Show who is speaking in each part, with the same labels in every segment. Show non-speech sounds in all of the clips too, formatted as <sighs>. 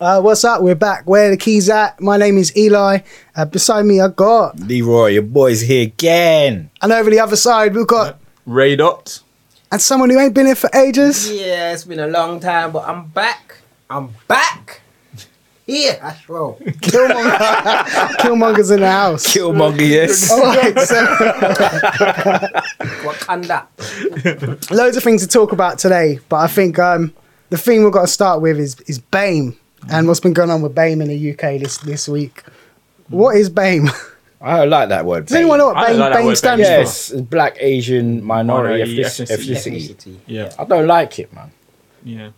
Speaker 1: Uh, what's up? We're back. Where the keys at? My name is Eli. Uh, beside me, I got,
Speaker 2: Leroy, your boy's here again.
Speaker 1: and over the other side, we've got,
Speaker 3: Ray Dot.
Speaker 1: and someone who ain't been here for <laughs> ages.
Speaker 4: Yeah, it's been a long time, but I'm back. I'm back. Yeah, that's wrong.
Speaker 1: Killmonger. Killmonger's in the house.
Speaker 2: Killmonger, yes.
Speaker 1: All right, <laughs> so
Speaker 4: Wakanda.
Speaker 1: loads of things to talk about today, but I think um, the thing we've got to start with is is BAME and what's been going on with BAME in the UK this this week. What is BAME? <laughs>
Speaker 2: I don't like that word.
Speaker 1: Does anyone know what
Speaker 3: I don't
Speaker 1: BAME,
Speaker 3: like that
Speaker 1: BAME
Speaker 3: word,
Speaker 1: stands
Speaker 3: BAME.
Speaker 1: for?
Speaker 2: Yes, black, Asian, minority,
Speaker 3: Minority,
Speaker 2: ethnic- ethnicity.
Speaker 3: ethnicity. Yeah.
Speaker 2: I don't like it, man.
Speaker 3: Yeah.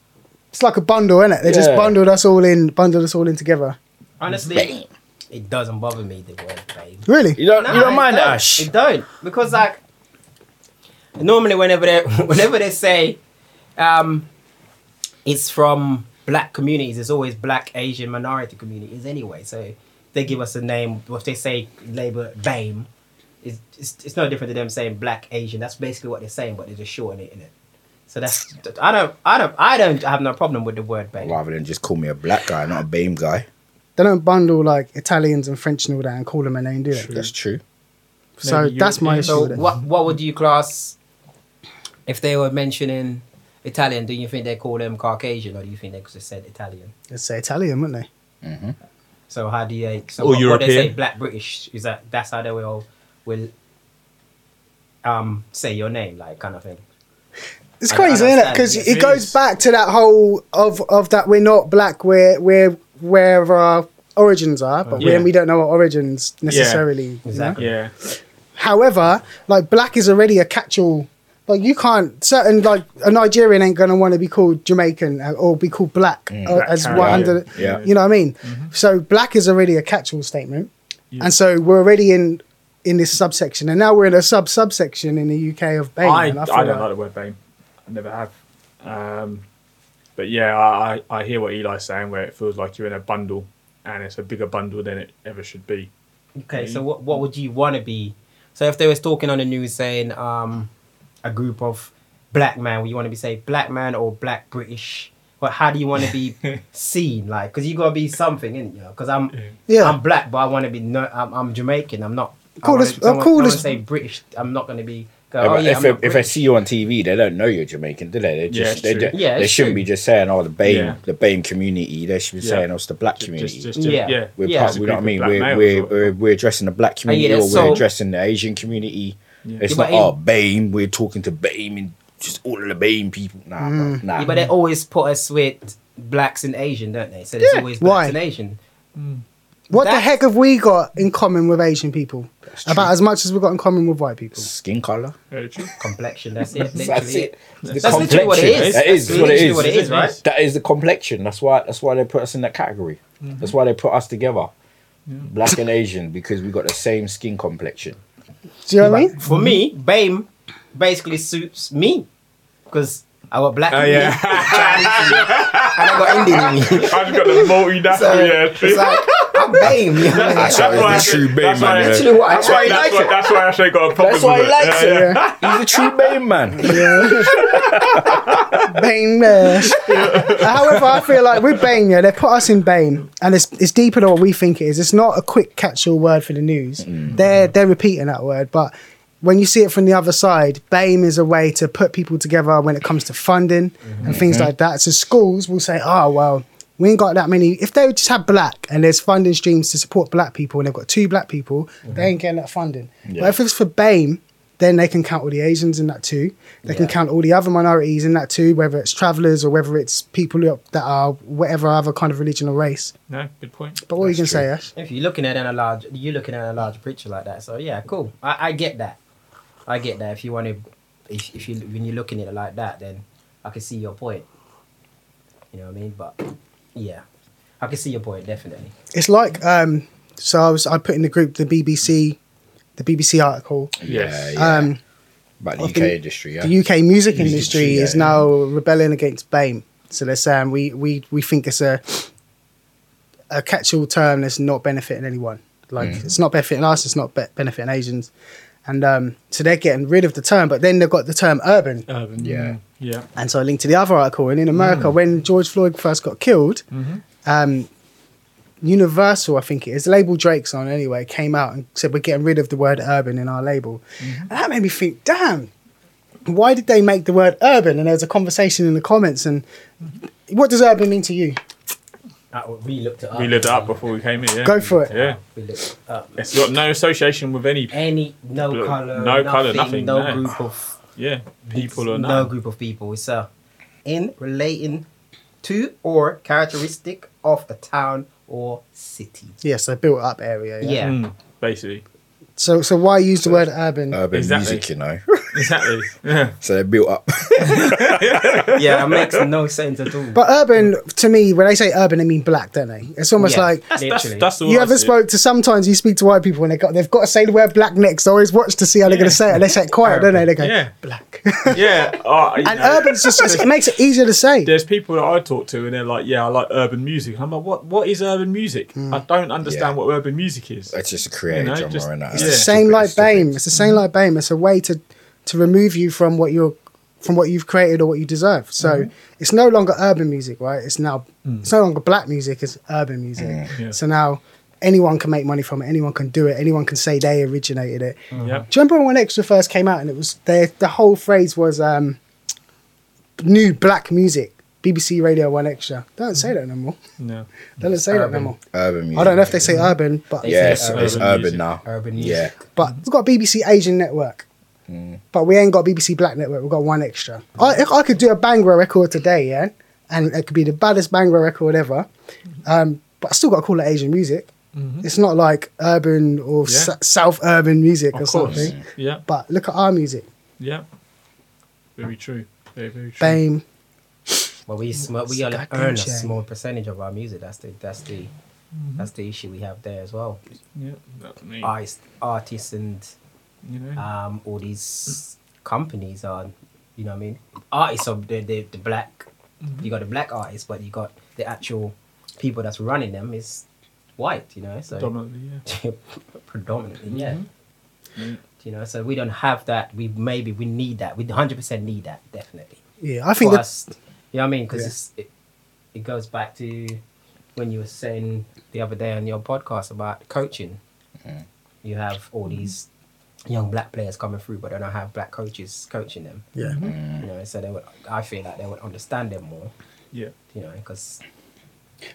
Speaker 1: It's like a bundle, isn't it? They just
Speaker 2: Yeah.
Speaker 1: bundled us all in, bundled us all in together.
Speaker 4: Honestly, it doesn't bother me the word babe.
Speaker 1: Really?
Speaker 2: You don't,
Speaker 4: No,
Speaker 2: you don't
Speaker 4: it
Speaker 2: mind
Speaker 4: don't.
Speaker 2: Ash?
Speaker 4: It don't because like normally whenever they whenever they say um, it's from black communities, it's always black Asian minority communities anyway. So they give us a name. If they say Labour BAME, it's, it's it's no different to them saying black Asian. That's basically what they're saying, but they're just shortening it. Innit? So that's I don't I don't I don't have no problem with the word BAME.
Speaker 2: Rather than just call me a black guy, not a BAME guy.
Speaker 1: They don't bundle like Italians and French and all that and call them a name, do they?
Speaker 2: That's true.
Speaker 1: So
Speaker 3: Maybe
Speaker 1: that's my
Speaker 3: European.
Speaker 1: issue
Speaker 4: So
Speaker 1: with it.
Speaker 4: what what would you class if they were mentioning Italian? Do you think they call them Caucasian, or do you think they just said Italian?
Speaker 1: Let's say Italian, wouldn't they?
Speaker 4: So how do you? So
Speaker 3: Or
Speaker 4: what, what they say
Speaker 3: European.
Speaker 4: Black British is that that's how they will will um say your name like kind of thing.
Speaker 1: It's
Speaker 4: I don't
Speaker 1: crazy, isn't it?
Speaker 4: understand.
Speaker 1: Because
Speaker 4: It
Speaker 1: it goes
Speaker 4: is.
Speaker 1: back to that whole of of that we're not black, we're we're where our origins are, but
Speaker 3: Yeah.
Speaker 1: we, we don't know our origins necessarily. you know?
Speaker 4: Oh. Exactly.
Speaker 3: Yeah.
Speaker 1: However, like black is already a catch-all. Like you can't certain like a Nigerian ain't gonna want to be called Jamaican uh, or be called black uh,
Speaker 3: Mm. Black
Speaker 1: as one
Speaker 3: Caribbean. Mm-hmm.
Speaker 1: under.
Speaker 2: Yeah.
Speaker 1: You know what I mean? So black is already a catch-all statement,
Speaker 3: Yeah.
Speaker 1: and so we're already in in this subsection, and now we're in a sub subsection in the UK of Bane.
Speaker 3: I, I
Speaker 1: and
Speaker 3: don't
Speaker 1: feel
Speaker 3: like the word BAME. I never have. Um, but yeah, I, I I hear what Eli's saying, where it feels like you're in a bundle and it's a bigger bundle than it ever should be.
Speaker 4: Okay. So what what would you want to be? So if they was talking on the news saying um a group of black man, would you want to be say black man or black British? But how do you want to
Speaker 1: <laughs>
Speaker 4: be seen? Like, because you gotta be something, is you? Because I'm
Speaker 1: Yeah.
Speaker 4: I'm black, but I want to be no, I'm, I'm Jamaican. I'm not. I
Speaker 1: Call
Speaker 4: wanna-
Speaker 1: us- uh,
Speaker 4: someone-
Speaker 1: call
Speaker 4: someone
Speaker 1: us-
Speaker 4: say British. I'm not gonna be. Go,
Speaker 2: Yeah,
Speaker 4: oh
Speaker 2: but
Speaker 4: yeah,
Speaker 2: if,
Speaker 4: I'm
Speaker 2: they,
Speaker 4: not
Speaker 2: if they
Speaker 4: British."
Speaker 2: see you on TV, they don't know you're Jamaican, do they? They
Speaker 3: Yeah,
Speaker 2: just
Speaker 3: it's
Speaker 2: they,
Speaker 3: true.
Speaker 2: do,
Speaker 4: Yeah,
Speaker 2: they
Speaker 4: it's
Speaker 2: shouldn't
Speaker 4: true.
Speaker 2: be just saying, "Oh, the BAME,
Speaker 3: Yeah.
Speaker 2: the BAME community." They should be
Speaker 3: Yeah.
Speaker 2: saying, "Oh, it's the black
Speaker 3: Just,
Speaker 2: community."
Speaker 3: just, just
Speaker 4: Yeah.
Speaker 3: yeah.
Speaker 2: we're
Speaker 4: Yeah.
Speaker 2: part,
Speaker 4: It's
Speaker 3: a
Speaker 2: we know what I
Speaker 3: group of
Speaker 2: mean.
Speaker 3: black
Speaker 2: We're
Speaker 3: males
Speaker 2: we're,
Speaker 3: or-
Speaker 2: we're we're addressing the black community, or we're
Speaker 4: Oh, so-
Speaker 2: addressing the Asian community. It's
Speaker 4: Yeah,
Speaker 2: not
Speaker 4: but in-
Speaker 2: oh BAME. We're talking to BAME and just all of the BAME people. Nah, bro, nah.
Speaker 4: Yeah, but they always put us with blacks and Asian, don't they? So it's always blacks
Speaker 1: Why?
Speaker 4: and Asian.
Speaker 1: What the
Speaker 4: That's-
Speaker 1: heck have we got in common with Asian people?
Speaker 2: true.
Speaker 1: About as much as we've got in common with white people.
Speaker 2: skin color.
Speaker 3: Very true.
Speaker 4: Complexion. That's it. Literally.
Speaker 2: <laughs> That's it.
Speaker 4: That's literally what it is.
Speaker 2: That is
Speaker 4: That's
Speaker 2: what it
Speaker 4: literally
Speaker 2: is.
Speaker 4: what it is, right?
Speaker 2: That is the complexion. That's why. That's why they put us in that category.
Speaker 4: Mm-hmm.
Speaker 2: That's why they put us together, black and Asian, because we got the same skin complexion.
Speaker 1: Do you know what I mean?
Speaker 4: For me, BAME basically suits me because I got black
Speaker 3: Oh,
Speaker 4: in me,
Speaker 2: <laughs>
Speaker 3: yeah.
Speaker 4: Chinese in me, and I got <laughs> Indian in me.
Speaker 3: I've got the multinational.
Speaker 4: So
Speaker 3: yeah,
Speaker 4: it's like
Speaker 3: <laughs>
Speaker 4: I'm BAME. You know?
Speaker 2: That's how it's
Speaker 3: why
Speaker 2: the
Speaker 3: I
Speaker 2: true
Speaker 3: said-
Speaker 2: BAME
Speaker 3: that's why I
Speaker 2: man.
Speaker 3: said-
Speaker 2: yeah.
Speaker 4: Literally what I
Speaker 3: That's why,
Speaker 4: said.
Speaker 3: that's, why, that's why I say got a problem
Speaker 2: That's why
Speaker 3: with
Speaker 2: he likes
Speaker 3: <laughs> Yeah,
Speaker 2: it.
Speaker 3: yeah.
Speaker 2: He's a true BAME man.
Speaker 1: <laughs> Yeah. Bane Mash. However, I feel like with Bane, yeah, they put us in Bane, and it's it's deeper than what we think it is. It's not a quick catch-all word for the news. They're they're repeating that word, but when you see it from the other side, BAME is a way to put people together when it comes to funding and things like that. So schools will say, "Oh well, we ain't got that many." If they just have black and there's funding streams to support black people, and they've got two black people, they ain't getting that funding. But if it's for BAME, then they can count all the Asians in that too. They can count all the other minorities in that too, whether it's travellers or whether it's people who- that are whatever other kind of religion or race.
Speaker 3: No, good point.
Speaker 1: But what are you gonna say, Ash?
Speaker 4: If you're looking at it in a large, you're looking at a large picture like that. So yeah, cool. I, I get that. I get that. If you want to, if, if you when you're looking at it like that, then I can see your point. You know what I mean? But yeah, I can see your point definitely.
Speaker 1: It's like um, so I was I put in the group the BBC, the BBC article.
Speaker 3: Yes.
Speaker 2: Yeah, yeah.
Speaker 1: Um,
Speaker 2: But the
Speaker 1: I
Speaker 2: UK
Speaker 1: think
Speaker 2: industry, yeah.
Speaker 1: the UK music industry
Speaker 2: yeah,
Speaker 1: is
Speaker 2: yeah.
Speaker 1: now rebelling against BAME. So they're saying we we we think it's a a catch-all term that's not benefiting anyone. Like
Speaker 2: Mm.
Speaker 1: it's not benefiting us, it's not be- benefiting Asians, and um, so they're getting rid of the term. But then they've got the term urban,
Speaker 3: Urban.
Speaker 2: Yeah.
Speaker 3: Yeah.
Speaker 1: and so I linked to the other article. And in America, when George Floyd first got killed, um, Universal, I think it is, the label Drake's on anyway, came out and said we're getting rid of the word urban in our label. And that made me think, damn, why did they make the word urban? And there was a conversation in the comments, and what does urban mean to you?
Speaker 4: Uh, we looked it up.
Speaker 3: We lived it up before we came in. Yeah.
Speaker 1: Go for it.
Speaker 3: Yeah,
Speaker 4: We looked it up.
Speaker 3: it's got no association with any.
Speaker 4: Any no
Speaker 3: Look,
Speaker 4: color,
Speaker 3: no
Speaker 4: no
Speaker 3: colour,
Speaker 4: color,
Speaker 3: nothing,
Speaker 4: nothing, no,
Speaker 3: no.
Speaker 4: group of
Speaker 3: Yeah, people or
Speaker 4: no
Speaker 3: no.
Speaker 4: group of people. It's uh, in relating to or characteristic of a town or city.
Speaker 1: Yes, a built up area. Yeah.
Speaker 4: Yeah.
Speaker 3: Mm, basically,
Speaker 1: So, so why use the word urban?
Speaker 5: Urban
Speaker 3: Exactly.
Speaker 5: music, you know. <laughs>
Speaker 3: <laughs> exactly. Yeah.
Speaker 5: so they're built up.
Speaker 4: <laughs>
Speaker 5: <laughs>
Speaker 4: Yeah, it makes no sense at all.
Speaker 1: but urban, to me, when they say urban, they mean black, don't they? It's almost
Speaker 4: Yeah. <laughs>
Speaker 1: like
Speaker 3: That's, that's,
Speaker 4: Literally.
Speaker 3: that's all.
Speaker 1: you
Speaker 3: I
Speaker 1: ever
Speaker 3: see.
Speaker 1: spoke to sometimes you speak to white people and they got they've got to say the word black next. I always watch to see how they're going to say it. They say it quiet, don't they? They go
Speaker 3: Yeah.
Speaker 1: black.
Speaker 3: <laughs> Yeah, uh, you
Speaker 1: and <laughs>
Speaker 3: know,
Speaker 1: urban's just
Speaker 3: <laughs>
Speaker 1: it makes it easier to say.
Speaker 3: There's people that I talk to, and they're like, "Yeah, I like urban music." And I'm like, "What? What is urban music?
Speaker 1: Hmm.
Speaker 3: I don't understand
Speaker 5: Yeah.
Speaker 3: what urban music is."
Speaker 5: It's just a creative
Speaker 3: You know,
Speaker 5: genre,
Speaker 3: just-
Speaker 5: and that.
Speaker 3: it's
Speaker 1: It's the
Speaker 3: yeah.
Speaker 1: same
Speaker 5: Stupid,
Speaker 1: like
Speaker 5: stupid.
Speaker 1: BAME. It's the same like BAME. It's a way to to remove you from what you're from what you've created or what you deserve. So
Speaker 3: Mm-hmm.
Speaker 1: it's no longer urban music, right? It's now it's no longer black music, it's urban music.
Speaker 3: Mm. Yeah.
Speaker 1: So now anyone can make money from it, anyone can do it, anyone can say they originated it.
Speaker 3: Yep.
Speaker 1: Do you remember when Extra first came out and it was the the whole phrase was um, new black music, BBC Radio One Extra. Don't say that no more.
Speaker 3: No.
Speaker 1: Don't say that no
Speaker 4: Urban.
Speaker 1: more.
Speaker 5: Urban music.
Speaker 1: I don't know if they say urban, but
Speaker 4: They
Speaker 5: Yeah,
Speaker 4: say
Speaker 5: it's,
Speaker 4: urban
Speaker 5: it's
Speaker 3: music.
Speaker 5: urban now.
Speaker 4: Urban music.
Speaker 5: Yeah.
Speaker 1: but we've got BBC Asian Network.
Speaker 3: Hmm.
Speaker 1: But we ain't got BBC Black Network. We've got one extra. I, if I could do a Bangor record today, yeah, and it could be the baddest Bangor record ever. Um, but I still got to call it Asian music. It's not like urban or
Speaker 3: Yeah.
Speaker 1: s- South urban music
Speaker 3: Of
Speaker 1: or
Speaker 3: course.
Speaker 1: something.
Speaker 3: Yeah.
Speaker 1: But look at our music.
Speaker 3: Yeah. Very true. Very very true.
Speaker 1: BAME.
Speaker 4: Well, we sm- we only
Speaker 1: Scott
Speaker 4: earn a
Speaker 1: Gucci.
Speaker 4: small percentage of our music. That's the that's the
Speaker 1: Mm-hmm.
Speaker 4: that's the issue we have there as well.
Speaker 3: Yeah. That's me.
Speaker 4: Artists, artists, and
Speaker 3: you know.
Speaker 4: um, all these companies are, you know, what I mean, artists are the the, the black. You got the black artists, but you got the actual people that's running them is white. You know, so
Speaker 3: Dominantly, yeah.
Speaker 4: <laughs> predominantly, yeah. You know, so we don't have that. We maybe we need that. We 100% need that, definitely.
Speaker 1: Yeah, I think
Speaker 4: for
Speaker 1: that
Speaker 4: us, you know what I mean?
Speaker 1: Yeah.
Speaker 4: Because it, it goes back to when you were saying the other day on your podcast about coaching. Mm. You have all these young black players coming through, but they don't have black coaches coaching them.
Speaker 1: Yeah.
Speaker 4: You know, so they would. I feel like they would understand them more.
Speaker 3: Yeah.
Speaker 4: You know, because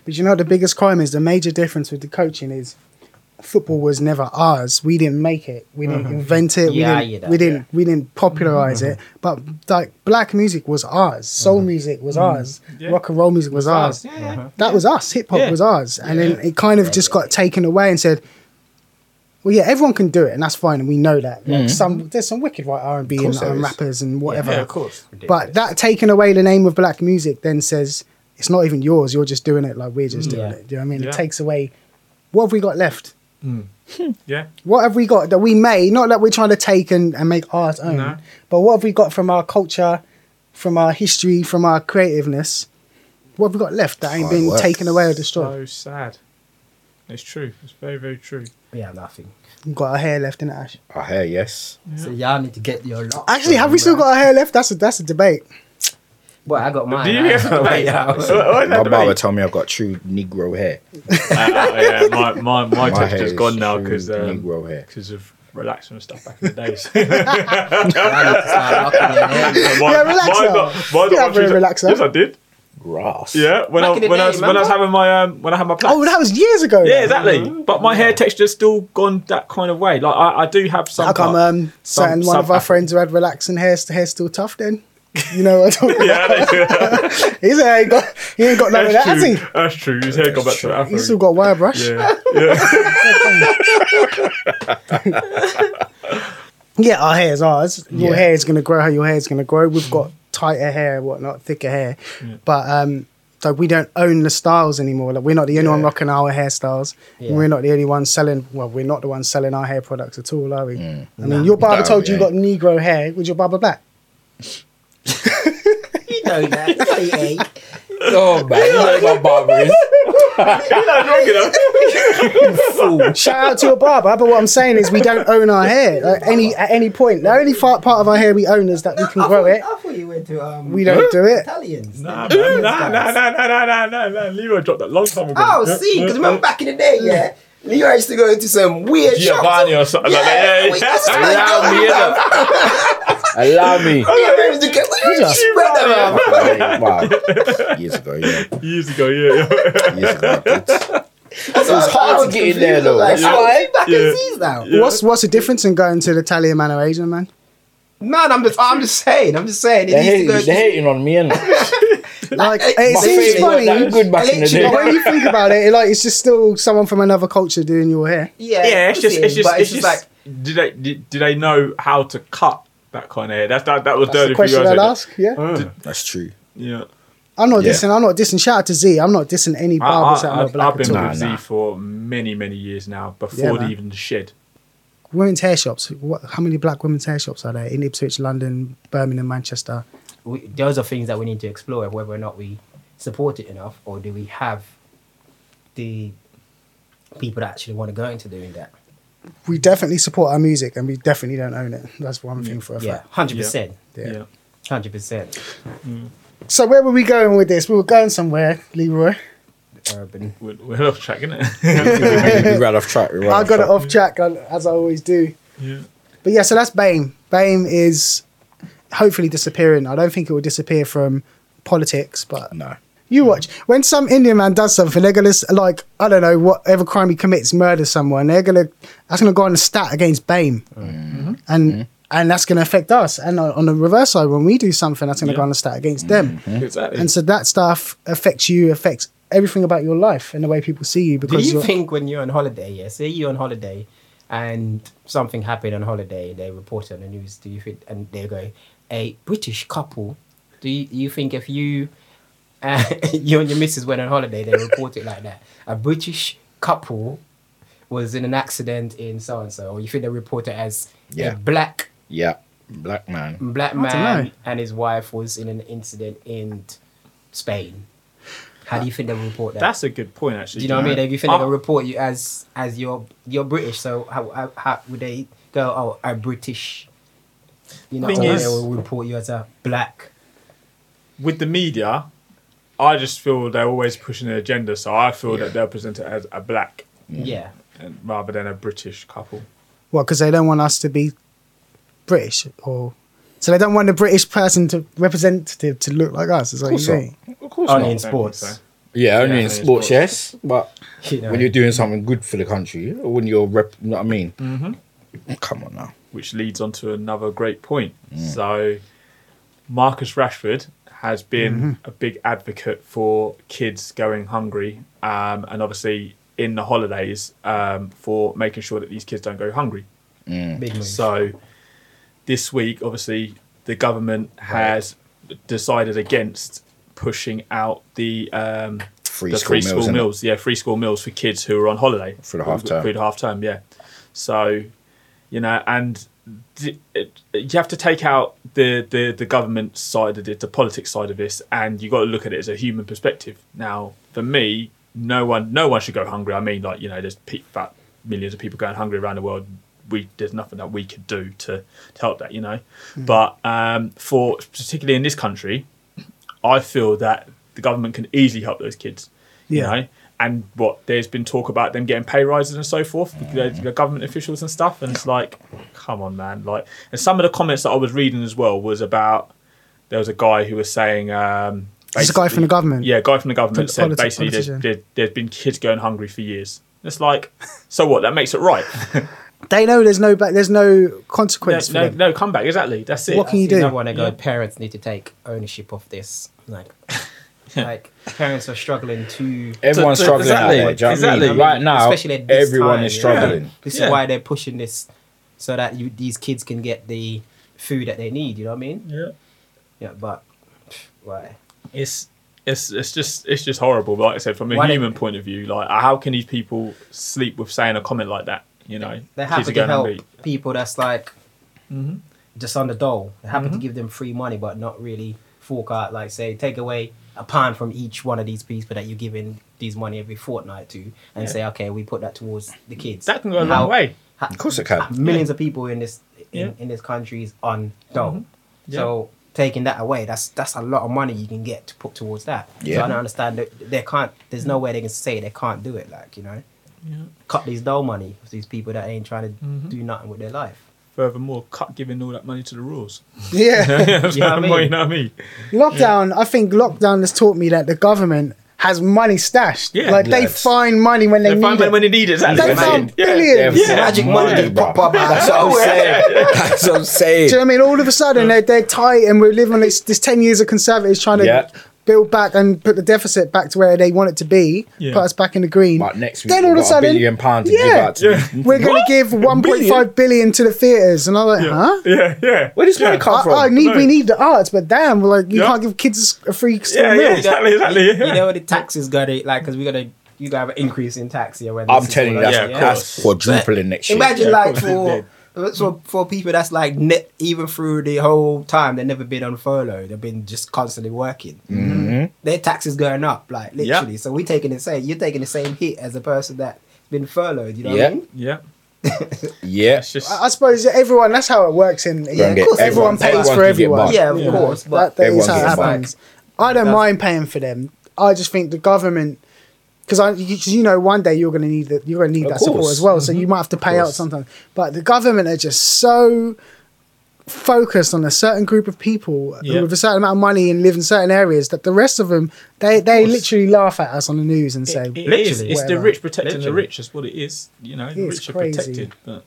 Speaker 1: But you know, what the biggest crime is the major difference with the coaching is football was never ours. We didn't make it. We didn't invent it.
Speaker 4: Yeah, I
Speaker 1: we
Speaker 4: hear
Speaker 1: didn't.
Speaker 4: that,
Speaker 1: we didn't. We didn't popularize it. But like black music was ours. Soul music was ours.
Speaker 3: Yeah.
Speaker 1: Rock and roll music was ours.
Speaker 3: Yeah, yeah.
Speaker 1: That was us. Hip hop
Speaker 3: Yeah.
Speaker 1: was ours. And then it kind of just got taken away and said. Well, yeah, everyone can do it, and that's fine, and we know that. Like, some there's some wicked white R and B
Speaker 5: course there
Speaker 1: and
Speaker 5: is.
Speaker 1: rappers and whatever.
Speaker 3: Yeah, of course.
Speaker 1: But that taking away the name of black music then says it's not even yours. You're just doing it like we're just doing
Speaker 4: Yeah.
Speaker 1: it. Do you know what I mean?
Speaker 3: Yeah.
Speaker 1: It takes away. What have we got left?
Speaker 3: Yeah.
Speaker 1: What have we got that we made? Not that we're trying to take and, and make ours own,
Speaker 3: No.
Speaker 1: but what have we got from our culture, from our history, from our creativeness? What have we got left that ain't
Speaker 5: Hard
Speaker 1: been
Speaker 5: work.
Speaker 1: taken away or destroyed?
Speaker 3: So sad. It's true. It's very very <laughs> true.
Speaker 4: we have nothing.
Speaker 1: We've got our hair left in Ash.
Speaker 5: I hear yes.
Speaker 4: So y'all need to get your lot.
Speaker 1: Actually, have we still got our hair left? That's a that's a debate.
Speaker 4: Boy, I got mine.
Speaker 3: Do you
Speaker 4: I-
Speaker 3: get the
Speaker 4: <laughs> Wait, yeah.
Speaker 3: oh,
Speaker 5: My barber told me I've got true Negro hair.
Speaker 3: Uh, yeah, my my my,
Speaker 5: My hair
Speaker 3: texture's
Speaker 5: is
Speaker 3: gone now um,
Speaker 5: true
Speaker 3: because
Speaker 5: Negro hair.
Speaker 3: because of relaxing and stuff back in the days.
Speaker 4: I need to start locking your
Speaker 1: <laughs>
Speaker 4: hair.
Speaker 3: Mine-
Speaker 1: Yeah, relaxer.
Speaker 3: mine got- mine
Speaker 1: You
Speaker 3: got
Speaker 1: have a
Speaker 3: options.
Speaker 1: relaxer.
Speaker 3: Yes, I did.
Speaker 5: Grass.
Speaker 3: Yeah, when I
Speaker 4: Back in the
Speaker 3: when I
Speaker 4: day,
Speaker 3: was when I was
Speaker 4: remember?
Speaker 3: having my um when I had my plaques.
Speaker 1: Oh, that was Mm-hmm. years ago.
Speaker 3: yeah,
Speaker 1: though.
Speaker 3: exactly. But my hair texture's still gone that kind of way. Like I, I do have some.
Speaker 1: How come
Speaker 3: part-
Speaker 1: um,
Speaker 3: some-
Speaker 1: certain one
Speaker 3: some
Speaker 1: of our
Speaker 3: Afri-
Speaker 1: friends who had relaxing hair, hair still tough then? You know what
Speaker 3: <laughs>
Speaker 1: I'm talking
Speaker 3: <laughs>
Speaker 1: <laughs>
Speaker 3: Yeah, they do.
Speaker 1: about? He's ain't got, he ain't got none of that,
Speaker 3: that's
Speaker 1: has he?
Speaker 3: true. That's true. His hair got back to the afro.
Speaker 1: He's still got wire brush. <laughs> Yeah,
Speaker 3: yeah, yeah.
Speaker 1: our hair's ours. Your
Speaker 5: Yeah.
Speaker 1: hair is going to grow how your hair's going to grow. We've got tighter hair, whatnot, thicker hair. But um, like we don't own the styles anymore. Like we're not the only one rocking our hairstyles.
Speaker 4: Yeah.
Speaker 1: And we're not the only ones selling, well, we're not the ones selling our hair products at all, are we? I mean,
Speaker 4: Nah.
Speaker 1: your barber
Speaker 5: Nah,
Speaker 1: told
Speaker 5: we
Speaker 1: you you got Negro hair. Was your barber black?
Speaker 4: You know that.
Speaker 2: Oh man, you know my barber is.
Speaker 1: Shout out to a barber, but what I'm saying is we don't own our hair at any at any point. The only far, part of our hair we own is that
Speaker 4: <laughs>
Speaker 1: we can grow
Speaker 4: I
Speaker 1: it.
Speaker 4: thought, I thought you went to um,
Speaker 1: We don't do it.
Speaker 4: Italians.
Speaker 3: Nah,
Speaker 4: They're
Speaker 3: man,
Speaker 4: Italians
Speaker 3: nah, nah,
Speaker 4: guys.
Speaker 3: nah, nah, nah, nah, nah, nah. Leroy dropped that long time ago.
Speaker 4: Oh, see, because remember back in the day, yeah, Leo used to go into some weird shops.
Speaker 3: Giovanni or something
Speaker 4: Yeah,
Speaker 3: like that.
Speaker 4: we-
Speaker 3: Yeah,
Speaker 4: that's what
Speaker 2: Allow
Speaker 4: I
Speaker 2: me,
Speaker 4: go
Speaker 2: innit? Allow me.
Speaker 4: Yeah, remember the kid- what you spread them out?
Speaker 5: wow. Years ago, yeah.
Speaker 3: yeah. Years ago, yeah.
Speaker 5: Years ago. It's-
Speaker 4: That's
Speaker 5: was
Speaker 4: what I-
Speaker 5: hard
Speaker 4: I
Speaker 5: to
Speaker 4: was
Speaker 5: get in
Speaker 4: confused,
Speaker 5: there, though.
Speaker 4: Like,
Speaker 5: Yeah.
Speaker 4: I was see back
Speaker 3: Yeah.
Speaker 4: in seas now.
Speaker 3: Yeah.
Speaker 1: What's what's the difference in going to the Italian man or Asian man?
Speaker 4: Man, I'm just, I'm just saying, I'm just saying. It
Speaker 2: They're
Speaker 4: used to
Speaker 2: hating, they're
Speaker 4: go.
Speaker 2: hating on me, and my
Speaker 1: Like
Speaker 4: eh,
Speaker 1: it
Speaker 4: my
Speaker 1: seems
Speaker 2: fade
Speaker 1: funny,
Speaker 2: wasn't that
Speaker 1: but
Speaker 2: good back in the day.
Speaker 4: Literally,
Speaker 1: when you think about it, it, like it's just still someone from another culture doing your hair.
Speaker 4: yeah,
Speaker 3: yeah, it's just, it's
Speaker 4: pussy,
Speaker 3: just,
Speaker 4: but
Speaker 3: it's just like, do they, do, do they know how to cut that kind of hair? That's that, that was
Speaker 1: That's
Speaker 3: dirty
Speaker 1: the
Speaker 3: for you
Speaker 1: question I'd
Speaker 3: guys.
Speaker 1: ask. Yeah,
Speaker 4: Oh.
Speaker 3: isn't it?
Speaker 5: That's true.
Speaker 3: Yeah,
Speaker 1: I'm not
Speaker 5: Yeah.
Speaker 1: dissing. I'm not dissing. Shout out to Z. I'm not dissing any
Speaker 3: I,
Speaker 1: barbers that
Speaker 3: I,
Speaker 1: are not
Speaker 3: I've, I've
Speaker 1: black
Speaker 3: been
Speaker 1: at
Speaker 3: with
Speaker 1: all.
Speaker 3: Z for many, many years now.
Speaker 1: Yeah,
Speaker 3: Before the
Speaker 1: man.
Speaker 3: even the shed,
Speaker 1: Women's hair shops. What, how many black women's hair shops are there in Ipswich, London, Birmingham, Manchester?
Speaker 4: we, those are things that we need to explore whether or not we support it enough or do we have the people that actually want to go into doing that
Speaker 1: We definitely support our music, and we definitely don't own it. That's one thing for a
Speaker 4: yeah
Speaker 1: fact.
Speaker 4: 100%
Speaker 1: Yeah.
Speaker 3: yeah.
Speaker 4: 100%
Speaker 1: So where were we going with this? We were going somewhere, Leroy.
Speaker 4: urban
Speaker 3: We're, we're off track,
Speaker 1: <laughs>
Speaker 3: innit?
Speaker 5: We ran off track. we ran
Speaker 1: I
Speaker 5: off
Speaker 1: got it
Speaker 5: track.
Speaker 1: off track uh, as I always do.
Speaker 3: yeah.
Speaker 1: But yeah, so that's BAME. BAME is hopefully disappearing. I don't think it will disappear from politics, but
Speaker 5: No.
Speaker 1: you watch. When some Indian man does something, they're gonna s- like I don't know whatever crime he commits, murder someone. They're gonna that's gonna go on the stat against BAME,
Speaker 3: Oh,
Speaker 4: Mm-hmm.
Speaker 1: and
Speaker 3: Mm-hmm.
Speaker 1: and that's gonna affect us. And on on the reverse side, when we do something, that's gonna go on
Speaker 3: Yeah. Mm-hmm.
Speaker 1: the stat against them.
Speaker 3: Exactly.
Speaker 1: And so that stuff affects you, affects everything about your life and the way people see you
Speaker 4: do
Speaker 1: because
Speaker 4: you
Speaker 1: you're,
Speaker 4: think when you're on holiday yeah say you're on holiday and something happened on holiday they report it on the news do you think and they go a british couple do you, you think if you <laughs> uh, you and your missus went on holiday they report it like that a british couple was in an accident in so and so or you think they report it as
Speaker 5: Yeah.
Speaker 4: a black
Speaker 5: Yeah. Black man.
Speaker 4: black
Speaker 1: I don't know.
Speaker 4: man and his wife was in an incident in spain how do you think they report that
Speaker 3: That's a good point, actually.
Speaker 4: do you know what I mean? If you think
Speaker 3: I-
Speaker 4: they're
Speaker 1: Oh.
Speaker 4: gonna report you as as you're you're British, so how, how, how would they go? Oh, a British. You know,
Speaker 3: Thing
Speaker 4: or
Speaker 3: is-
Speaker 4: they will report you as a black.
Speaker 3: with the media, I just feel they're always pushing an agenda, so I feel that they'll present it as a black
Speaker 4: Yeah,
Speaker 3: and rather than a British couple.
Speaker 1: Well, because they don't want us to be British, or so they don't want the British person to representative to look like us. Is what you
Speaker 5: course not.
Speaker 1: saying?
Speaker 3: Of course,
Speaker 4: Only not. in sports.
Speaker 5: Yeah,
Speaker 3: Yeah,
Speaker 5: only in
Speaker 3: so it's
Speaker 5: sports,
Speaker 3: sports.
Speaker 5: yes. But
Speaker 4: <laughs> you know.
Speaker 5: when you're doing something good for the country, when you're rep, you know what I mean?
Speaker 3: hmm
Speaker 5: Come on now.
Speaker 3: Which leads on to another great point. So, Marcus Rashford has been a big advocate for kids going hungry, um, and obviously in the holidays um, for making sure that these kids don't go hungry.
Speaker 4: big move.
Speaker 3: So this week, obviously, the government has decided against pushing out the um,
Speaker 5: Free
Speaker 3: the
Speaker 5: school
Speaker 3: free
Speaker 5: meals,
Speaker 3: school
Speaker 5: innit?
Speaker 3: meals. Yeah, free school meals for kids who are on holiday
Speaker 5: For the half term.
Speaker 3: For the half term, yeah. So you know, and th- it- you have to take out the, the, the government side of it, the politics side of this, and you got to look at it as a human perspective. Now, for me, no one no one should go hungry. I mean, like you know, there's pe- about millions of people going hungry around the world. We there's nothing that we could do to, to help that, you know. But um, for particularly in this country, I feel that the government can easily help those kids. You
Speaker 1: Yeah.
Speaker 3: know, and what there's been talk about them getting pay rises and so forth, the, the government officials and stuff, and it's like, come on, man! Like, and some of the comments that I was reading as well was about there was a guy who was saying, um,
Speaker 1: This guy from the
Speaker 3: basically-
Speaker 1: government.
Speaker 3: yeah, a guy from the government
Speaker 1: Politi-
Speaker 3: said
Speaker 1: politi-
Speaker 3: basically there's,
Speaker 1: politician.
Speaker 3: there, there's been kids going hungry for years. It's like, so what? That makes
Speaker 1: <laughs>
Speaker 3: it right.
Speaker 1: They know there's no ba- there's no
Speaker 3: no,
Speaker 1: consequence for
Speaker 3: no,
Speaker 1: them.
Speaker 3: no comeback. Exactly. That's it.
Speaker 1: What can you
Speaker 4: That's
Speaker 1: do?
Speaker 4: another one I go.
Speaker 3: Yeah.
Speaker 4: Parents need to take ownership of this. Like, like parents are struggling to.
Speaker 5: Everyone's
Speaker 3: to-
Speaker 5: struggling
Speaker 3: exactly,
Speaker 5: out there. Do you know what I mean?
Speaker 3: exactly.
Speaker 5: Right now,
Speaker 4: Especially at this
Speaker 5: everyone
Speaker 4: time,
Speaker 5: is
Speaker 4: yeah.
Speaker 5: struggling.
Speaker 4: This
Speaker 3: Yeah.
Speaker 4: is why they're pushing this, so that you these kids can get the food that they need. You know what I mean?
Speaker 3: Yeah.
Speaker 4: Yeah, but pff, why?
Speaker 3: it's it's it's just it's just horrible. Like I said, from a
Speaker 4: Why don't-
Speaker 3: human point of view, like how can these people sleep with saying a comment like that? You know,
Speaker 4: They're happy
Speaker 3: kids are
Speaker 4: to
Speaker 3: going
Speaker 4: help
Speaker 3: hungry.
Speaker 4: people that's like just on the dole. They're happy to give them free money, but not really fork out, like say, take away a pound from each one of these people that you're giving these money every fortnight to, and
Speaker 3: Yeah.
Speaker 4: say, okay, we put that towards the kids.
Speaker 3: That can go a
Speaker 4: How-
Speaker 3: long way.
Speaker 4: ha-
Speaker 5: Of course it can.
Speaker 4: Millions of people in this in,
Speaker 3: Yeah. Mm-hmm.
Speaker 4: in this country is on dole.
Speaker 3: Yeah.
Speaker 4: So taking that away, that's that's a lot of money you can get to put towards that.
Speaker 5: Yeah.
Speaker 4: So I don't understand that they can't. There's no way they can say they can't do it. Like you know, cut these dole money for these people that ain't trying to
Speaker 3: Mm-hmm.
Speaker 4: do nothing with their
Speaker 5: <laughs>
Speaker 4: life.
Speaker 3: Furthermore, cut giving all that money to the <laughs> rules.
Speaker 1: Yeah.
Speaker 3: Furthermore, you
Speaker 4: know what I mean?
Speaker 3: know what I mean?
Speaker 1: Lockdown, I think lockdown has taught me that the government has money stashed.
Speaker 3: Yeah.
Speaker 1: like they
Speaker 5: Lads.
Speaker 1: find money when they,
Speaker 3: They
Speaker 1: need
Speaker 3: find
Speaker 1: it.
Speaker 3: money when they need it. Exactly.
Speaker 1: They
Speaker 5: That's
Speaker 1: found
Speaker 5: it.
Speaker 1: billions.
Speaker 5: Yeah.
Speaker 4: Magic money
Speaker 5: Mine,
Speaker 4: just
Speaker 5: bro.
Speaker 4: pop up out of
Speaker 5: That's what I'm saying. That's what I'm saying.
Speaker 1: Do you know what I mean? All of a sudden, they're, they're tight, and we're living this, this 10 years of conservatives trying to
Speaker 5: Yeah.
Speaker 1: build back and put the deficit back to where they want it to be,
Speaker 3: Yeah.
Speaker 1: put us back in the green.
Speaker 5: <laughs> But next week,
Speaker 1: Then all
Speaker 5: we've
Speaker 1: of a
Speaker 5: got
Speaker 1: sudden-
Speaker 5: a billion pound to
Speaker 1: Yeah.
Speaker 5: give out. To
Speaker 3: Yeah.
Speaker 1: we're going to give 1.5 billion to the theatres. And I'm like, huh?
Speaker 3: Yeah, yeah.
Speaker 5: Where does money come
Speaker 1: I,
Speaker 5: from?
Speaker 1: I need,
Speaker 3: No.
Speaker 1: We need the arts, but damn, like you
Speaker 3: Yeah.
Speaker 1: can't give kids a free yeah,
Speaker 3: Yeah, yeah,
Speaker 1: meal.
Speaker 3: exactly, exactly.
Speaker 4: You
Speaker 3: Yeah.
Speaker 4: know the taxes got it like because we got a you got an increase in tax here. When
Speaker 5: I'm
Speaker 4: this is
Speaker 5: telling you,
Speaker 4: all
Speaker 5: that's,
Speaker 4: over,
Speaker 3: Yeah,
Speaker 4: yeah.
Speaker 3: of course.
Speaker 5: that's quadrupling next year.
Speaker 4: Imagine
Speaker 3: Yeah,
Speaker 4: like
Speaker 3: of course
Speaker 4: for. For, for people that's like net, even through the whole time they've never been on furlough they've been just constantly working their taxes going up like
Speaker 3: Mm-hmm. Yeah.
Speaker 4: literally so we're taking the same you're taking the same hit as a person that's been furloughed you know
Speaker 5: Yeah.
Speaker 4: what I mean
Speaker 3: Yeah.
Speaker 5: Yeah.
Speaker 3: It's just.
Speaker 1: I, I suppose everyone. That's how it works in. Yeah,
Speaker 5: get-
Speaker 1: of course, everyone,
Speaker 5: everyone-
Speaker 1: pays
Speaker 5: everyone
Speaker 1: for
Speaker 5: can get
Speaker 1: everyone.
Speaker 5: bumped.
Speaker 4: yeah of
Speaker 3: Yeah.
Speaker 4: course but
Speaker 1: that, that is
Speaker 5: Everyone
Speaker 1: how it
Speaker 5: gets bumped.
Speaker 1: happens. I don't
Speaker 4: That's-
Speaker 1: mind paying for them. I just think the government, because I, you, 'cause you know, one day you're going to need that. You're going to need
Speaker 5: Of
Speaker 1: that support
Speaker 5: course. Mm-hmm.
Speaker 1: as well. So you might have to pay out sometimes. But the government are just so focused on a certain group of people
Speaker 3: Yeah.
Speaker 1: who with a certain amount of money and live in certain areas that the rest of them they they literally laugh at us on the news and say
Speaker 3: It- it
Speaker 4: literally,
Speaker 3: is. It's the
Speaker 1: whatever.
Speaker 3: rich protecting the
Speaker 4: Literally.
Speaker 3: rich. That's what it is. You know, the
Speaker 1: It's
Speaker 3: rich are
Speaker 1: crazy.
Speaker 3: protected. But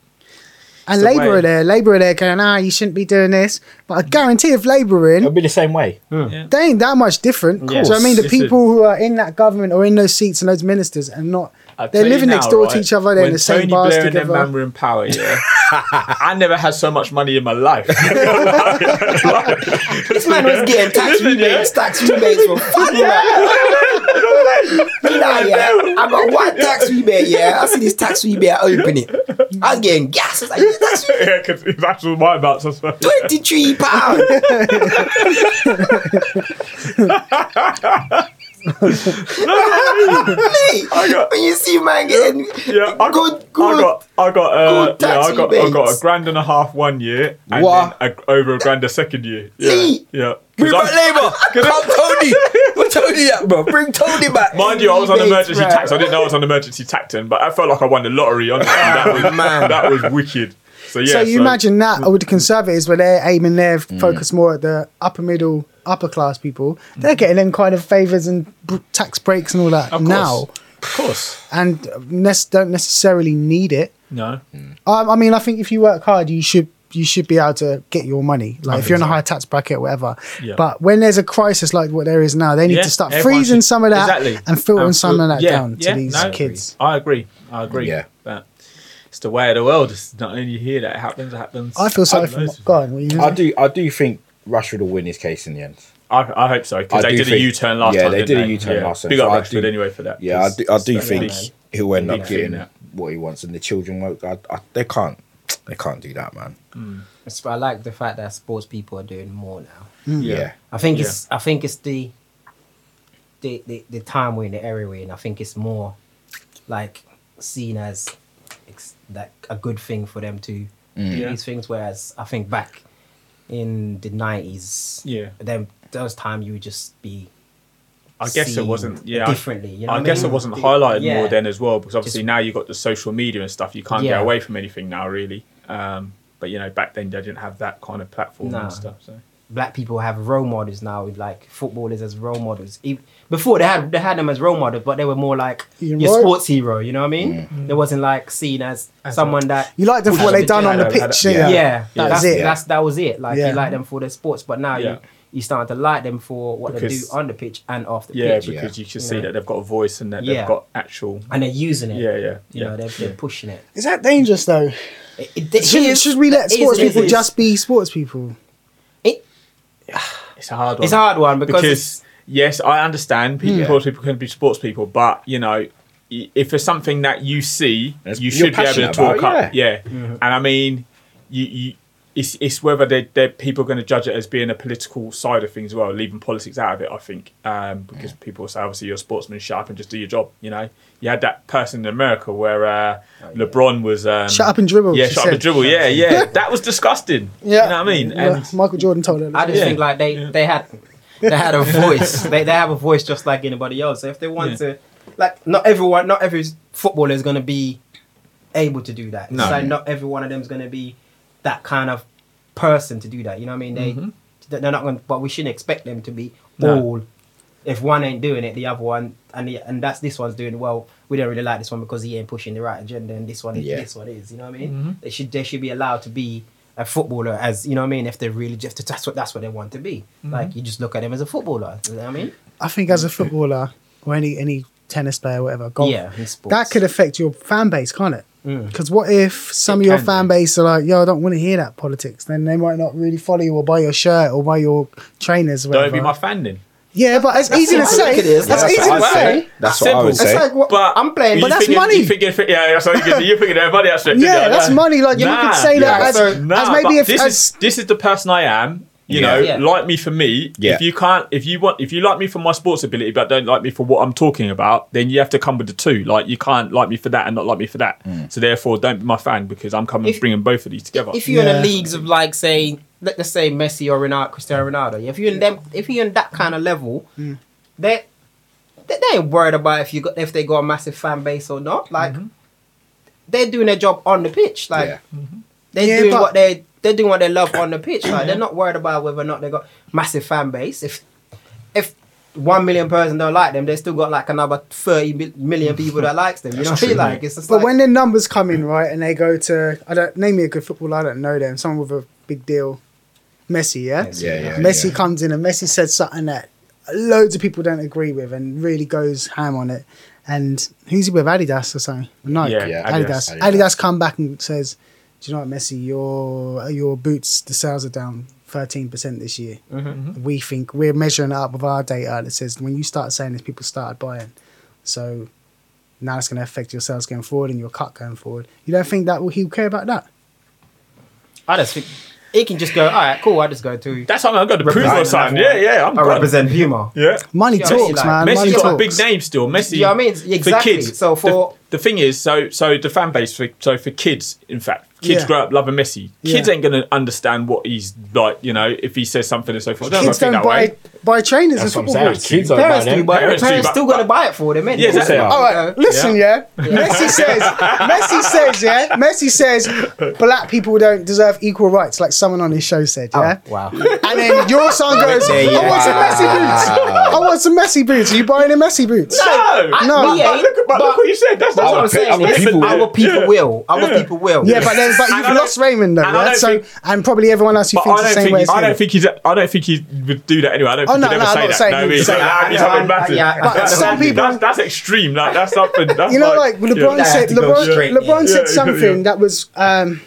Speaker 1: And
Speaker 3: the
Speaker 1: Labour
Speaker 3: way-
Speaker 1: are there. Labour are there going, ah, you shouldn't be doing this. But I guarantee if Labour are
Speaker 2: It'll
Speaker 1: in,
Speaker 2: be the same way.
Speaker 3: yeah.
Speaker 1: they ain't that much different.
Speaker 3: Yeah.
Speaker 1: So I mean, the
Speaker 3: Listen.
Speaker 1: people who are in that government or in those seats and those ministers and not,
Speaker 3: I
Speaker 1: they're
Speaker 3: tell you
Speaker 1: living
Speaker 3: now,
Speaker 1: next door to
Speaker 3: right,
Speaker 1: each other. They're
Speaker 3: when
Speaker 1: in the same
Speaker 3: Tony
Speaker 1: bars
Speaker 3: Blair and
Speaker 1: together.
Speaker 3: them man were in power, <laughs> yeah. I never had so much money in my life. <laughs> This
Speaker 4: this man was
Speaker 3: <laughs>
Speaker 4: getting tax rebates tax rebates for fun man. Nah, yeah. I got one tax rebate, yeah. I see this tax rebate, I open it. I was getting gas. I was like, this tax rebate,
Speaker 3: <laughs> yeah, because that's all my amounts. I swear.
Speaker 4: 23 pounds.
Speaker 3: I got-
Speaker 4: when you see man getting
Speaker 3: Yeah, I
Speaker 4: good,
Speaker 3: got, I
Speaker 4: good.
Speaker 3: got, I got, uh,
Speaker 4: good
Speaker 3: yeah,
Speaker 4: tax
Speaker 3: I got, I got
Speaker 4: rebates.
Speaker 3: a grand and a half one year, and
Speaker 5: What?
Speaker 3: then a, over a grand a second year. Yeah,
Speaker 4: See?
Speaker 3: yeah. 'Cause
Speaker 5: Bring
Speaker 3: I'm-
Speaker 5: back
Speaker 3: <laughs>
Speaker 5: Labour. Come Tony. Where Tony at, bro? Bring Tony back.
Speaker 3: Mind you, I was on
Speaker 4: rebates,
Speaker 3: emergency
Speaker 4: right.
Speaker 3: tax. I didn't know I was on emergency tax then, but I felt like I won the lottery.
Speaker 4: <laughs>
Speaker 3: Honestly, that was
Speaker 4: Man.
Speaker 3: that was wicked. So Mm. yeah,
Speaker 1: so you imagine that
Speaker 3: <laughs>
Speaker 1: with the Conservatives, where they're aiming their focus more at the upper middle, upper class people, they're getting them kind of favours and br- tax breaks and all that
Speaker 3: Of course.
Speaker 1: now,
Speaker 3: of course,
Speaker 1: and nec- don't necessarily need it.
Speaker 3: no,
Speaker 1: Um, I mean, I think if you work hard, you should you should be able to get your money. Like if
Speaker 3: think
Speaker 1: you're in a
Speaker 3: so.
Speaker 1: high tax bracket, or whatever.
Speaker 3: Yeah.
Speaker 1: But when there's a crisis like what there is now, they need
Speaker 3: Yeah,
Speaker 1: to start
Speaker 3: everyone
Speaker 1: freezing
Speaker 3: should-
Speaker 1: some of that
Speaker 3: exactly.
Speaker 1: and filtering
Speaker 3: And
Speaker 1: some
Speaker 3: fil-
Speaker 1: of that
Speaker 3: yeah,
Speaker 1: down
Speaker 3: yeah,
Speaker 1: to these
Speaker 3: no.
Speaker 1: kids.
Speaker 3: I agree. I agree.
Speaker 5: Yeah.
Speaker 3: but it's the way of the world. It's not only here that it happens. It happens.
Speaker 1: I feel sorry for
Speaker 3: I-
Speaker 1: God. What are you
Speaker 5: I do, I do think Rashford will win his case in the end.
Speaker 3: I, I hope so because
Speaker 5: I
Speaker 3: they
Speaker 5: do
Speaker 3: did a
Speaker 5: think-
Speaker 3: U turn last
Speaker 5: yeah,
Speaker 3: time.
Speaker 5: they
Speaker 3: didn't
Speaker 5: did a U-turn
Speaker 3: Yeah.
Speaker 5: last time,
Speaker 3: Big
Speaker 5: so
Speaker 3: up
Speaker 5: I
Speaker 3: Rashford
Speaker 5: do-
Speaker 3: anyway for that.
Speaker 5: Yeah, I
Speaker 3: 'cause
Speaker 5: do, I do
Speaker 3: that's
Speaker 5: think
Speaker 3: big.
Speaker 5: he'll end
Speaker 3: Big
Speaker 5: up
Speaker 3: thing,
Speaker 5: getting
Speaker 3: that.
Speaker 5: what he wants, and the children won't. I, I, they can't, they can't do that, man.
Speaker 4: I like the fact that sports people are doing more now.
Speaker 5: Yeah.
Speaker 4: I think it's I think it's the the, the the time we're in the area we're in. I think it's more like seen as ex- like a good thing for them to do
Speaker 3: Yeah.
Speaker 4: these things. Whereas I think back in the nineties,
Speaker 3: Yeah.
Speaker 4: them those time you would just be.
Speaker 3: I guess it
Speaker 4: seen
Speaker 3: wasn't. Yeah, I-
Speaker 4: differently. You know
Speaker 3: I
Speaker 4: what
Speaker 3: guess
Speaker 4: mean?
Speaker 3: it wasn't
Speaker 4: The-
Speaker 3: highlighted
Speaker 4: yeah.
Speaker 3: more then as well because obviously
Speaker 4: Just-
Speaker 3: now you've got the social media and stuff. You can't
Speaker 4: Yeah.
Speaker 3: get away from anything now, really. Um, but you know, back then they didn't have that kind of platform
Speaker 4: Nah.
Speaker 3: and stuff. So
Speaker 4: black people have role models now, like footballers as role models. Ev- Before they had they had them as role models, but they were more like
Speaker 1: You're
Speaker 4: your
Speaker 1: right.
Speaker 4: sports hero. You know what I mean? There wasn't like seen as,
Speaker 3: As
Speaker 4: someone that
Speaker 1: You like them for what
Speaker 4: Yeah,
Speaker 1: they done on the
Speaker 3: I don't- I
Speaker 1: pitch,
Speaker 3: don't-
Speaker 1: yeah.
Speaker 4: yeah,
Speaker 1: That
Speaker 4: that's
Speaker 1: was it.
Speaker 4: That's that was it. Like
Speaker 1: Yeah.
Speaker 4: you like them for their sports, but now
Speaker 3: Yeah.
Speaker 4: you you starting to like them for what they
Speaker 3: Because-
Speaker 4: do on the pitch and off the
Speaker 3: yeah,
Speaker 4: pitch,
Speaker 3: because you can
Speaker 4: Yeah.
Speaker 3: see that they've got a voice and that
Speaker 4: Yeah.
Speaker 3: they've got actual.
Speaker 4: and they're using it.
Speaker 3: Yeah, yeah,
Speaker 4: You know,
Speaker 3: yeah.
Speaker 4: they're, they're pushing it.
Speaker 1: Is that dangerous though?
Speaker 4: It- it- it
Speaker 1: Should,
Speaker 4: is-
Speaker 1: should we let
Speaker 4: it is-
Speaker 1: sports
Speaker 4: it is-
Speaker 1: people
Speaker 4: it is.
Speaker 1: just be sports people?
Speaker 3: It's a hard one.
Speaker 4: It's a hard one because,
Speaker 3: because yes, I understand people, sports people can be sports people, but you know, i- if it's something that you see,
Speaker 5: That's-
Speaker 3: you
Speaker 5: you're
Speaker 3: should be able to Mm-hmm.
Speaker 5: passionate about,
Speaker 3: talk up. Yeah, and I mean, you, you it's, it's whether they they people are going to judge it as being a political side of things as well, leaving politics out of it. I think um, because people say obviously you're a sportsman, shut up and just do your job. You know, you had that person in America where uh, LeBron was um,
Speaker 1: Shut up and dribble,
Speaker 3: Yeah,
Speaker 1: she
Speaker 3: shut up and
Speaker 1: said.
Speaker 3: dribble. Yeah, yeah, that was disgusting.
Speaker 1: Yeah.
Speaker 3: you know what I mean.
Speaker 1: Yeah,
Speaker 3: And
Speaker 1: Michael Jordan told her.
Speaker 4: I just
Speaker 3: Yeah.
Speaker 4: think like they they had they had a voice. <laughs> they they have a voice just like anybody else. So if they want to, like not everyone, not every footballer is going to be able to do that.
Speaker 3: No.
Speaker 4: It's like not every one of them is going to be that kind of person to do that. You know what I mean? They they're not going, but we shouldn't expect them to be
Speaker 3: Mm-hmm. No.
Speaker 4: all. If one ain't doing it, the other one, and the, and that's this one's doing it. well. We don't really like this one because he ain't pushing the right agenda, and this one is
Speaker 2: Yeah.
Speaker 4: this one is. You know what I mean? They should they should be allowed to be a footballer as you know what I mean. If they really just that's what that's what they want to be. Like you just look at them as a footballer. You know what I mean?
Speaker 1: I think as a footballer or any any tennis player, whatever, golf,
Speaker 4: Yeah, in sports.
Speaker 1: that could affect your fan base, can't it?
Speaker 4: Mm.
Speaker 1: Because what if some
Speaker 3: It
Speaker 1: of your
Speaker 3: can
Speaker 1: fan base are like, "Yo, I don't want to hear that politics," then they might not really follow you or buy your shirt or buy your trainers. Or
Speaker 3: don't
Speaker 1: whatever.
Speaker 3: be my fan then.
Speaker 1: yeah, but it's easy to
Speaker 4: what I
Speaker 1: say.
Speaker 4: think it is.
Speaker 1: That's
Speaker 4: Yeah,
Speaker 1: easy
Speaker 2: what
Speaker 1: to
Speaker 2: I
Speaker 1: say.
Speaker 2: That's what I would
Speaker 1: It's
Speaker 2: say.
Speaker 1: like what
Speaker 3: But
Speaker 4: I'm playing,
Speaker 3: you
Speaker 1: but that's
Speaker 3: thinking-
Speaker 1: money.
Speaker 3: You thinking, yeah, that's what you thinking. You're thinking that money
Speaker 1: <laughs>
Speaker 3: aspect.
Speaker 1: Yeah, that's money. Like you
Speaker 3: Nah.
Speaker 1: could say that
Speaker 2: Yeah,
Speaker 1: as,
Speaker 4: so-
Speaker 1: as
Speaker 3: Nah,
Speaker 1: maybe
Speaker 3: but
Speaker 1: if
Speaker 3: this
Speaker 1: as,
Speaker 3: is this is the person I am. You
Speaker 2: Yeah.
Speaker 3: know,
Speaker 4: Yeah.
Speaker 3: like me for me.
Speaker 2: Yeah.
Speaker 3: If you can't, if you want, if you like me for my sports ability, but don't like me for what I'm talking about, then you have to come with the two. Like you can't like me for that and not like me for that.
Speaker 1: Hmm.
Speaker 3: So therefore, don't be my fan because I'm coming
Speaker 4: If-
Speaker 3: bringing both of these together.
Speaker 4: if you're in
Speaker 1: Yeah.
Speaker 4: the leagues of like say let, us say Messi or Ronaldo, Cristiano Ronaldo, if you're in them, if you're in that kind of level, they, they they ain't worried about if you got if they got a massive fan base or not. Like they're doing their job on the pitch. Like
Speaker 2: Yeah.
Speaker 4: they're
Speaker 1: Yeah,
Speaker 4: doing
Speaker 1: but-
Speaker 4: what they they're doing what they love on the pitch. Like they're not worried about whether or not they got massive fan base. If if one million person don't like them, they still got like another thirty mil- million people that likes them. You know what I mean? Like it's just
Speaker 1: But
Speaker 4: like,
Speaker 1: when their numbers come in, right, and they go to I don't name me a good footballer, I don't know them, someone with a big deal. Messi, yeah?
Speaker 2: Yeah, yeah, yeah.
Speaker 1: Messi comes in and Messi said something that loads of people don't agree with and really goes ham on it. And who's he with? Adidas or something? Nike.
Speaker 3: Yeah,
Speaker 2: yeah,
Speaker 1: Adidas.
Speaker 2: Adidas.
Speaker 1: Adidas. come back and says, Do you know what, Messi, your your boots, the sales are down thirteen percent this year.
Speaker 4: mm-hmm.
Speaker 1: We think we're measuring it up with our data that says when you start saying this, people started buying. So now it's going to affect your sales going forward and your cut going forward. You don't think that will he care about that?
Speaker 4: I just think it can just go. All right, cool. I just go to.
Speaker 3: that's something I've got to prove
Speaker 4: Represent
Speaker 3: or something.
Speaker 4: that
Speaker 3: Yeah,
Speaker 4: one.
Speaker 3: yeah, I'm
Speaker 4: I
Speaker 3: gone.
Speaker 4: represent Puma.
Speaker 3: Yeah.
Speaker 1: Money
Speaker 4: Yeah, Messi,
Speaker 1: talks,
Speaker 4: like,
Speaker 1: man. Money
Speaker 3: Messi's got a
Speaker 1: talks.
Speaker 3: big name still. Messi,
Speaker 4: You know what I mean?
Speaker 3: for
Speaker 4: Exactly.
Speaker 3: kids.
Speaker 4: So for-
Speaker 3: the, the thing is, so so the fan base for so for kids, in fact, kids
Speaker 1: Yeah.
Speaker 3: grow up loving Messi. Kids
Speaker 1: Yeah.
Speaker 3: ain't gonna understand what he's like, you know, if he says something and so forth. I
Speaker 1: Kids
Speaker 3: think
Speaker 1: don't
Speaker 3: that way.
Speaker 1: buy buy trainers and
Speaker 2: That's what I'm
Speaker 1: football
Speaker 2: saying.
Speaker 1: boots.
Speaker 2: Kids are
Speaker 4: Parents
Speaker 2: about
Speaker 4: do,
Speaker 2: them.
Speaker 4: but
Speaker 3: Parents
Speaker 4: parents,
Speaker 3: do, but-
Speaker 4: still gonna buy it for them, innit?
Speaker 3: Yeah, exactly.
Speaker 4: So-
Speaker 1: All right,
Speaker 4: Yeah.
Speaker 1: listen, yeah. Messi says, Messi says, yeah. Messi says, black people don't deserve equal rights, like someone on his show said, yeah.
Speaker 3: Oh,
Speaker 4: Wow.
Speaker 1: And then your son goes,
Speaker 4: there,
Speaker 1: I want some Messi boots. I want some Messi boots. Are you buying him Messi boots?
Speaker 3: No,
Speaker 4: I-
Speaker 1: No,
Speaker 4: we
Speaker 1: but
Speaker 4: ain't,
Speaker 3: Look at- but, look what you said. That's that's
Speaker 2: Our
Speaker 3: what I'm
Speaker 2: pe-
Speaker 3: saying.
Speaker 2: our
Speaker 3: Listen,
Speaker 2: people-
Speaker 3: I-
Speaker 4: our people will. Our people will.
Speaker 1: Yeah, but then, but
Speaker 3: <laughs> And I
Speaker 1: you've
Speaker 3: don't-
Speaker 1: lost Raymond though,
Speaker 3: and I
Speaker 1: right?
Speaker 3: don't
Speaker 1: So,
Speaker 3: think-
Speaker 1: and probably everyone else who
Speaker 3: But I
Speaker 1: thinks the
Speaker 3: don't
Speaker 1: same
Speaker 3: think
Speaker 1: way. as
Speaker 3: I
Speaker 1: him.
Speaker 3: don't think he's I don't think he would do that anyway. I don't
Speaker 1: Oh,
Speaker 3: think
Speaker 1: no,
Speaker 3: he'd ever
Speaker 1: no, I'm
Speaker 3: say
Speaker 1: not
Speaker 3: that.
Speaker 1: saying
Speaker 3: no,
Speaker 1: he'd
Speaker 3: he's,
Speaker 1: say that.
Speaker 3: he's
Speaker 4: I know,
Speaker 3: something
Speaker 4: I-
Speaker 3: massive.
Speaker 4: yeah, I
Speaker 1: But
Speaker 3: that's,
Speaker 1: some people-
Speaker 3: that's, that's extreme. Like that's something.
Speaker 1: <laughs>
Speaker 3: That's
Speaker 1: You know, like LeBron
Speaker 4: Yeah.
Speaker 1: said,
Speaker 4: They have to go
Speaker 1: LeBron,
Speaker 4: straight,
Speaker 1: LeBron
Speaker 3: yeah.
Speaker 1: said
Speaker 3: Yeah,
Speaker 1: something
Speaker 3: yeah.
Speaker 1: that was, um,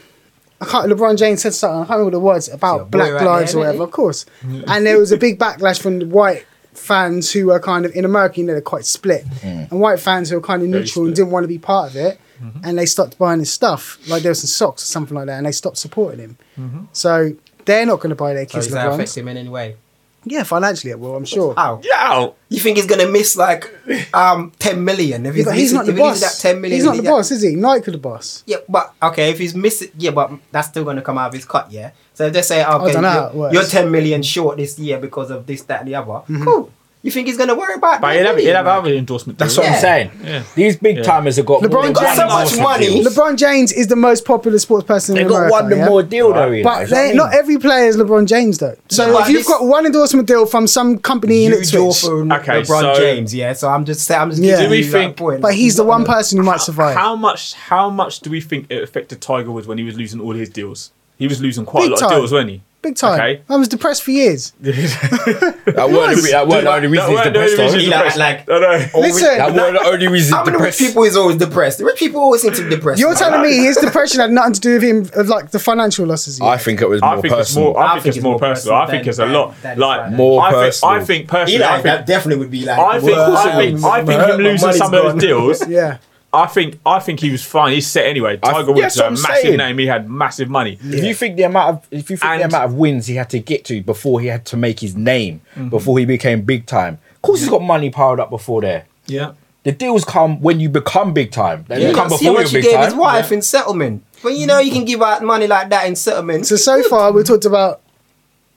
Speaker 1: I can't. LeBron James said something. I can't remember the words
Speaker 4: Yeah,
Speaker 1: about
Speaker 4: boy
Speaker 1: Black
Speaker 4: right there,
Speaker 1: Lives
Speaker 4: isn't Mm.
Speaker 1: or whatever.
Speaker 4: it?
Speaker 1: Of course, and there was a big backlash from the white fans who are kind of in America. You know, they're quite split,
Speaker 4: Mm.
Speaker 1: and white fans who are kind of neutral and
Speaker 3: split. Mm-hmm.
Speaker 1: didn't want to be part of it, and they stopped buying his stuff. Like there was some socks or something like that, and they stopped supporting him.
Speaker 3: Mm-hmm.
Speaker 1: So. They're not going to buy their
Speaker 4: So
Speaker 1: kids
Speaker 4: does that Ah,
Speaker 1: LeBron.
Speaker 4: affect him in any way?
Speaker 1: Yeah, financially it will, I'm sure.
Speaker 4: How?
Speaker 3: yeah.
Speaker 4: You think he's gonna miss like um ten million? If
Speaker 1: Yeah, but he's not the
Speaker 4: if he loses
Speaker 1: boss.
Speaker 4: That ten million.
Speaker 1: he's not
Speaker 4: he-
Speaker 1: the boss, is he? Nike are the boss.
Speaker 4: Yeah, but okay, if he's missing, yeah, but that's still going to come out of his cut, yeah. So if they say, okay,
Speaker 1: dunno how it
Speaker 4: you're,
Speaker 1: works. Mm-hmm.
Speaker 4: you're ten million short this year because of this, that, and the other. Cool. You think he's going to worry about?
Speaker 3: But
Speaker 4: that
Speaker 3: he'd have, he'd
Speaker 4: million,
Speaker 3: have
Speaker 4: man?
Speaker 3: other endorsement.
Speaker 2: That's
Speaker 3: deals.
Speaker 2: what I'm saying.
Speaker 3: Yeah.
Speaker 2: These big timers have got
Speaker 1: LeBron
Speaker 2: more
Speaker 1: got so
Speaker 2: than
Speaker 1: much
Speaker 2: one
Speaker 4: money.
Speaker 2: deal.
Speaker 1: LeBron James is the most popular sports person
Speaker 2: They
Speaker 1: in
Speaker 2: got
Speaker 1: America.
Speaker 2: one
Speaker 1: yeah?
Speaker 2: more deal though. you know,
Speaker 1: But
Speaker 2: is what I
Speaker 1: they,
Speaker 2: mean?
Speaker 1: not every player is LeBron James though. So
Speaker 4: Yeah,
Speaker 1: if
Speaker 4: but
Speaker 1: you've
Speaker 4: this-
Speaker 1: got one endorsement deal from some company in
Speaker 4: You
Speaker 1: Ipswich,
Speaker 4: draw for
Speaker 3: Okay,
Speaker 4: LeBron
Speaker 3: so-
Speaker 4: James, yeah. So I'm just saying, I'm just
Speaker 1: Yeah.
Speaker 4: giving
Speaker 1: Do we
Speaker 4: you
Speaker 3: think-
Speaker 4: that point.
Speaker 1: but he's the one person who might
Speaker 3: How-
Speaker 1: survive.
Speaker 3: How much? How much do we think it affected Tiger Woods when he was losing all his deals? He was losing quite
Speaker 1: Big
Speaker 3: a lot
Speaker 1: time.
Speaker 3: of deals,
Speaker 2: <laughs>
Speaker 3: weren't he?
Speaker 1: Big time.
Speaker 3: Okay.
Speaker 1: I was depressed for years.
Speaker 2: That weren't the re- that weren't the only reason he's
Speaker 3: weren't the only
Speaker 2: depressed. though.
Speaker 3: reason he's
Speaker 4: He like-
Speaker 3: depressed.
Speaker 4: like-
Speaker 3: I know.
Speaker 1: Listen,
Speaker 2: That weren't the only reason
Speaker 4: How
Speaker 2: he's
Speaker 4: many rich
Speaker 2: depressed.
Speaker 4: people is always depressed? Rich people always seem to be depressed.
Speaker 1: you're
Speaker 4: man.
Speaker 1: telling me his depression had nothing to do with him, uh, like the financial losses. He
Speaker 2: I
Speaker 1: had.
Speaker 2: think it was
Speaker 3: I
Speaker 2: more
Speaker 3: think it's more.
Speaker 2: personal.
Speaker 3: I think it's more personal. I think it's a
Speaker 4: than-
Speaker 3: lot.
Speaker 4: than-
Speaker 3: Like
Speaker 4: than-
Speaker 2: More
Speaker 3: I think, I
Speaker 2: personal.
Speaker 3: think personally.
Speaker 4: Eli,
Speaker 3: I think,
Speaker 4: that definitely would be like.
Speaker 3: I think,
Speaker 4: "Wow,
Speaker 3: I think, I think
Speaker 4: my-
Speaker 3: him
Speaker 4: my
Speaker 3: losing
Speaker 4: money's
Speaker 3: some of
Speaker 4: gone."
Speaker 3: those deals
Speaker 1: yeah.
Speaker 3: I think I think he was fine. He's set anyway.
Speaker 2: I-
Speaker 3: Tiger Woods
Speaker 2: yes,
Speaker 3: is a
Speaker 2: I'm
Speaker 3: massive
Speaker 2: saying.
Speaker 3: name. He had massive money.
Speaker 2: If you think the amount of if you think
Speaker 3: And-
Speaker 2: the amount of wins he had to get to before he had to make his name before he became big time, of course he's got money piled up before there.
Speaker 3: Yeah.
Speaker 2: The deals come when you become big time. They don't come
Speaker 4: See how
Speaker 2: before
Speaker 4: much
Speaker 2: you're
Speaker 4: he
Speaker 2: big
Speaker 4: gave his
Speaker 2: time.
Speaker 4: wife in settlement. Well, you know you can give out money like that in settlement.
Speaker 1: So so far we talked about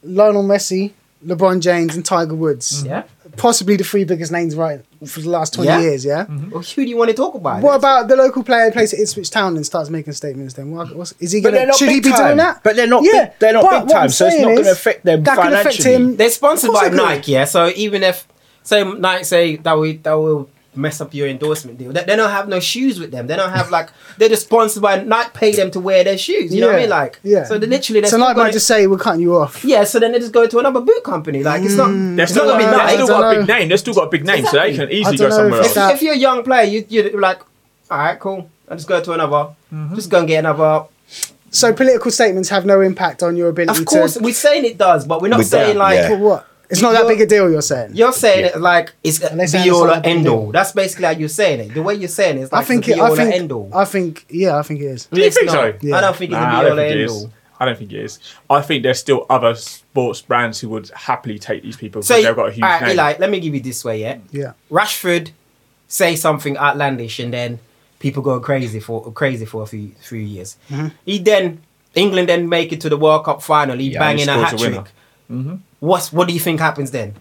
Speaker 1: Lionel Messi, LeBron James, and Tiger Woods.
Speaker 4: yeah.
Speaker 1: Possibly the three biggest names right for the last twenty
Speaker 4: Yeah. Mm-hmm.
Speaker 1: years. Yeah.
Speaker 4: Well, who do you want to talk about?
Speaker 1: What about the local player who plays at Ipswich Town and starts making statements? Then what, what's, is he
Speaker 2: But they're
Speaker 1: going?
Speaker 2: not
Speaker 1: Should he
Speaker 2: big
Speaker 1: be
Speaker 2: time.
Speaker 1: doing that?
Speaker 2: But they're not. Big, they're not
Speaker 1: but
Speaker 2: big
Speaker 1: what I'm
Speaker 2: time, so it's
Speaker 1: saying
Speaker 2: not going to
Speaker 1: is
Speaker 2: affect them
Speaker 1: that could
Speaker 2: financially.
Speaker 1: affect him.
Speaker 4: They're sponsored
Speaker 1: Of course
Speaker 4: by
Speaker 1: they could.
Speaker 4: Nike, yeah. So even if say Nike say that we that will mess up your endorsement deal, that they don't have no shoes with them. They don't
Speaker 1: <laughs>
Speaker 4: have like they're just sponsored by Nike. Pay them to wear their shoes. You know what I
Speaker 1: Yeah,
Speaker 4: mean? Like
Speaker 1: yeah.
Speaker 4: So they literally they're
Speaker 1: So
Speaker 4: still
Speaker 1: Nike
Speaker 4: gonna-
Speaker 1: might just say we're cutting you off.
Speaker 4: <laughs> yeah. So then they just go to another boot company. Like it's not
Speaker 1: Mm.
Speaker 3: They've
Speaker 4: it's
Speaker 3: still,
Speaker 4: not
Speaker 3: got,
Speaker 4: gonna be
Speaker 1: I
Speaker 3: they've
Speaker 1: don't
Speaker 3: still
Speaker 4: Nike.
Speaker 3: got a
Speaker 1: know.
Speaker 3: big name. They've still got a big name, so they
Speaker 4: Exactly.
Speaker 3: can easily
Speaker 1: I
Speaker 3: go
Speaker 1: don't know
Speaker 3: somewhere
Speaker 1: if
Speaker 3: else.
Speaker 1: it's that-
Speaker 4: If you're a young player, you you like all right, cool. I just go to another.
Speaker 1: Mm-hmm.
Speaker 4: Just go and get another.
Speaker 1: So political statements have no impact on your ability.
Speaker 4: Of course,
Speaker 1: to,
Speaker 4: we're saying it does, but we're not
Speaker 2: With that,
Speaker 4: saying like
Speaker 2: yeah.
Speaker 1: But what? It's not that
Speaker 4: You're-
Speaker 1: big a deal. You're saying.
Speaker 4: You're saying it like it's a
Speaker 1: Unless I
Speaker 4: be all or
Speaker 1: understand
Speaker 4: end
Speaker 1: what you
Speaker 4: all. That's basically how you're saying it. The way you're saying it is like
Speaker 1: I think.
Speaker 4: it's
Speaker 1: It,
Speaker 4: a be all
Speaker 1: I
Speaker 4: or
Speaker 1: think.
Speaker 4: end all.
Speaker 1: I think. Yeah, I think it is.
Speaker 3: Do you
Speaker 4: It's
Speaker 3: think
Speaker 4: not.
Speaker 3: so?
Speaker 1: Yeah.
Speaker 4: I don't think it's
Speaker 3: Nah, I
Speaker 4: a be
Speaker 3: don't
Speaker 4: all or
Speaker 3: think
Speaker 4: end
Speaker 3: it is.
Speaker 4: all.
Speaker 3: I don't think it is. I think there's still other sports brands who would happily take these people because
Speaker 4: So,
Speaker 3: they've got a huge
Speaker 4: all right,
Speaker 3: name.
Speaker 4: Eli, let me give you this way, yeah?
Speaker 1: Yeah.
Speaker 4: Rashford say something outlandish and then people go crazy for crazy for a few few years.
Speaker 1: Mm-hmm.
Speaker 4: He then England then make it to the World Cup final. He
Speaker 2: Yeah, and he
Speaker 4: banging a hat
Speaker 3: scores a
Speaker 4: trick.
Speaker 3: winner. Mm-hmm.
Speaker 4: What's what do you think happens then?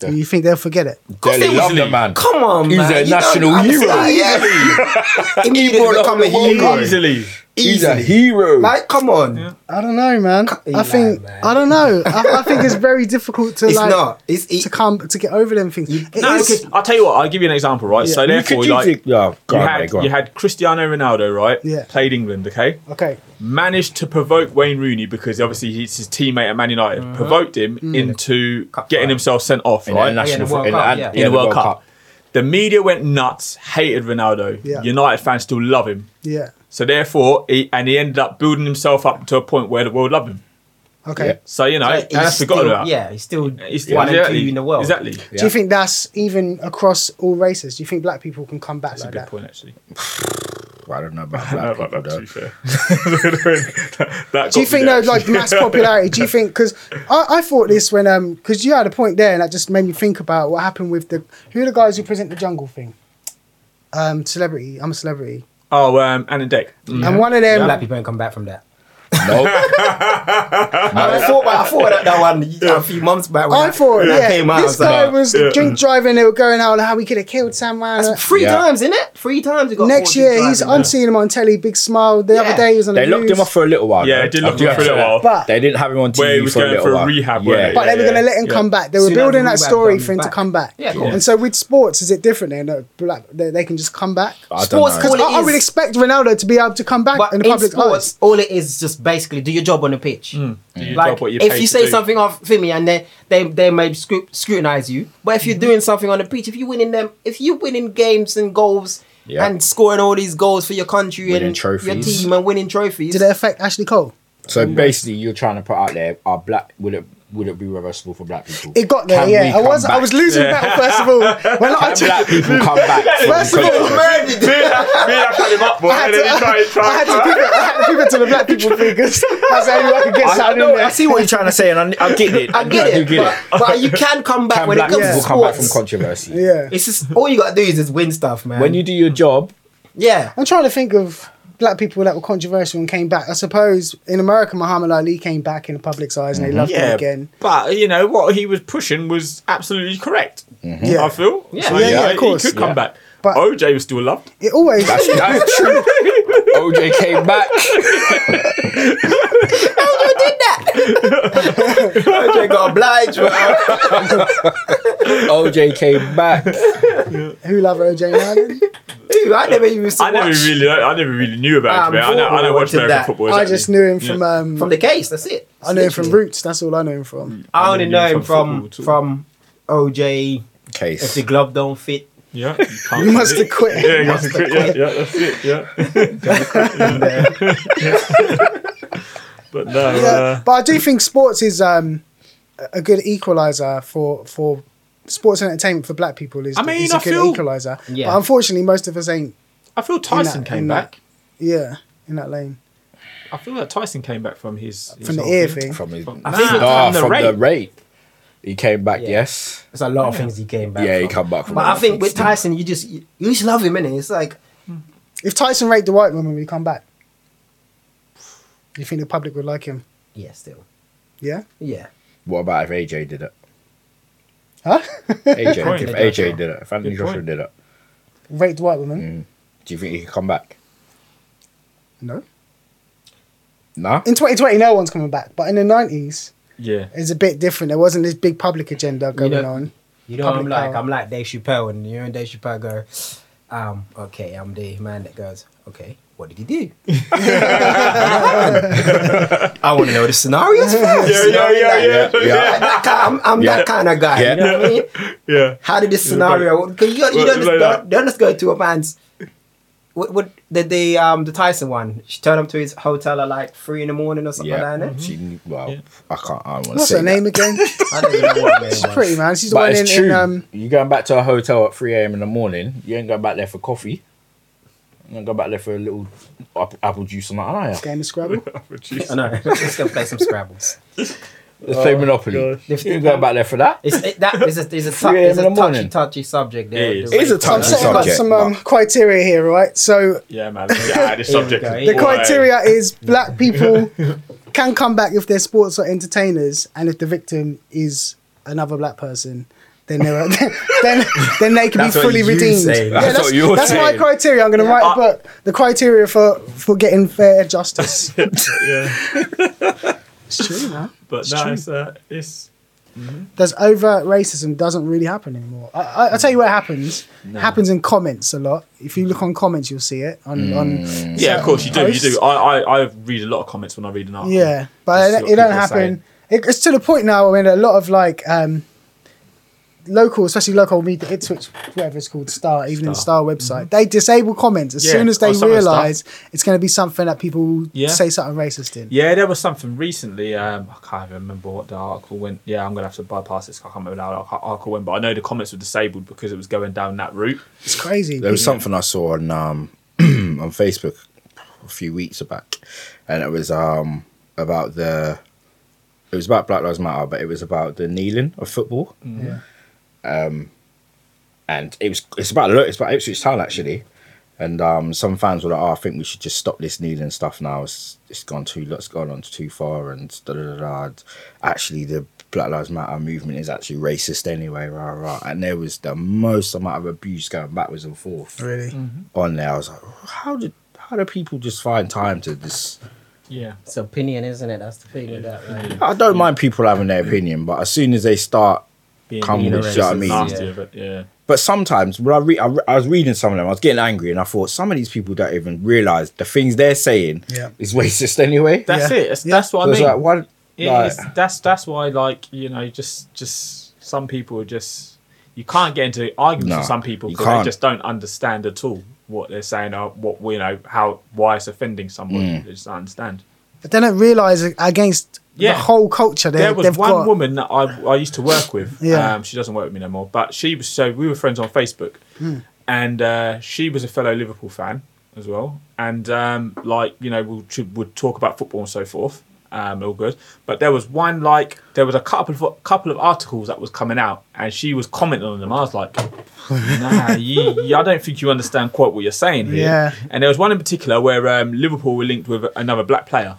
Speaker 1: Do you think they'll forget it?
Speaker 4: course
Speaker 2: They
Speaker 4: they
Speaker 2: love
Speaker 3: would.
Speaker 2: the man.
Speaker 4: Come on,
Speaker 2: He's
Speaker 4: man.
Speaker 2: a
Speaker 4: You don't
Speaker 2: national
Speaker 3: <laughs>
Speaker 4: understand. Yeah. Immediately
Speaker 2: brought up
Speaker 4: become a
Speaker 2: the World
Speaker 4: hero.
Speaker 2: Cup.
Speaker 3: Easily.
Speaker 2: He's a hero.
Speaker 4: Like, come on.
Speaker 1: I don't know, man. I
Speaker 4: Eli,
Speaker 1: think.
Speaker 4: man.
Speaker 1: I don't know. I, I think it's very difficult to
Speaker 4: It's
Speaker 1: like
Speaker 4: not. It's it,
Speaker 1: to come to get over them things. It
Speaker 3: No,
Speaker 1: is-
Speaker 3: because I'll tell you what. I'll give you an example, right? So
Speaker 2: You could
Speaker 3: therefore,
Speaker 2: do
Speaker 3: like
Speaker 2: thi- yeah, go
Speaker 3: you
Speaker 2: on,
Speaker 3: had
Speaker 2: mate, go on.
Speaker 3: you had Cristiano Ronaldo, right?
Speaker 1: Yeah.
Speaker 3: Played England, okay.
Speaker 1: Okay.
Speaker 3: Managed to provoke Wayne Rooney because obviously he's his teammate at Man United. Provoked him into
Speaker 4: Cup
Speaker 3: getting
Speaker 4: final.
Speaker 3: himself sent off,
Speaker 2: In
Speaker 3: right?
Speaker 2: the national
Speaker 4: World
Speaker 2: in the-
Speaker 4: Cup,
Speaker 2: yeah,
Speaker 4: yeah.
Speaker 3: in the World Cup. The media went nuts, hated Ronaldo.
Speaker 1: Yeah.
Speaker 3: United fans still love him.
Speaker 1: Yeah.
Speaker 3: So therefore, he, and he ended up building himself up to a point where the world loved him.
Speaker 1: Okay.
Speaker 2: Yeah.
Speaker 3: So you know,
Speaker 4: But
Speaker 3: and
Speaker 4: he's
Speaker 3: that's forgotten
Speaker 4: still-
Speaker 3: about.
Speaker 4: Yeah, he's still
Speaker 3: He's
Speaker 4: one
Speaker 3: exactly,
Speaker 4: and two in the world.
Speaker 3: Exactly.
Speaker 1: Do you think that's even across all races? Do you think black people can come back
Speaker 3: That's a
Speaker 1: like
Speaker 3: good
Speaker 1: that?
Speaker 3: point, actually.
Speaker 2: I don't know about
Speaker 3: I
Speaker 2: black
Speaker 3: <laughs> don't know
Speaker 2: people
Speaker 3: about that, to
Speaker 2: though.
Speaker 3: be fair. that, that
Speaker 1: Do you
Speaker 3: got
Speaker 1: think
Speaker 3: me there,
Speaker 1: though, like
Speaker 3: actually.
Speaker 1: mass popularity? Do you think because I, I thought this when um because you had a point there and that just made me think about what happened with the who are the guys who present the jungle thing, um celebrity I'm a celebrity
Speaker 3: Oh, um, Anna Deck. Mm.
Speaker 1: and one of them
Speaker 4: Black people ain't come back from that.
Speaker 2: No,
Speaker 4: I thought, I thought that, that one a few months back. When
Speaker 1: I thought
Speaker 4: when
Speaker 1: yeah,
Speaker 4: that came out, I
Speaker 1: this
Speaker 4: was like,
Speaker 1: guy was
Speaker 3: Yeah.
Speaker 1: drink driving they were going out on how we could have killed someone.
Speaker 4: That's three
Speaker 2: Yeah.
Speaker 4: times, isn't it? Three times. he got
Speaker 1: Next
Speaker 4: caught
Speaker 1: year
Speaker 4: driving
Speaker 1: he's
Speaker 4: there.
Speaker 1: I'm seeing him on telly big smile the
Speaker 4: Yeah.
Speaker 1: other day he was on
Speaker 2: they
Speaker 1: the
Speaker 2: locked
Speaker 1: news
Speaker 2: him off for a little while.
Speaker 3: Yeah,
Speaker 2: though.
Speaker 3: they did
Speaker 2: I
Speaker 3: lock
Speaker 2: do
Speaker 3: him
Speaker 2: have
Speaker 3: for a
Speaker 2: to
Speaker 3: little
Speaker 2: say that.
Speaker 1: while. But-
Speaker 2: they didn't have him on TV
Speaker 3: Where he was
Speaker 2: for a
Speaker 3: going
Speaker 2: little
Speaker 3: for a
Speaker 2: while.
Speaker 3: rehab,
Speaker 2: Yeah,
Speaker 3: weren't
Speaker 1: but they were
Speaker 3: Yeah,
Speaker 1: going to let him
Speaker 3: yeah.
Speaker 1: come back they were
Speaker 4: Soon as
Speaker 1: building
Speaker 4: we
Speaker 1: that
Speaker 4: have
Speaker 1: story
Speaker 4: them
Speaker 1: for him to
Speaker 4: back.
Speaker 1: come back
Speaker 4: Yeah, of course.
Speaker 1: and so with sports is it different then that black they, they can just come back
Speaker 2: I don't
Speaker 4: Sports
Speaker 2: know.
Speaker 4: could-
Speaker 1: Because
Speaker 4: All
Speaker 1: I,
Speaker 4: it
Speaker 1: I would
Speaker 4: is-
Speaker 1: expect Ronaldo to be able to come back
Speaker 4: But
Speaker 1: in
Speaker 4: in,
Speaker 1: the public
Speaker 4: sports,
Speaker 1: eyes.
Speaker 4: all it is is just basically do your job on the pitch.
Speaker 3: your
Speaker 4: Like
Speaker 3: job, what you're
Speaker 4: if
Speaker 3: paid
Speaker 4: you
Speaker 3: to
Speaker 4: say
Speaker 3: do.
Speaker 4: something off for me, and they they they may scru- scrutinize you. But if you're doing something on the pitch, if you're winning them, if you're winning games and goals.
Speaker 2: Yeah.
Speaker 4: And scoring all these goals for your country
Speaker 2: Winning
Speaker 4: and your
Speaker 2: trophies.
Speaker 4: team and winning trophies.
Speaker 1: Did it affect Ashley Cole?
Speaker 2: So basically, you're trying to put out there: Are black? Would it would it be reversible for black people?
Speaker 1: It got there,
Speaker 2: Can we
Speaker 1: yeah. I
Speaker 2: come
Speaker 1: was I
Speaker 2: back?
Speaker 1: was losing battle first of all. When I,
Speaker 2: Can black people
Speaker 1: <laughs>
Speaker 2: come back.
Speaker 1: First of all,
Speaker 3: <laughs> me and I put him up, boy.
Speaker 1: <laughs> I had
Speaker 3: And
Speaker 1: to,
Speaker 3: then he tried,
Speaker 1: I had to
Speaker 3: tried, tried.
Speaker 1: pivot. I had to pivot <laughs> to the black people figures. That's the only way I could get
Speaker 2: I,
Speaker 1: sound
Speaker 2: know,
Speaker 1: in
Speaker 2: I
Speaker 1: there.
Speaker 2: see what you're trying to say, and I, I get it.
Speaker 4: I get
Speaker 2: do
Speaker 4: it, but, but you can come back
Speaker 2: Can
Speaker 4: when it
Speaker 2: black
Speaker 4: comes
Speaker 2: people
Speaker 4: to
Speaker 2: come back from
Speaker 4: sports.
Speaker 2: controversy?
Speaker 1: Yeah,
Speaker 4: It's just all you gotta do is just win stuff, man.
Speaker 2: When you do your job,
Speaker 4: yeah,
Speaker 1: I'm trying to think of black people that were controversial and came back. I suppose in America, Muhammad Ali came back in the public's eyes and they loved him again.
Speaker 3: but you know what he was pushing was absolutely correct.
Speaker 1: Yeah.
Speaker 3: I feel.
Speaker 4: Yeah.
Speaker 1: Yeah,
Speaker 3: So, you
Speaker 1: yeah,
Speaker 3: know,
Speaker 1: of course.
Speaker 3: He could come
Speaker 2: Yeah.
Speaker 3: back.
Speaker 1: But-
Speaker 3: OJ was still loved.
Speaker 1: It always.
Speaker 2: that's, that's true. OJ came back.
Speaker 4: they got obliged. man.
Speaker 2: OJ came back.
Speaker 1: <laughs> Who loved OJ Marlon?
Speaker 4: Dude, I never even used to
Speaker 3: I never
Speaker 4: watch
Speaker 3: really, I never really knew about
Speaker 4: Um,
Speaker 3: him. I know, I know
Speaker 4: football
Speaker 3: watch
Speaker 4: until
Speaker 3: American
Speaker 4: that.
Speaker 3: football.
Speaker 1: I
Speaker 3: exactly.
Speaker 1: just knew him
Speaker 3: Yeah.
Speaker 1: from. Um,
Speaker 4: from the case. That's it.
Speaker 1: I knew him from
Speaker 4: Literally. Mm.
Speaker 1: Roots. That's all I know him from.
Speaker 4: I only know him from
Speaker 3: football too.
Speaker 4: from OJ. If
Speaker 2: Case.
Speaker 4: the glove don't fit,
Speaker 3: Yeah, you, can't
Speaker 1: uh, You must
Speaker 3: have
Speaker 1: have
Speaker 3: it.
Speaker 1: quit.
Speaker 3: Yeah, you must have quit. Yeah, yeah, that's it. Yeah.
Speaker 1: <laughs>
Speaker 3: but no,
Speaker 1: <laughs> yeah,
Speaker 3: uh,
Speaker 1: but I do think sports is um, a- a good equalizer for for sports and entertainment for black people is,
Speaker 3: I mean,
Speaker 1: is a
Speaker 3: I
Speaker 1: good
Speaker 3: feel-
Speaker 1: equalizer.
Speaker 4: Yeah.
Speaker 1: But unfortunately, most of us ain't
Speaker 3: I feel Tyson
Speaker 1: that-
Speaker 3: came
Speaker 1: in that-
Speaker 3: back.
Speaker 1: Yeah, in that lane
Speaker 3: I feel that Tyson came back from his, his
Speaker 1: from the
Speaker 3: whole
Speaker 1: ear thing.
Speaker 5: from his
Speaker 3: From-
Speaker 2: ah,
Speaker 5: nah,
Speaker 3: I think it was from the
Speaker 5: from the
Speaker 3: rape.
Speaker 5: rape. He came back.
Speaker 4: Yeah.
Speaker 5: Yes.
Speaker 4: There's a lot of things he came back.
Speaker 5: Yeah, he
Speaker 4: from.
Speaker 5: come back from
Speaker 4: But
Speaker 5: that.
Speaker 4: I think with Tyson, you just you, you just love him, innit? It's like
Speaker 1: If Tyson raped the white woman, when he come back, do you think the public would like him?
Speaker 4: yeah, still
Speaker 1: Yeah.
Speaker 4: yeah.
Speaker 5: What about if AJ did it?
Speaker 1: Huh? <laughs>
Speaker 5: AJ,
Speaker 3: point.
Speaker 5: if AJ did it, if Anthony
Speaker 3: Good
Speaker 5: Joshua
Speaker 3: point.
Speaker 5: did it,
Speaker 1: raped white
Speaker 4: Mm.
Speaker 1: woman?
Speaker 5: do you think he could come back?
Speaker 1: No.
Speaker 5: Nah.
Speaker 1: In 2020, no one's coming back. But in the 90s,
Speaker 3: Yeah.
Speaker 1: it's a bit different. There wasn't this big public agenda going
Speaker 4: know-
Speaker 1: on.
Speaker 4: You know what I'm
Speaker 1: Public
Speaker 4: like?
Speaker 1: power.
Speaker 4: I'm like Dave Chappelle, and you're in Dave Chappelle go, um, okay, I'm the man that goes, okay, what did he do? I want to know the scenarios first.
Speaker 3: Yeah,
Speaker 4: you know
Speaker 3: yeah,
Speaker 4: what I mean?
Speaker 3: yeah,
Speaker 4: Like,
Speaker 3: yeah, yeah,
Speaker 5: <laughs> yeah.
Speaker 4: I'm that kind, I'm, I'm that
Speaker 5: Yeah.
Speaker 4: kind of guy.
Speaker 5: Yeah.
Speaker 4: You know what I mean?
Speaker 3: yeah.
Speaker 4: How did this scenario? Because you, you
Speaker 3: Well,
Speaker 4: don't, just,
Speaker 3: like that.
Speaker 4: don't, don't just go to a man's. What, what the the um the Tyson one? She turned up to his hotel at like three in the morning or something
Speaker 5: Yeah.
Speaker 4: like that. innit?
Speaker 5: She, well,
Speaker 3: Yeah.
Speaker 5: I can't. I don't want to
Speaker 1: What's
Speaker 5: say
Speaker 1: her name
Speaker 5: That.
Speaker 1: again?
Speaker 4: <laughs> I don't even know what man.
Speaker 1: She's pretty, man. She's the
Speaker 5: But
Speaker 1: one in,
Speaker 5: it's
Speaker 1: in
Speaker 5: true.
Speaker 1: um,
Speaker 5: You're going back to a hotel at 3 a.m. in the morning. You ain't going back there for coffee. You ain't going back there for a little ap- apple juice on that eye.
Speaker 1: Game of Scrabble.
Speaker 4: I know. Let's go play some Scrabbles.
Speaker 5: Let's play Monopoly.
Speaker 3: Oh, gosh.
Speaker 5: You ain't going back there for that.
Speaker 4: It's it, that is a is a, tou-
Speaker 5: Three
Speaker 4: is a
Speaker 5: a.m. in the
Speaker 4: touchy
Speaker 5: morning.
Speaker 4: touchy subject. There,
Speaker 3: It is.
Speaker 4: The
Speaker 5: It's
Speaker 4: way-
Speaker 5: a touchy
Speaker 1: So I've got
Speaker 5: subject,
Speaker 1: some um,
Speaker 5: but-
Speaker 1: criteria here, right? So
Speaker 3: <laughs> Yeah, man. Yeah, this
Speaker 4: Here we
Speaker 3: subject.
Speaker 4: go.
Speaker 3: is
Speaker 1: the
Speaker 4: Why?
Speaker 3: all
Speaker 1: criteria is black people can come back if they're sports or entertainers, and if the victim is another black person. Then, they're, <laughs> then, then they can
Speaker 4: That's
Speaker 1: be
Speaker 4: what
Speaker 1: fully
Speaker 4: you
Speaker 1: redeemed.
Speaker 4: say.
Speaker 1: Yeah,
Speaker 5: That's what you're
Speaker 1: that's my
Speaker 5: saying.
Speaker 1: criteria. I'm going to write
Speaker 3: I-
Speaker 1: a book. The criteria for, for getting fair justice.
Speaker 3: Yeah.
Speaker 1: it's true, man.
Speaker 3: But no, it's, uh, it's
Speaker 1: There's overt racism doesn't really happen anymore. I, I, I'll tell you where it happens. It happens in comments a lot. If you look on comments, you'll see it. On, on
Speaker 3: yeah, of course you do. You
Speaker 1: posts.
Speaker 3: do. I, I, I read a lot of comments when I read an article.
Speaker 1: Yeah,
Speaker 3: Mm. Just
Speaker 1: but
Speaker 3: see
Speaker 1: it,
Speaker 3: what
Speaker 1: it don't
Speaker 3: people are saying.
Speaker 1: happen. It, it's to the point now. I mean, a lot of like um, local, especially local media, it's which whatever it's called, Star, even Star, Star website, they disable comments as
Speaker 3: Yeah,
Speaker 1: soon as they
Speaker 3: on some of the stuff.
Speaker 1: realise it's going to be something that people
Speaker 3: Yeah.
Speaker 1: say something racist in.
Speaker 3: Yeah, there was something recently. Um, I can't even remember what the article went. Yeah, I'm gonna have to bypass this. I can't remember how the article went, but I know the comments were disabled because it was going down that route.
Speaker 1: It's crazy.
Speaker 5: There was something I saw on um, <clears throat> on Facebook a few weeks back, and it was um about the it was about Black Lives Matter, but it was about the kneeling of football. Um, and it was it's about look, it's about Ipswich Town actually, and um some fans were like, oh, I think we should just stop this kneeling stuff now. It's it's gone too it's gone on too far, and da da da da. And Actually, the Black Lives Matter movement is actually racist anyway, rah rah. And there was the most amount of abuse going backwards and forth
Speaker 1: really.
Speaker 3: Mm-hmm.
Speaker 5: on there. I was like, how did how do people just find time to this?
Speaker 3: Yeah,
Speaker 4: It's opinion, isn't it? That's the thing with that. Right?
Speaker 5: I don't mind people having their opinion, but as soon as they start,
Speaker 3: being
Speaker 5: Come
Speaker 3: mean
Speaker 5: with
Speaker 3: and
Speaker 5: it, you know what I
Speaker 3: racist,
Speaker 5: mean?
Speaker 3: nasty
Speaker 4: Yeah.
Speaker 3: of it, yeah.
Speaker 5: but sometimes when I, re- I, re- I was reading some of them, I was getting angry, and I thought some of these people don't even realize the things they're saying
Speaker 1: Yeah.
Speaker 5: is racist anyway.
Speaker 3: That's
Speaker 1: Yeah.
Speaker 3: it. That's,
Speaker 1: Yeah.
Speaker 3: that's what
Speaker 5: So
Speaker 3: I
Speaker 5: it's
Speaker 3: mean.
Speaker 5: like, what?
Speaker 3: It
Speaker 5: like-
Speaker 3: is- that's that's why, like you know, just just some people are just you can't get into arguments
Speaker 5: No,
Speaker 3: with some people
Speaker 5: you
Speaker 3: because they
Speaker 5: can't.
Speaker 3: just don't understand at all what they're saying or what you know how why it's offending someone.
Speaker 5: Mm.
Speaker 3: They just don't understand.
Speaker 1: But they don't realise against
Speaker 3: Yeah.
Speaker 1: the whole culture they,
Speaker 3: there was
Speaker 1: they've
Speaker 3: one
Speaker 1: got.
Speaker 3: woman that I, I used to work with.
Speaker 1: <laughs> Yeah.
Speaker 3: um, she doesn't work with me no more, but she was so we were friends on Facebook,
Speaker 1: Hmm.
Speaker 3: and uh, she was a fellow Liverpool fan as well. And um, like you know, we would, would talk about football and so forth. Um, all good, but there was one like there was a couple of couple of articles that was coming out, and she was commenting on them. I was like, Nah, you, you- I don't think you understand quite what you're saying here.
Speaker 1: <laughs> Yeah.
Speaker 3: And there was one in particular where um, Liverpool were linked with another black player.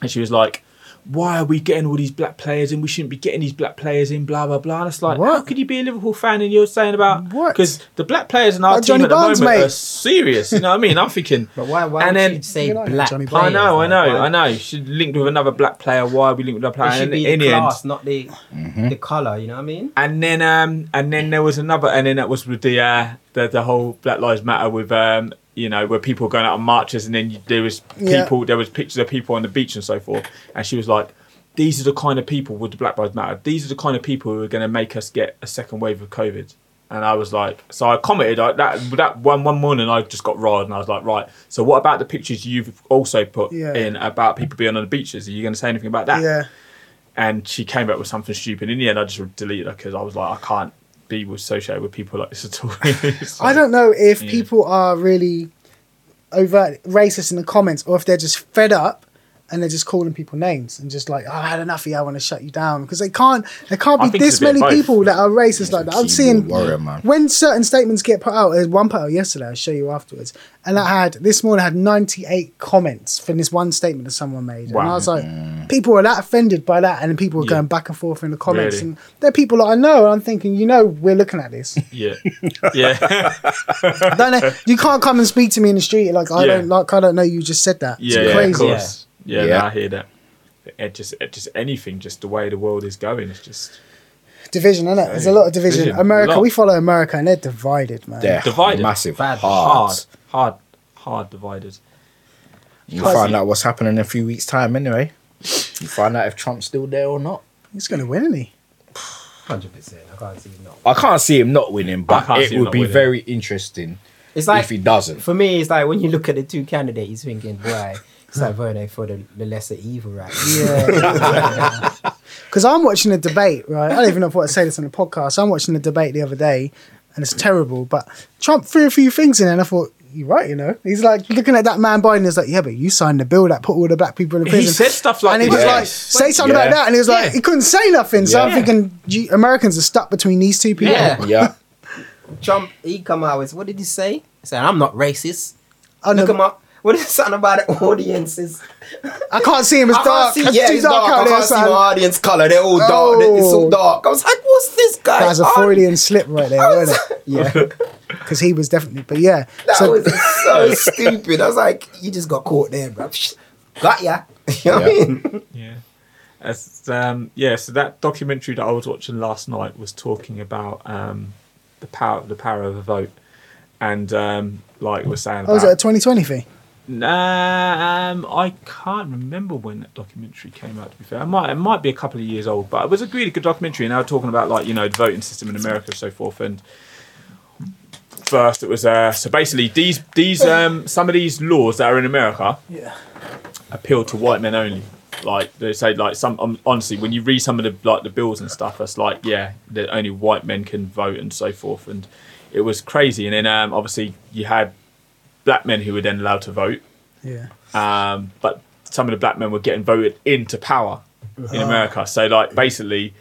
Speaker 3: And she was like, why are we getting all these black players in? We shouldn't be getting these black players in, blah, blah, blah. And it's like,
Speaker 1: What?
Speaker 3: how could you be a Liverpool fan and you're saying about...
Speaker 1: What?
Speaker 3: Because the black players in our
Speaker 1: Like
Speaker 3: team
Speaker 1: Johnny
Speaker 3: at the
Speaker 1: Barnes,
Speaker 3: moment
Speaker 1: mate.
Speaker 3: are serious. You know what I mean? I'm thinking...
Speaker 4: <laughs> But why? Why would
Speaker 3: And then-
Speaker 4: you say
Speaker 1: You know,
Speaker 4: black?
Speaker 1: Johnny
Speaker 3: I
Speaker 4: players,
Speaker 3: know, I
Speaker 4: like,
Speaker 3: know,
Speaker 4: why-
Speaker 3: I know. She's linked with another black player. Why are we linked with a
Speaker 4: It
Speaker 3: black player?
Speaker 4: should
Speaker 3: And
Speaker 4: be
Speaker 3: in
Speaker 4: the
Speaker 3: the end,
Speaker 4: class, not the the color. You know what I mean?
Speaker 3: and then um and then there was another and then that was with the uh the, the whole black lives matter with um you know where people were going out on marches and then you, there was
Speaker 1: Yeah.
Speaker 3: people there was pictures of people on the beach and so forth and she was like these are the kind of people with the black lives matter these are the kind of people who are going to make us get a second wave of covid and I was like, so I commented like that that one one morning I just got riled and I was like, right. So what about the pictures you've also put
Speaker 1: Yeah.
Speaker 3: in about people being on the beaches? Are you going to say anything about that?
Speaker 1: Yeah,
Speaker 3: and she came back with something stupid. In the end, I just deleted her because I was like, I can't be associated with people like this at all. <laughs> It's
Speaker 1: I
Speaker 3: like-
Speaker 1: don't know if
Speaker 3: Yeah.
Speaker 1: people are really overt racist in the comments or if they're just fed up and they're just calling people names and just like, oh, I had enough of you, I want to shut you down. Because they can't there can't
Speaker 3: I
Speaker 1: be
Speaker 3: think it's
Speaker 1: this
Speaker 3: a bit
Speaker 1: many
Speaker 3: of both.
Speaker 1: people that are racist like that. I'm seeing <laughs>
Speaker 5: warrior man.
Speaker 1: when certain statements get put out, there's one put out yesterday, I'll show you afterwards. And I had this morning I had 98 comments from this one statement that someone made. And I
Speaker 3: Wow.
Speaker 1: was like, people are that offended by that, and then people are
Speaker 3: Yeah.
Speaker 1: going back and forth in the comments.
Speaker 3: Really?
Speaker 1: And they're people that I know, and I'm thinking, you know, we're looking at this. <laughs>
Speaker 3: Yeah, yeah,
Speaker 1: don't know. You can't come and speak to me in the street like I
Speaker 3: Yeah.
Speaker 1: don't like I don't know you just said that.
Speaker 3: yeah,
Speaker 1: it's
Speaker 3: yeah. Of
Speaker 1: crazy.
Speaker 3: course. Yeah,
Speaker 5: Yeah.
Speaker 3: no, I hear that. It just, it just anything, just the way the world is going. It's just
Speaker 1: Division, isn't it? There's a lot of division.
Speaker 3: Division,
Speaker 1: America,
Speaker 3: a lot.
Speaker 1: we follow America and they're divided, man.
Speaker 5: They're
Speaker 3: Divided.
Speaker 5: massive,
Speaker 4: Bad.
Speaker 5: hard.
Speaker 3: hard, hard divided.
Speaker 5: You find out what's happening in a few weeks' time, anyway. You find out if Trump's still there or not.
Speaker 1: He's gonna win, isn't he?
Speaker 4: Hundred percent. I can't see it not.
Speaker 5: I can't see him not winning,
Speaker 3: I
Speaker 5: but
Speaker 3: can't see
Speaker 5: it
Speaker 3: him
Speaker 5: would
Speaker 3: not
Speaker 5: be
Speaker 3: winning.
Speaker 5: very interesting
Speaker 4: It's like
Speaker 5: if he
Speaker 4: <laughs>
Speaker 5: doesn't.
Speaker 4: for me, it's like when you look at the two candidates, you're thinking, why? It's like voting for the, the lesser evil, right?
Speaker 1: Yeah. Because I'm watching a debate, right? I don't even know if I want to say this on the podcast. I'm watching a debate the other day, and it's terrible. But Trump threw a few things in, there and I thought, you're right, you know. He's like looking at that man Biden. He's like, yeah, but you signed the bill that put all the black people in
Speaker 3: He
Speaker 1: prison.
Speaker 3: said stuff like
Speaker 1: and he
Speaker 3: this.
Speaker 1: was like,
Speaker 3: Yes.
Speaker 1: say something
Speaker 5: Yeah.
Speaker 1: about that, and he was like,
Speaker 4: Yeah.
Speaker 1: he couldn't say nothing. So I'm
Speaker 3: Yeah.
Speaker 1: thinking, gee, Americans are stuck between these two people.
Speaker 4: Yeah.
Speaker 5: Yeah,
Speaker 4: <laughs> Trump, he come out with what did he say? He said, I'm not racist.
Speaker 1: I know-
Speaker 4: Look at my what is something about the audiences?
Speaker 1: I can't see him. It's
Speaker 4: I
Speaker 1: dark.
Speaker 4: can't see,
Speaker 1: it's
Speaker 4: yeah,
Speaker 1: too
Speaker 4: it's
Speaker 1: dark,
Speaker 4: dark. I
Speaker 1: out there,
Speaker 4: can't see my
Speaker 1: son.
Speaker 4: audience color. They're all dark.
Speaker 1: Oh.
Speaker 4: They- It's all dark. I was like, what's this guy?
Speaker 1: That's a
Speaker 4: on?
Speaker 1: Freudian slip right there,
Speaker 4: <laughs>
Speaker 1: wasn't it?
Speaker 4: Yeah,
Speaker 1: Because he was definitely, but yeah.
Speaker 4: that
Speaker 1: so
Speaker 4: was
Speaker 1: <laughs>
Speaker 4: so stupid. I was like, you just got caught there, bro. <laughs> Got ya. <laughs> You know
Speaker 5: Yeah.
Speaker 4: what I mean?
Speaker 3: Yeah. As, um, yeah, so that documentary that I was watching last night was talking about um, the power the power of the vote, and um, like we're saying
Speaker 1: oh, was
Speaker 3: about.
Speaker 1: it a 2020 thing?
Speaker 3: Nah, um, I can't remember when that documentary came out. To be fair, it might it might be a couple of years old, but it was a really good documentary. And they were talking about like you know the voting system in America and so forth. And first, it was uh, so basically these these um, some of these laws that are in America
Speaker 1: Yeah.
Speaker 3: appeal to white men only. Like they say, like some um, honestly, when you read some of the like the bills and stuff, it's like yeah, that only white men can vote and so forth, and it was crazy. And then um, obviously you had black men who were then allowed to vote,
Speaker 1: Yeah.
Speaker 3: um, but some of the black men were getting voted into power
Speaker 1: Uh-huh.
Speaker 3: in America. So like basically,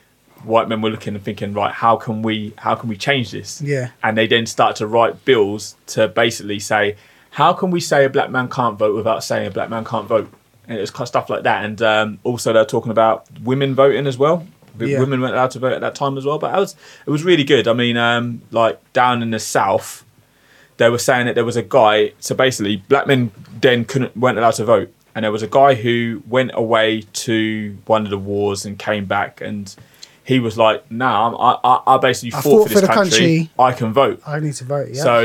Speaker 3: white men were looking and thinking, right, how can we how can we change this?
Speaker 1: Yeah.
Speaker 3: And they then start to write bills to basically say, how can we say a black man can't vote without saying a black man can't vote? And it was kind of stuff like that. And um, also they're talking about women voting as well. The
Speaker 1: Yeah.
Speaker 3: Women weren't allowed to vote at that time as well. But that was it was really good. I mean, um, like down in the south they were saying that there was a guy. So basically, black men then couldn't weren't allowed to vote, and there was a guy who went away to one of the wars and came back, and he was like, "Nah, I'm, I, I I basically
Speaker 1: I
Speaker 3: fought, for this
Speaker 1: the
Speaker 3: country.
Speaker 1: country.
Speaker 3: I can vote."
Speaker 1: I need to vote, yeah.
Speaker 3: So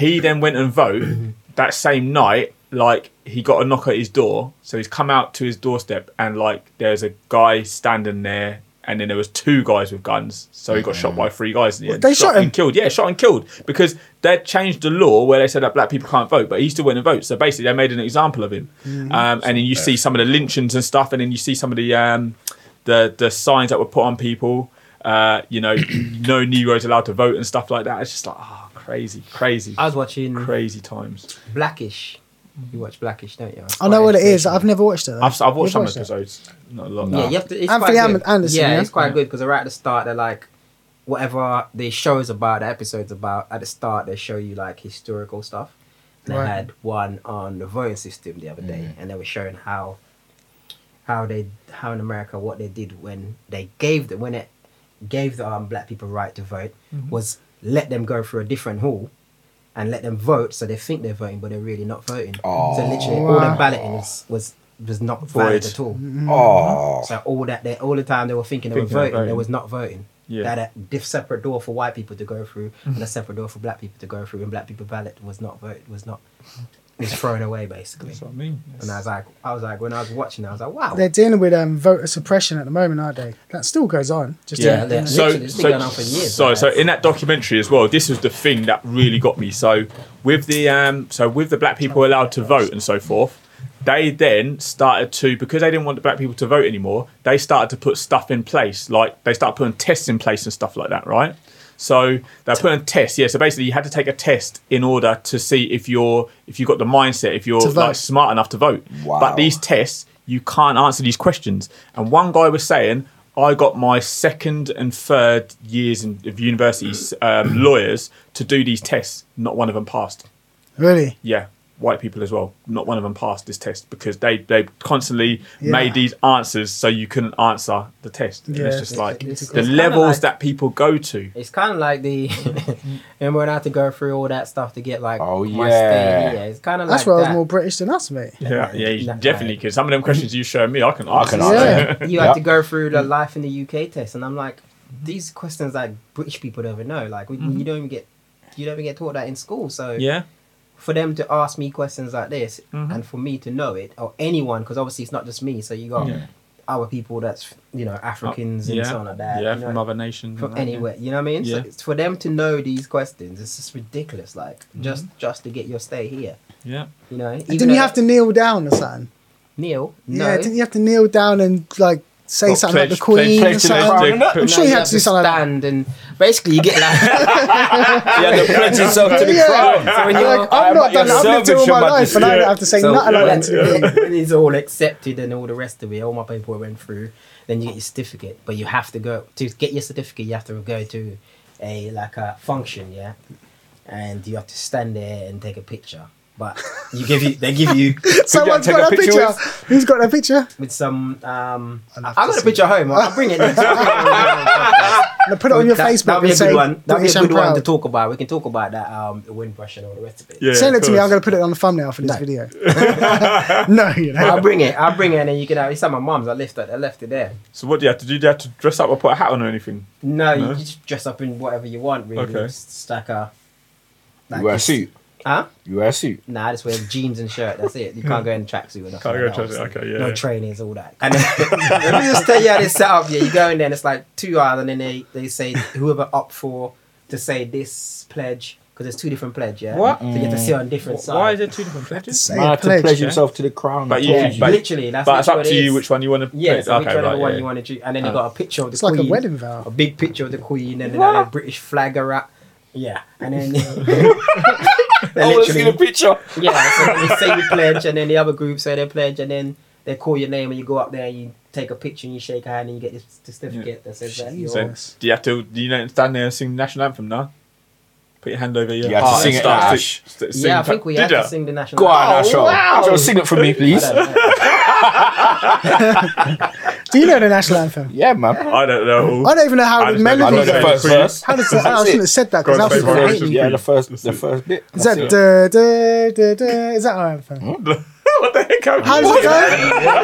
Speaker 3: he then went and
Speaker 1: <clears throat>
Speaker 3: voted that same night. Like he got a knock at his door, so he's come out to his doorstep, and like there's a guy standing there, and then there was two guys with guns. So he got shot by three guys. In the end.
Speaker 1: They shot him?
Speaker 3: and killed. Yeah, shot and killed because they changed the law where they said that black people can't vote, but he still went and voted. So basically, they made an example of him.
Speaker 4: Mm-hmm.
Speaker 3: Um, and then you see some of the lynchings and stuff, and then you see some of the um, the the signs that were put on people. Uh, you know, no Negroes allowed to vote and stuff like that. It's just like, ah, crazy, crazy,
Speaker 4: I was watching
Speaker 3: crazy times.
Speaker 4: Blackish. You watch Blackish, don't you? It's
Speaker 1: I know
Speaker 4: quite
Speaker 1: what it is.
Speaker 4: educational.
Speaker 1: I've never watched it. though.
Speaker 3: I've, I've watched
Speaker 1: You've it?
Speaker 3: some episodes, not a lot.
Speaker 4: Yeah,
Speaker 3: no.
Speaker 4: you have to. It's
Speaker 1: Anthony
Speaker 4: quite
Speaker 1: Am-
Speaker 4: good.
Speaker 1: Anderson,
Speaker 4: Yeah,
Speaker 1: yeah?
Speaker 4: it's quite
Speaker 3: Yeah.
Speaker 4: good because right at the start they're like, whatever the show's about, the episode's about. At the start they show you like historical stuff. And
Speaker 1: Right.
Speaker 4: They had one on the voting system the other day, and they were showing how how they how in America what they did when they gave the when it gave the um, black people right to vote
Speaker 1: Mm-hmm.
Speaker 4: was let them go through a different hall and let them vote so they think they're voting but they're really not voting. so literally all
Speaker 1: Wow. Mm-hmm.
Speaker 4: the balloting was was was not
Speaker 3: Void.
Speaker 4: valid at all.
Speaker 5: Oh,
Speaker 4: So all that they, all the time they were thinking they
Speaker 3: Thinking
Speaker 4: were
Speaker 3: of
Speaker 4: voting, they
Speaker 3: voting.
Speaker 4: was not voting.
Speaker 3: Yeah.
Speaker 4: They had a diff- separate door for white people to go
Speaker 3: <laughs>
Speaker 4: through and a separate door for black people to go through, and black people ballot was not voted, was not was thrown away basically.
Speaker 3: That's what I mean.
Speaker 4: And I was like, I was like, when I was watching, I was like, wow.
Speaker 1: They're dealing with um, voter suppression at the moment, aren't they? That still goes on. Just
Speaker 4: Yeah,
Speaker 1: in-
Speaker 4: they're-
Speaker 1: in-
Speaker 4: Yeah. Literally, it's been going on for years,
Speaker 3: So,
Speaker 4: like
Speaker 3: so
Speaker 4: that.
Speaker 3: in that documentary as well, this was the thing that really got me. So, with the um, so with the black people allowed to vote and so forth, they then started to because they didn't want the black people to vote anymore. They started to put stuff in place, like they started putting tests in place and stuff like that, right? So they're putting a test. Yeah. So basically, you had to take a test in order to see if you're if you've got the mindset, if you're
Speaker 1: To vote.
Speaker 3: like smart enough to vote.
Speaker 5: Wow.
Speaker 3: But these tests, you can't answer these questions. And one guy was saying, I got my second and third years in, of university um, lawyers to do these tests. Not one of them passed
Speaker 1: Really?
Speaker 3: yeah, white people as well. Not one of them passed this test because they they constantly
Speaker 1: Yeah.
Speaker 3: made these answers so you couldn't answer the test. And it's
Speaker 1: Yeah.
Speaker 3: just like
Speaker 4: It's- it's
Speaker 3: the
Speaker 4: kinda
Speaker 3: levels
Speaker 4: like-
Speaker 3: that people go to.
Speaker 4: It's kind of like
Speaker 3: <laughs>
Speaker 4: the and when I had to go through all that stuff to get like
Speaker 2: Oh,
Speaker 4: my
Speaker 2: yeah.
Speaker 4: stay here. It's kind of like
Speaker 1: That's why I was
Speaker 4: that. <laughs>
Speaker 1: more British than us, mate.
Speaker 3: Yeah, yeah, you
Speaker 4: Nah.
Speaker 3: definitely. Because some of them questions you show me, I can
Speaker 2: I
Speaker 3: answer.
Speaker 2: can
Speaker 1: Yeah.
Speaker 2: answer.
Speaker 4: you had to go through the life in the UK test, and I'm like, these questions like British people don't even know. Like we, you don't even get you don't even get taught that in school. So
Speaker 3: Mm-hmm. Yeah,
Speaker 4: for them to ask me questions like this,
Speaker 3: Mhm.
Speaker 4: and for me to know it or anyone, because obviously it's not just me. So you got
Speaker 3: Yeah.
Speaker 4: other people that's you know Africans and
Speaker 3: yeah,
Speaker 4: so on like that.
Speaker 3: yeah,
Speaker 4: you
Speaker 3: from
Speaker 4: know,
Speaker 3: other nations,
Speaker 4: from
Speaker 3: and that, yeah.
Speaker 4: anywhere. You know what I mean? So
Speaker 3: Yeah.
Speaker 4: it's for them to know these questions, it's just ridiculous. Like just just to get your stay here.
Speaker 3: Yeah,
Speaker 4: You know, even
Speaker 1: didn't
Speaker 4: though
Speaker 1: you have to kneel down or something?
Speaker 4: Neil? No.
Speaker 1: Yeah, didn't you have to kneel down and like say
Speaker 3: Well,
Speaker 1: something
Speaker 3: pledge-
Speaker 1: like the Queen
Speaker 3: pledge
Speaker 1: or
Speaker 3: to the-
Speaker 1: something?
Speaker 3: the-
Speaker 1: I'm sure you had to do something like that.
Speaker 4: stand and basically you get <laughs> like
Speaker 5: Yeah, the pledge yourself <laughs> to the
Speaker 1: Yeah.
Speaker 5: crown.
Speaker 4: so when you're
Speaker 1: Like,
Speaker 5: I
Speaker 1: I've
Speaker 5: am
Speaker 1: not
Speaker 5: at your
Speaker 1: done it. I've lived here all
Speaker 5: service,
Speaker 1: my
Speaker 5: Your
Speaker 1: life, and I don't
Speaker 3: Majesty.
Speaker 1: have to say
Speaker 4: so
Speaker 1: nothing like that.
Speaker 4: when, when it's all accepted and all the rest of it, all my paperwork went through, then you get your certificate. But you have to go to get your certificate. You have to go to a like a function, yeah, and you have to stand there and take a picture. But you give you they give
Speaker 1: <laughs>
Speaker 4: you
Speaker 1: Someone's
Speaker 5: take a
Speaker 1: got a
Speaker 5: picture
Speaker 1: picture. Who's got a picture?
Speaker 4: with some um.
Speaker 1: I'll
Speaker 4: I
Speaker 1: have to
Speaker 4: got a
Speaker 1: see.
Speaker 4: picture home. I'll bring it. Next time.
Speaker 1: And <laughs> put it on your
Speaker 4: That-
Speaker 1: Facebook
Speaker 4: That'll be a
Speaker 1: and say
Speaker 4: good one. That'll be
Speaker 1: British
Speaker 4: a
Speaker 1: and
Speaker 4: good one to
Speaker 1: proud.
Speaker 4: talk about. We can talk about that um, the windbrush and all the rest of it.
Speaker 3: yeah.
Speaker 1: Send it
Speaker 3: of
Speaker 1: to me. I'm
Speaker 3: course.
Speaker 1: going to put it on the thumbnail for this
Speaker 4: No.
Speaker 1: video. no, you know.
Speaker 4: I'll bring it. I'll bring it, and then you can have. It's at my mum's. I left it. I left it there.
Speaker 3: So what do you have to do? Do you have to dress up or put a hat on or anything?
Speaker 4: No,
Speaker 3: No?
Speaker 4: you just dress up in whatever you want. Really,
Speaker 3: Okay.
Speaker 4: Just like a.
Speaker 5: You wear a
Speaker 4: just-
Speaker 5: suit.
Speaker 4: Huh?
Speaker 5: You wear a suit.
Speaker 4: Nah, I just wear jeans and shirt. That's it. You can't go in a tracksuit or nothing.
Speaker 3: Hmm. Can't go
Speaker 4: like
Speaker 3: in a
Speaker 4: that,
Speaker 3: tracksuit,
Speaker 4: obviously.
Speaker 3: okay, yeah,
Speaker 4: No
Speaker 3: yeah.
Speaker 4: trainers, all that.
Speaker 5: <laughs>
Speaker 4: And then, <laughs> let me just tell you how they set up. Yeah, you go in there, and it's like two hours, and then they they say whoever up for to say this pledge because there's two different pledge. Yeah.
Speaker 3: What? Mm.
Speaker 4: So you have to sit on different sides.
Speaker 3: Why is there two different pledges?
Speaker 1: Say
Speaker 5: Man,
Speaker 1: a
Speaker 5: to pledge
Speaker 1: pledge.
Speaker 5: himself to the crown.
Speaker 3: But you,
Speaker 4: Yeah,
Speaker 3: but,
Speaker 4: literally. That's
Speaker 3: but it's up
Speaker 4: literally
Speaker 3: to
Speaker 4: what it
Speaker 3: you
Speaker 4: is.
Speaker 3: which one you want to.
Speaker 4: Yeah, so which one of the one
Speaker 3: yeah.
Speaker 4: you want to choose? And then
Speaker 3: Oh.
Speaker 4: you got a picture of the
Speaker 1: It's
Speaker 4: queen.
Speaker 1: like a wedding
Speaker 4: a
Speaker 1: vow.
Speaker 4: big picture of the queen and then a British flag around. Yeah, and
Speaker 3: <laughs>
Speaker 4: then <laughs> they literally
Speaker 5: picture.
Speaker 4: <laughs> yeah. So then they say you pledge, and then the other group say their pledge, and then they call your name, and you go up there and you take a picture and you shake hand and you get this certificate that says that you're.
Speaker 3: So do you have to? Do you know stand there and sing the national anthem now? Put your hand over your
Speaker 5: You have to
Speaker 3: heart
Speaker 5: sing
Speaker 3: and
Speaker 5: it,
Speaker 3: start
Speaker 5: Ash.
Speaker 3: st- sing-
Speaker 4: yeah, I think we
Speaker 3: Did
Speaker 4: have
Speaker 3: ya?
Speaker 4: to sing the national.
Speaker 5: Go on,
Speaker 4: anthem.
Speaker 5: Ash. Ashwell. Ashwell, sing it for me, please.
Speaker 4: I don't know.
Speaker 1: Do you know the national anthem?
Speaker 5: Yeah, man.
Speaker 3: I don't know.
Speaker 1: I don't even know how
Speaker 3: I
Speaker 1: the
Speaker 3: just know-
Speaker 5: I
Speaker 1: melody
Speaker 5: know
Speaker 3: Everything.
Speaker 5: the
Speaker 1: goes.
Speaker 5: first verse.
Speaker 1: How does that? I
Speaker 5: That's
Speaker 1: shouldn't
Speaker 5: it.
Speaker 1: have said that
Speaker 3: Go on,
Speaker 1: because that was
Speaker 3: say
Speaker 1: for
Speaker 3: Favourite
Speaker 5: First-
Speaker 3: Action
Speaker 5: Yeah,
Speaker 3: Queen.
Speaker 5: the first, the first bit.
Speaker 1: Is that
Speaker 5: That's it.
Speaker 1: da, da, da, da, is that our anthem?
Speaker 3: <laughs> what the heck? I'm
Speaker 1: How does it go?
Speaker 3: I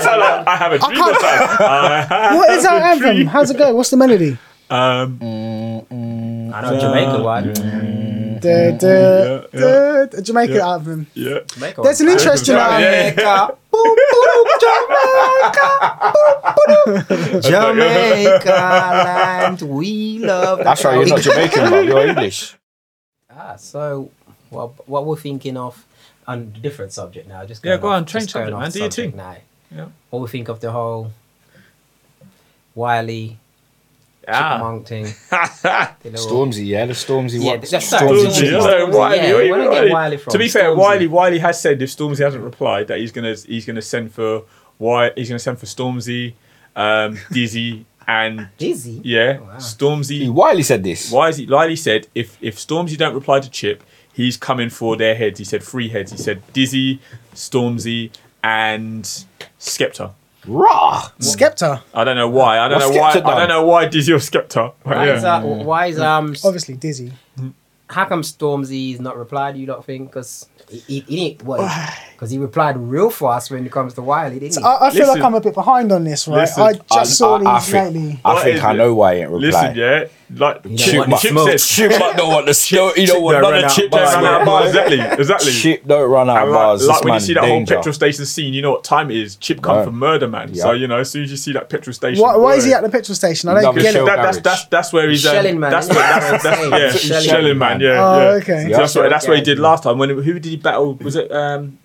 Speaker 3: sound like I have a dream.
Speaker 1: can't-
Speaker 3: or
Speaker 1: <laughs>
Speaker 3: something.
Speaker 1: What is our anthem? How's it go? What's the melody?
Speaker 3: Um,
Speaker 4: I know Jamaica one.
Speaker 1: Da, da,
Speaker 3: yeah,
Speaker 1: da, da, Jamaican
Speaker 3: yeah.
Speaker 1: anthem.
Speaker 3: yeah.
Speaker 4: Jamaica
Speaker 1: There's an
Speaker 5: Oh,
Speaker 3: <laughs>
Speaker 4: one.
Speaker 1: interesting
Speaker 3: Yeah, yeah, yeah.
Speaker 1: one.
Speaker 4: Jamaica. Boop,
Speaker 5: <laughs>
Speaker 4: boop, Jamaica. Boop, boop.
Speaker 3: <laughs>
Speaker 4: Jamaica land, we love. the
Speaker 5: That's right. You're not
Speaker 4: Jamaica.
Speaker 5: Jamaican, man. You're English.
Speaker 4: Ah, so what, what we're thinking of on a different subject now. Just
Speaker 3: Yeah,
Speaker 4: going
Speaker 3: go
Speaker 4: off-
Speaker 3: on, change
Speaker 4: just going
Speaker 3: subject,
Speaker 4: off
Speaker 3: man, do your
Speaker 4: subject
Speaker 3: thing.
Speaker 4: Now.
Speaker 3: Yeah.
Speaker 4: What we think of the whole Wiley
Speaker 3: Ah.
Speaker 4: chipmunk
Speaker 3: <laughs>
Speaker 4: thing. the little-
Speaker 5: Stormzy, yeah, the Stormzy
Speaker 4: Yeah,
Speaker 5: one.
Speaker 4: that's right.
Speaker 5: Stormzy.
Speaker 4: Stormzy.
Speaker 5: Junior.
Speaker 3: So Wiley,
Speaker 4: Yeah,
Speaker 3: where you
Speaker 4: where did
Speaker 3: got Wiley?
Speaker 4: Wiley from?
Speaker 3: To be fair,
Speaker 4: Stormzy.
Speaker 3: Wiley Wiley has said if Stormzy hasn't replied that he's gonna he's gonna send for why he's gonna send for Stormzy, um, Dizzy, and
Speaker 4: Dizzy.
Speaker 3: yeah,
Speaker 4: Oh, wow.
Speaker 3: Stormzy,
Speaker 5: Wiley said this.
Speaker 3: Why is he? Lily said, if if Stormzy don't reply to Chip, he's coming for their heads. He said three heads. He said Dizzy, Stormzy, and Skepta.
Speaker 5: Rah!
Speaker 1: Skepta,
Speaker 3: I don't know why. I don't
Speaker 5: What's
Speaker 3: know why.
Speaker 5: Skepta
Speaker 3: I
Speaker 5: done?
Speaker 3: don't know why Dizzy or Skepta. But
Speaker 4: Why is
Speaker 3: yeah.
Speaker 4: that? Why is um?
Speaker 1: obviously dizzy.
Speaker 4: How come Stormzy's not replied? You lot think because he, he, he didn't what? Because he replied real fast when it comes to Wiley, didn't he?
Speaker 1: I, I feel
Speaker 3: Listen.
Speaker 1: like I'm a bit behind on this, right?
Speaker 3: Listen.
Speaker 1: I just
Speaker 5: I-
Speaker 1: saw
Speaker 5: I, I
Speaker 1: these
Speaker 5: think,
Speaker 1: lately.
Speaker 5: I,
Speaker 3: What
Speaker 5: think
Speaker 3: is
Speaker 5: I
Speaker 3: it?
Speaker 5: know why he ain't reply.
Speaker 3: Listen, yeah, like
Speaker 4: don't
Speaker 5: Chip,
Speaker 3: Chip,
Speaker 4: want
Speaker 3: Chip
Speaker 5: must-
Speaker 3: says,
Speaker 5: Chip must don't
Speaker 3: <laughs>
Speaker 5: want the snow. He don't want
Speaker 4: don't
Speaker 5: none
Speaker 4: run
Speaker 5: of
Speaker 4: out
Speaker 5: Chip
Speaker 4: bars,
Speaker 5: bars.
Speaker 3: Run out
Speaker 5: man.
Speaker 3: of bars,
Speaker 5: <laughs>
Speaker 3: exactly, exactly.
Speaker 5: Chip don't run out
Speaker 3: And
Speaker 5: of
Speaker 3: like,
Speaker 5: bars.
Speaker 3: like
Speaker 5: This
Speaker 3: when you
Speaker 5: man
Speaker 3: see that
Speaker 5: danger.
Speaker 3: whole petrol station scene, you know what time it is. Chip come
Speaker 5: Right.
Speaker 3: for murder, man. So
Speaker 5: Yeah.
Speaker 3: you know, as soon as you see that petrol station,
Speaker 1: Why, why is he
Speaker 3: boy.
Speaker 1: at the petrol station? I
Speaker 5: Love
Speaker 1: don't
Speaker 5: the
Speaker 1: get
Speaker 5: show.
Speaker 1: it.
Speaker 3: That, that's, that's that's where he's um,
Speaker 4: Shelling man,
Speaker 3: That's
Speaker 4: isn't
Speaker 3: what
Speaker 4: it?
Speaker 3: that's, that's,
Speaker 4: That's
Speaker 3: yeah,
Speaker 4: what he's
Speaker 3: shelling,
Speaker 4: saying.
Speaker 3: man. Yeah,
Speaker 1: Oh,
Speaker 3: yeah.
Speaker 1: okay.
Speaker 3: So that's what that's what he
Speaker 4: Yeah.
Speaker 3: did last time when who did he battle? Was it um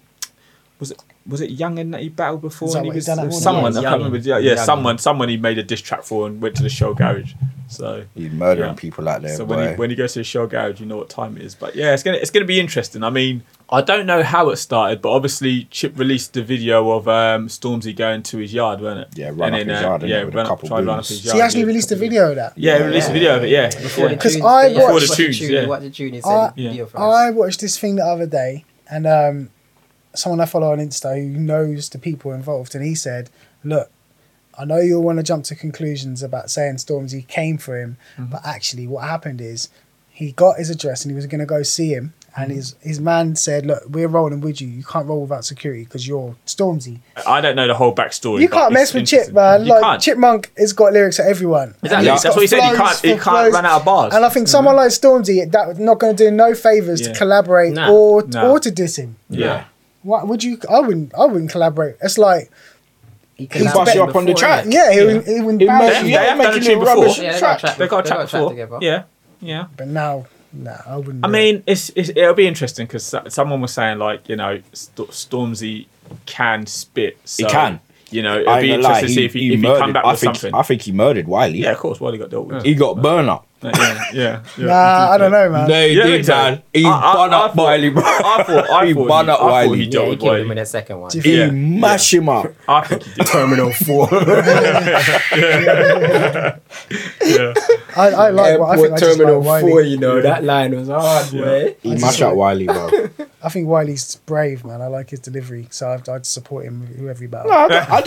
Speaker 3: was it was it Youngin that he battled before?
Speaker 1: Is that
Speaker 3: and he
Speaker 1: what
Speaker 3: was
Speaker 1: he's done at
Speaker 3: with
Speaker 1: Warner?
Speaker 3: someone
Speaker 4: Yeah,
Speaker 3: I can't
Speaker 4: Youngin.
Speaker 3: remember. Yeah, yeah
Speaker 4: Youngin.
Speaker 3: someone someone he made a diss track for and went to the Shell Garage. So
Speaker 5: He's murdering
Speaker 3: Yeah.
Speaker 5: people out there,
Speaker 3: so
Speaker 5: boy.
Speaker 3: when he, when he goes to the Shell Garage, you know what time it is. But yeah, it's gonna it's gonna be interesting. I mean, I don't know how it started, but obviously Chip released the video of um, Stormzy going to his yard, weren't it? uh,
Speaker 5: Yeah, run up his yard, innit,
Speaker 3: yeah,
Speaker 5: with a
Speaker 3: run up,
Speaker 5: couple
Speaker 3: try and run up
Speaker 5: booms.
Speaker 3: his
Speaker 1: So
Speaker 3: yard.
Speaker 1: he actually
Speaker 3: yeah.
Speaker 1: released a video of that.
Speaker 3: Yeah, he released a video of it. Yeah,
Speaker 4: Before
Speaker 3: yeah.
Speaker 4: the
Speaker 1: 'Cause
Speaker 4: tunes,
Speaker 1: I
Speaker 4: yeah,
Speaker 1: watched-
Speaker 4: what the
Speaker 3: Before the
Speaker 4: tune,
Speaker 3: tunes, yeah.
Speaker 4: what the tune is.
Speaker 1: I-
Speaker 4: in the video for us.
Speaker 1: I watched this thing the other day, and um, someone I follow on Insta who knows the people involved, and he said, "Look, I know you'll want to jump to conclusions about saying Stormzy came for him, but actually, what happened is he got his address and he was going to go see him." And his, his man said, Look, we're rolling with you. You can't roll without security because you're Stormzy.
Speaker 3: I don't know the whole backstory.
Speaker 1: You
Speaker 3: but
Speaker 1: can't
Speaker 3: it's
Speaker 1: mess with Chip,
Speaker 3: interesting.
Speaker 1: man.
Speaker 3: You
Speaker 1: like,
Speaker 3: can't.
Speaker 1: Chipmunk has got lyrics for everyone.
Speaker 3: Exactly.
Speaker 1: And he's
Speaker 3: That's
Speaker 1: got
Speaker 3: what he said. You
Speaker 1: flows
Speaker 3: can't. You
Speaker 1: for
Speaker 3: can't
Speaker 1: flows.
Speaker 3: run out of bars.
Speaker 1: And I think someone like Stormzy that not going to do no favors
Speaker 3: Yeah.
Speaker 1: to collaborate
Speaker 4: Nah.
Speaker 1: or
Speaker 3: Nah.
Speaker 1: or to diss him.
Speaker 3: yeah.
Speaker 1: Why would you? I wouldn't. I wouldn't collaborate. It's like
Speaker 4: He
Speaker 5: He bust you up on the track.
Speaker 1: yeah, he would. He would
Speaker 5: Imagine
Speaker 1: embarrass
Speaker 3: They-
Speaker 1: you.
Speaker 3: they have done
Speaker 5: making
Speaker 3: a tune
Speaker 5: you rubbish.
Speaker 2: before.
Speaker 4: Yeah, they got a track.
Speaker 3: They got a
Speaker 4: they
Speaker 3: track before.
Speaker 4: together.
Speaker 3: Yeah, yeah.
Speaker 1: But now, nah, I wouldn't.
Speaker 3: I
Speaker 1: do
Speaker 3: mean, it's, it's it'll be interesting because someone was saying like you know St- Stormzy can spit. So,
Speaker 5: can.
Speaker 3: You know,
Speaker 5: I
Speaker 3: it'll
Speaker 5: ain't
Speaker 3: be
Speaker 5: gonna lie,
Speaker 3: interesting to see if he, if he
Speaker 5: murdered-
Speaker 3: come back
Speaker 5: I
Speaker 3: with
Speaker 5: think,
Speaker 3: something.
Speaker 5: I think he murdered Wiley.
Speaker 3: yeah, of course. While he got dealt with.
Speaker 5: He got burner.
Speaker 3: yeah, yeah, yeah.
Speaker 1: it. nah, I don't know, man.
Speaker 5: They
Speaker 3: Yeah,
Speaker 5: did, man.
Speaker 3: exactly.
Speaker 5: He
Speaker 3: I- I-
Speaker 5: bun
Speaker 3: I
Speaker 5: up
Speaker 3: thought-
Speaker 5: Wiley, bro.
Speaker 3: I thought
Speaker 5: <laughs>
Speaker 3: I
Speaker 5: He
Speaker 3: thought
Speaker 5: bun
Speaker 3: he-
Speaker 5: up
Speaker 3: I thought
Speaker 5: Wiley.
Speaker 3: he
Speaker 4: Yeah,
Speaker 3: dealt
Speaker 4: he
Speaker 3: with
Speaker 4: killed him in
Speaker 3: Wiley.
Speaker 4: the second one.
Speaker 1: Do
Speaker 5: He
Speaker 1: you-
Speaker 3: Yeah.
Speaker 5: mash him up.
Speaker 3: I think he did.
Speaker 5: Terminal 4.
Speaker 3: Yeah.
Speaker 1: I, I like what I think. I just like Wiley.
Speaker 4: you know, that line was hard, boy.
Speaker 5: he mash up Wiley, <laughs> bro.
Speaker 1: I think Wiley's brave, man. I like his delivery, so I'd, I'd support him with whoever he
Speaker 3: <laughs>
Speaker 1: battled.
Speaker 5: I, don't- I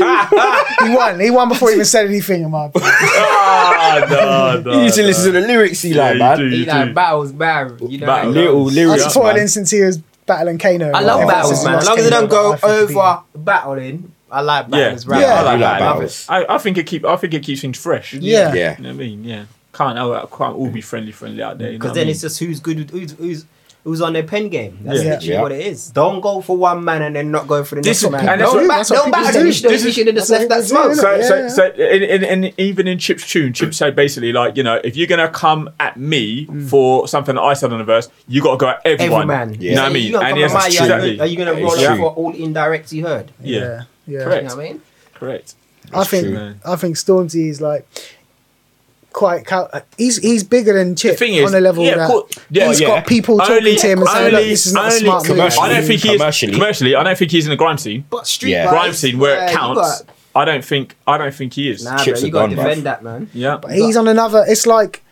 Speaker 5: don't-
Speaker 1: He won. He won before he even said anything. In my opinion.
Speaker 3: Ah, no, no,
Speaker 5: he used to
Speaker 3: no.
Speaker 5: listen to the lyrics he
Speaker 3: Yeah,
Speaker 5: like,
Speaker 3: you
Speaker 5: man.
Speaker 3: do,
Speaker 4: He
Speaker 3: you
Speaker 4: like
Speaker 3: do.
Speaker 4: battles, barrel. You know,
Speaker 3: Battle.
Speaker 5: Little
Speaker 1: I
Speaker 5: lyrics,
Speaker 1: supported him
Speaker 5: man.
Speaker 1: since he was battling Kano.
Speaker 4: I love
Speaker 1: Like,
Speaker 4: battles,
Speaker 1: since he
Speaker 4: man. As
Speaker 1: lost
Speaker 4: long as they
Speaker 1: Kano,
Speaker 4: don't
Speaker 1: I
Speaker 4: go
Speaker 1: think he beat him.
Speaker 4: over battling, I like
Speaker 3: Yeah,
Speaker 4: battles. right?
Speaker 1: Yeah.
Speaker 3: I like
Speaker 5: You like
Speaker 3: that.
Speaker 5: battles.
Speaker 3: I, I think it keep. I think it keeps things fresh.
Speaker 1: Yeah.
Speaker 5: Yeah.
Speaker 3: You know what I mean? Yeah. Can't all, can't all be friendly, friendly out there. you know
Speaker 4: Because
Speaker 3: what I
Speaker 4: then
Speaker 3: mean?
Speaker 4: it's just who's good, with- who's who's who's on their pen game. That's
Speaker 1: Yeah.
Speaker 4: literally
Speaker 5: Yeah.
Speaker 4: what it is. Don't go for one man and then not go for the next
Speaker 3: This is-
Speaker 4: man.
Speaker 3: and that's
Speaker 4: don't
Speaker 3: what-
Speaker 4: ba-
Speaker 1: that's what
Speaker 4: don't
Speaker 1: people
Speaker 4: battle
Speaker 1: do.
Speaker 4: them. You should
Speaker 1: This
Speaker 4: you
Speaker 1: is-
Speaker 4: should have just
Speaker 1: that's
Speaker 4: left
Speaker 1: what
Speaker 4: that
Speaker 1: people do,
Speaker 4: smoke.
Speaker 1: innit?
Speaker 3: So, so,
Speaker 1: Yeah.
Speaker 3: so in, in, in, even in Chip's tune, Chip said basically like, you know, if you're gonna come at me for something that I said on the verse, you got to go at everyone.
Speaker 4: Every man.
Speaker 5: Yeah.
Speaker 3: You know what I
Speaker 4: So
Speaker 3: mean?
Speaker 4: You gonna
Speaker 3: And
Speaker 4: come
Speaker 3: yes,
Speaker 4: to my yard,
Speaker 3: exactly.
Speaker 4: Are you going
Speaker 5: That
Speaker 4: to
Speaker 5: is
Speaker 4: roll up
Speaker 5: true.
Speaker 4: for all indirects you heard?
Speaker 3: yeah.
Speaker 1: Yeah, yeah.
Speaker 4: You
Speaker 3: Correct.
Speaker 4: know what I mean?
Speaker 3: correct.
Speaker 1: I think
Speaker 3: true.
Speaker 1: I think Stormzy is like quite cal- he's he's bigger than Chip
Speaker 3: The thing is,
Speaker 1: on a level
Speaker 3: yeah,
Speaker 1: that
Speaker 3: of course- yeah,
Speaker 1: he's
Speaker 3: yeah.
Speaker 1: got people talking
Speaker 3: Only-
Speaker 1: to him and saying, "Look,
Speaker 3: only-
Speaker 1: this is not a
Speaker 3: only
Speaker 1: smart move."
Speaker 5: commercially.
Speaker 3: I don't think he is
Speaker 5: Commercially.
Speaker 3: commercially. I don't think he's in the grime scene.
Speaker 4: But street
Speaker 5: Yeah.
Speaker 4: vibes,
Speaker 3: Grime scene where
Speaker 4: yeah,
Speaker 3: it
Speaker 4: you
Speaker 3: counts.
Speaker 4: got-
Speaker 3: I don't think. I don't think he is.
Speaker 4: Nah,
Speaker 5: Chips
Speaker 4: bro,
Speaker 5: are
Speaker 4: you got to
Speaker 5: gone, bruv.
Speaker 4: defend that, man.
Speaker 3: Yeah.
Speaker 1: But he's on another. It's like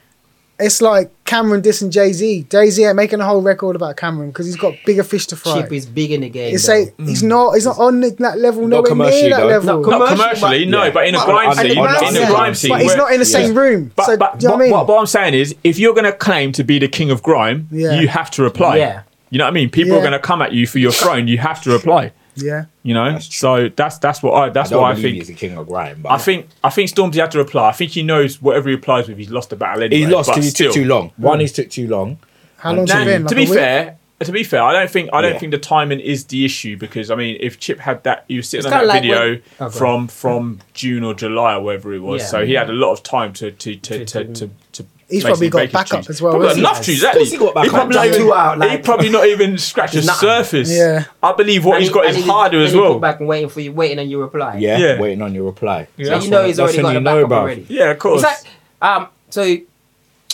Speaker 1: it's like Cameron dissing Jay Z. Jay Z ain't making a whole record about Cameron because he's got bigger fish to fry.
Speaker 4: Chip is big in the game.
Speaker 1: It's
Speaker 4: though.
Speaker 1: like
Speaker 3: Mm.
Speaker 1: he's not he's not on that level.
Speaker 5: Not
Speaker 1: nowhere
Speaker 5: commercially,
Speaker 1: near that
Speaker 5: though.
Speaker 1: level.
Speaker 4: Not
Speaker 3: Not
Speaker 4: Commercially,
Speaker 3: commercially,
Speaker 4: but-
Speaker 3: no,
Speaker 5: Yeah.
Speaker 3: but in a
Speaker 4: But-
Speaker 3: grime
Speaker 5: and the
Speaker 3: scene,
Speaker 5: grime
Speaker 3: in a
Speaker 5: scene.
Speaker 3: grime scene,
Speaker 1: but he's
Speaker 3: where-
Speaker 1: not in the same
Speaker 5: Yeah.
Speaker 1: room.
Speaker 3: But,
Speaker 1: so
Speaker 3: but,
Speaker 1: do you know
Speaker 3: but-
Speaker 1: what I mean?
Speaker 3: but- but I'm saying is, if you're going to claim to be the king of grime,
Speaker 1: Yeah.
Speaker 3: you have to reply.
Speaker 4: Yeah.
Speaker 3: You know what I mean? People are
Speaker 1: Yeah.
Speaker 3: going to come at you for your throne. You have to reply.
Speaker 1: yeah,
Speaker 3: You know,
Speaker 5: That's
Speaker 3: so that's that's what I
Speaker 5: I
Speaker 3: that's
Speaker 5: don't
Speaker 3: what I
Speaker 5: believe he's
Speaker 3: think.
Speaker 5: the king of grime, but
Speaker 3: I think I think Stormzy had to reply. I think he knows whatever he replies with, he's lost the battle anyway.
Speaker 5: he lost
Speaker 3: but
Speaker 5: because he
Speaker 3: still.
Speaker 5: took too long. One, he took too long.
Speaker 1: how long's
Speaker 3: Now,
Speaker 1: it been?
Speaker 3: to
Speaker 1: Like
Speaker 3: be
Speaker 1: a week?
Speaker 3: fair, to be fair, I don't think I don't
Speaker 5: Yeah.
Speaker 3: think the timing is the issue because I mean, if Chip had that, he was sitting
Speaker 4: It's
Speaker 3: on that
Speaker 4: kinda like
Speaker 3: video
Speaker 4: when- Oh, go
Speaker 3: from from June or July or wherever it was,
Speaker 4: Yeah.
Speaker 3: so he had a lot of time to to to
Speaker 4: To-
Speaker 3: to.
Speaker 4: to-
Speaker 3: to, to
Speaker 1: He's probably
Speaker 3: basically
Speaker 1: got
Speaker 3: make his
Speaker 1: backup
Speaker 3: tunes.
Speaker 1: as well,
Speaker 3: Probably got
Speaker 1: hasn't he?
Speaker 3: enough tunes,
Speaker 5: Of course
Speaker 3: actually.
Speaker 5: he got backup.
Speaker 3: probably
Speaker 4: Done
Speaker 3: not even,
Speaker 4: two out,
Speaker 3: he
Speaker 4: like-
Speaker 3: probably not even scratched the
Speaker 4: Nothing.
Speaker 3: surface.
Speaker 1: Yeah.
Speaker 3: I believe what
Speaker 4: And
Speaker 3: he's
Speaker 4: he-
Speaker 3: got
Speaker 4: and
Speaker 3: is
Speaker 4: he-
Speaker 3: harder
Speaker 4: and
Speaker 3: as
Speaker 4: he put
Speaker 3: well.
Speaker 4: back and waiting for you, waiting on your reply.
Speaker 5: Yeah,
Speaker 3: Yeah.
Speaker 5: waiting on your reply. So
Speaker 3: Yeah.
Speaker 4: So
Speaker 5: that's
Speaker 4: you know
Speaker 5: when-
Speaker 4: he's
Speaker 5: that's
Speaker 4: already
Speaker 5: when
Speaker 4: got
Speaker 5: you
Speaker 4: the
Speaker 5: know
Speaker 4: backup
Speaker 5: about-
Speaker 4: already.
Speaker 3: Yeah, of course.
Speaker 4: It's like, um, so